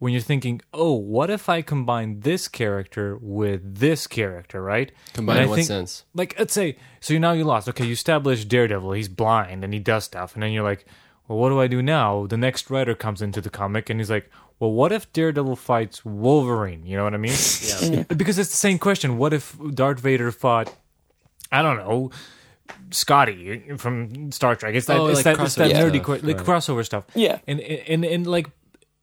when you're thinking, oh, what if I combine this character with this character, right? Combine And in I what sense? Like, let's say, so you now you lost. Okay, you establish Daredevil. He's blind and he does stuff. And then you're like, well, what do I do now? The next writer comes into the comic and he's like, well, what if Daredevil fights Wolverine? You know what I mean? yeah. Because it's the same question. What if Darth Vader fought, I don't know, Scotty from Star Trek? It's that, Oh, it's like that, it's that crossover nerdy, stuff, que- like right. crossover stuff. Yeah. And, and, and, and like,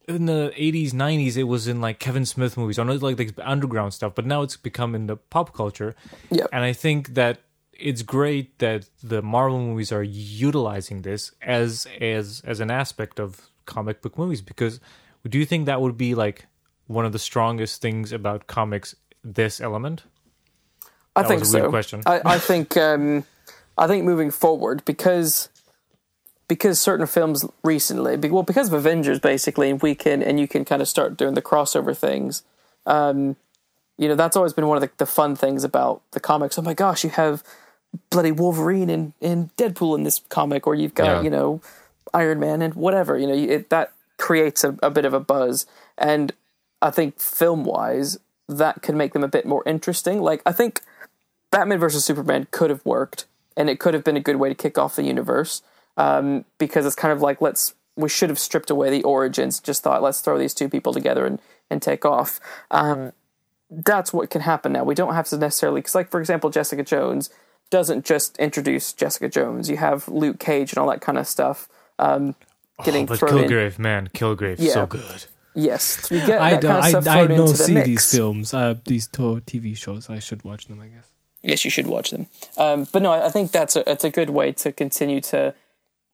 in the eighties, nineties, it was in like Kevin Smith movies, or not like the underground stuff. But now it's become in the pop culture, Yep. and I think that it's great that the Marvel movies are utilizing this as as as an aspect of comic book movies. Because do you think that would be like one of the strongest things about comics? This element. I That think was a so. weird question. I, I think um, I think moving forward because because certain films recently, be- well, because of Avengers basically, and we can and you can kind of start doing the crossover things. Um, you know, that's always been one of the, the fun things about the comics. Oh my gosh, you have bloody Wolverine and, and Deadpool in this comic, or you've got Yeah. you know Iron Man and whatever. You know, you- it, that creates a, a bit of a buzz, and I think film wise that could make them a bit more interesting. Like I think Batman versus Superman could have worked, and it could have been a good way to kick off the universe um, because it's kind of like let's we should have stripped away the origins, just thought let's throw these two people together and and take off. Um, that's what can happen now. We don't have to necessarily because, like for example, Jessica Jones doesn't just introduce Jessica Jones. You have Luke Cage and all that kind of stuff um, getting Oh, but thrown in. Kilgrave, man, Kilgrave, Yeah. so good. Yes, you get I that kind of stuff don't. I, I thrown into don't the see mix. these films. Uh, these to- TV shows. I should watch them. I guess. yes, you should watch them. Um, but no, I I think that's a that's a good way to continue to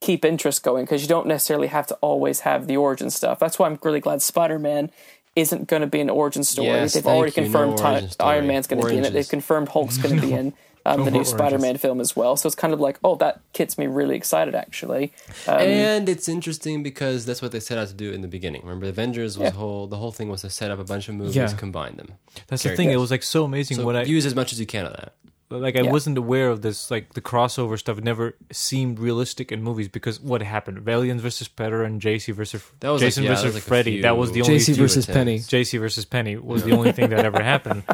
keep interest going because you don't necessarily have to always have the origin stuff. That's why I'm really glad Spider Man isn't going to be an origin story. Yes, They've already thank you, no confirmed Ti- origin story. Iron Man's going to be in it. Oranges. They've confirmed Hulk's going to be in. Um, the new more Spider Man film as well. So it's kind of like, oh, that gets me really excited actually. and it's interesting because that's what they set out to do in the beginning. Remember, Avengers was whole. The whole thing was to set up a bunch of movies, Yeah. combine them. That's the Characters. thing. It was like so amazing So when I use as much as you can of that. like I Yeah. wasn't aware of this. Like the crossover stuff never seemed realistic in movies because what happened? Valiant versus Petter and JC versus That was like- Jason yeah, that versus was like a Freddy. few- That was the only JC two- versus attempts. Penny. JC versus Penny was the only thing that ever happened.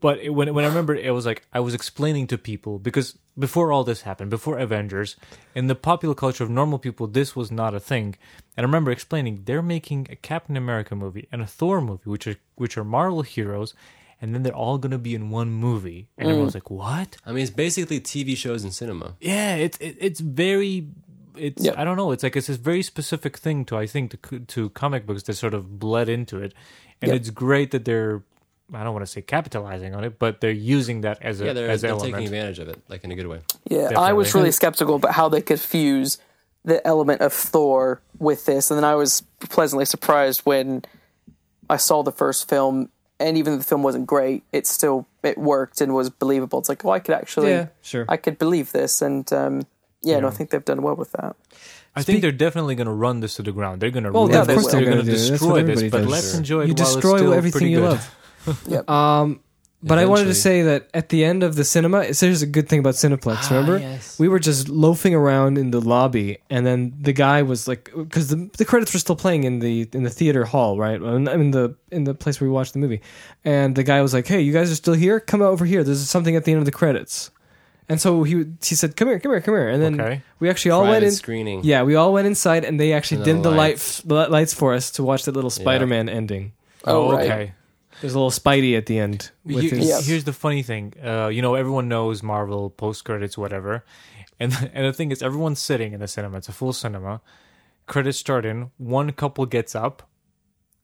But it, when when I remember, it was like I was explaining to people because before all this happened, before Avengers, in the popular culture of normal people, this was not a thing. And I remember explaining they're making a Captain America movie and a Thor movie, which are which are Marvel heroes, and then they're all going to be in one movie. And everyone's like, "What? I mean, it's basically TV shows and cinema. yeah it's it, it's very it's Yeah. i don't know it's like it's this very specific thing to i think to, co- to comic books that sort of bled into it and it's great that they're i don't want to say capitalizing on it but they're using that as a Yeah, they're, as an they're element taking advantage of it, like in a good way. Yeah, I was Definitely. really skeptical about how they could fuse the element of Thor with this, and then I was pleasantly surprised when I saw the first film, and even though the film wasn't great, it still it worked and was believable. It's like, oh, I could actually, Yeah, sure. I could believe this, and um, yeah, no, I think they've done well with that. i think they're definitely going to run this to the ground they're going to Well, ruin yeah, of this course they're gonna gonna do it. That's what destroy this everybody but does. let's Sure. enjoy it You while destroy it's still everything pretty you good. love. Yep. Um, but I wanted to Eventually. say that at the end of the cinema, it's- there's a good thing about Cineplex. Remember, yes. we were just loafing around in the lobby, and then the guy was like, because the, the credits were still playing in the in the theater hall, right? In, in the in the place where we watched the movie, and the guy was like, "Hey, you guys are still here? Come over here. There's something at the end of the credits." And so he he said, "Come here, come here, come here," and then Okay. we actually all Private went Oh, in. screening. Yeah, we all went inside, and they actually And the dimmed the lights. lights the lights for us to watch that little Spider-Man ending. oh right. okay There's a little Spidey at the end. With You- his, Yeah. Here's the funny thing. Uh, you know, everyone knows Marvel post credits, whatever. And and the thing is, everyone's sitting in the cinema. It's a full cinema. Credits start in. One couple gets up,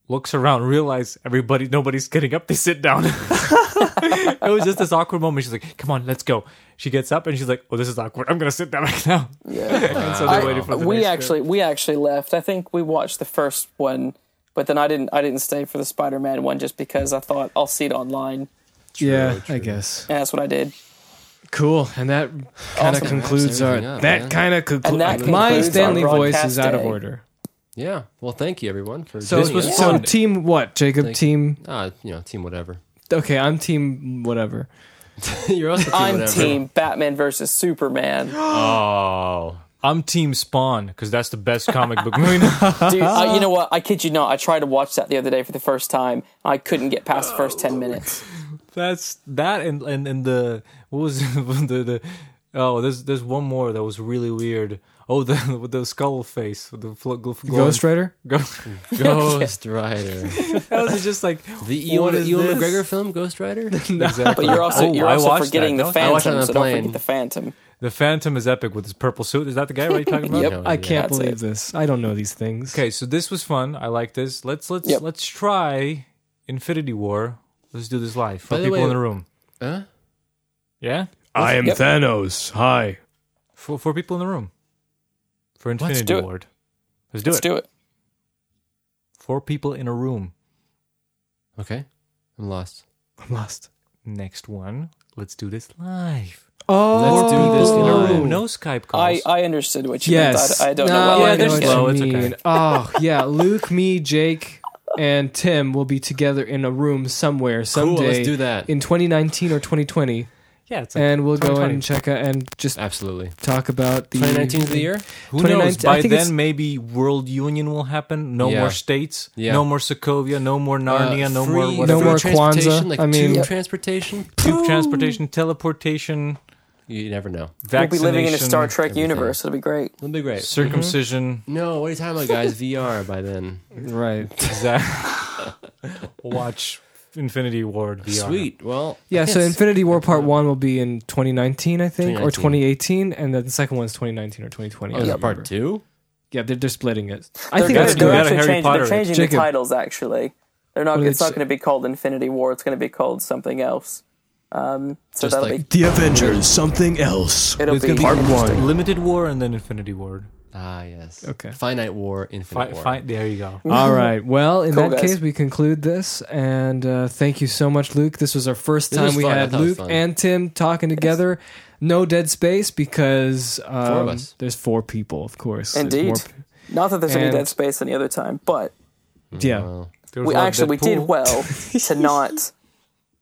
looks around, realizes everybody, nobody's getting up. They sit down. it was just this awkward moment. She's like, "Come on, let's go." She gets up and she's like, "Oh, this is awkward. I'm gonna sit down right now." Yeah. And so they're I- waiting for the we next actually we actually left. I think we watched the first one, but then I didn't I didn't stay for the Spider Man one just because I thought I'll see it online, yeah, I guess. and that's what I did. Cool. And that kind of Awesome. concludes our. Wraps everything up, that yeah. kind of And that concludes. My concludes our Stanley voice is broadcast out of day. order. Yeah. Well, thank you everyone for So joining this was us. so team what Jacob Thank- team. Ah, you know, team whatever. Okay, I'm team whatever. You're also team I'm whatever. Team Batman versus Superman. Oh, I'm Team Spawn because that's the best comic book movie. Dude, I, you know what? I kid you not. I tried to watch that the other day for the first time. I couldn't get past the first ten minutes. That's that and and, and the what was it? the the oh there's there's one more that was really weird. Oh the with the skull face with the fl- gl- Ghost Rider. Ghost. Ghost Rider. that was just like The Ewan, What is Ewan this? McGregor film, Ghost Rider? But you're also Oh, you're I also watched forgetting that. the That watched was- I it Phantom. on So the don't plane. forget the Phantom. The Phantom is epic with his purple suit. Is that the guy right you're talking about? Yep. I can't That's believe it. this. I don't know these things. Okay, so this was fun. I like this. Let's let's Yep. let's try Infinity War. Let's do this live for By the people way- in the room. Huh? Yeah, I am Yep. Thanos. Hi. for for people in the room. For Infinity do it. War. Let's do Let's it. do it. Four people in a room. Okay, I'm lost. I'm lost. Next one. Let's do this live. Oh, Let's do this in a room. No Skype I, calls. I understood what you Yes. meant. I, I don't no, know what I know you there's what meant. you slow, it's okay. mean. Oh, yeah. Luke, me, Jake, and Tim will be together in a room somewhere Cool. someday Let's do that. in 2019 or 2020, yeah, it's and we'll go 2020. and check out and just Absolutely. talk about the 2019 is the year. Who knows? 2019 I By think it's- then, maybe world union will happen. No Yeah. more states. Yeah. No more Sokovia. No more Narnia. Uh, no free- more No whatever. free more transportation, Kwanzaa. Like I mean- tube Yep. transportation. Tube transportation, teleportation, You never know. We'll be vaccination. living in a Star Trek everything. universe. It'll be great. That'd be great. Circumcision. No, what are you talking about, guys? VR by then. right. Exact- Watch Infinity Ward VR. Sweet. Well, Yeah, I so guess. Infinity War Part 1 will be in 2019, I think, or 2018, and then the second one's 2019 or 2020. I Oh, is don't it part remember. two. Yeah, they're, they're splitting it. I They're think gonna- that's do they're it. good. actually Harry changing, Potter they're it. changing the Jacob. titles. Actually, they're not. Well, It's not it's- going to be called Infinity War. It's going to be called something else. Um, so Just that'll like- The Avengers. Something else. be. It'll It's gonna be be interesting. Limited War and then Infinity Ward. Ah, yes. Okay. Finite War, Infinite Fi- War. fi- there you go. All right. Well, in Cool, that guys. case, we conclude this, and uh, thank you so much, Luke. This was our first This time was we fun. I had thought it was Luke fun. and Tim talking together. No dead space because um, Four of us. There's four people, of course. There's Indeed. more Not that there's any And- dead space any other time, but Mm-hmm. pe- yeah. Well, There was we a lot of actually we did Deadpool. well to not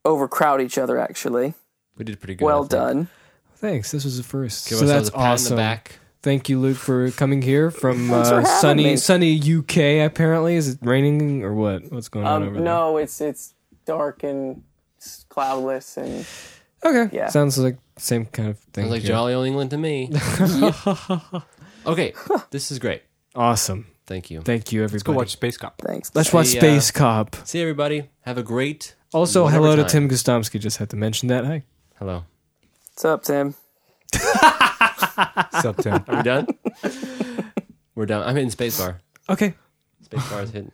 overcrowd each other. Actually, we did pretty good. I well think. done. Thanks. This was the first. Give so ourselves that's a pat awesome. on the back. Thank you, Luke, for coming here from Thanks for uh, having sunny me. sunny UK. Apparently, is it raining or what? What's going on over Um, no, it's it's dark and s- cloudless and there? Okay. yeah. Sounds like same kind of thing. Sounds like here. jolly old England to me. okay, this is great. Awesome. Thank you. Thank you, everybody. Go watch Space Cop. thanks. Let's watch See, uh, Space Cop. See everybody. Have a great. Also, whatever hello to time. Tim Gustomski. Just had to mention that. Hey, Hello. What's up, Tim? Sub Tim. Are we done? We're done. I'm hitting spacebar. okay. Spacebar is hitting.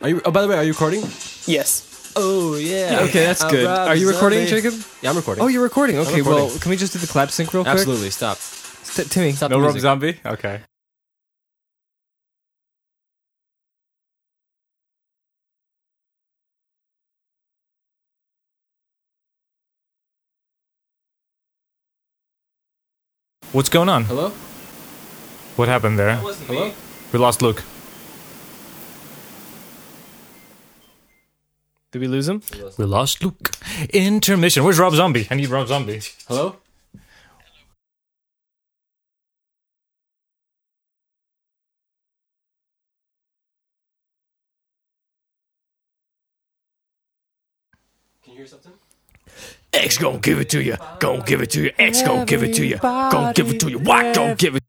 Are you? Oh, by the way, are you recording? Yes. Oh yeah. Okay, that's good. Are you recording, Jacob? Yeah, I'm recording. Oh, you're recording. Okay, recording. well, can we just do the clap sync real quick? absolutely stop. T- Timmy. Stop No the Rob music. Zombie? Okay. What's going on? Hello. What happened there? Hello. We lost Luke. Did we lose him? We lost Luke. Intermission. Where's Rob Zombie? I need Rob Zombie. Hello. Can you hear something? X gonna give it to you. Gonna give it to you. X gonna give it to you. Gonna give it to you. What? Gonna give it.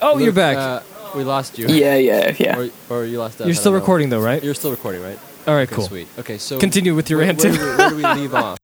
Oh, you're Luke, back. uh, we lost you. Yeah, yeah, yeah. Or, or you lost us. I You're don't still know. recording though, right? You're still recording, right? All right, Okay, cool. Sweet. Okay, so Continue with your where, rant. where do we- where do we leave off?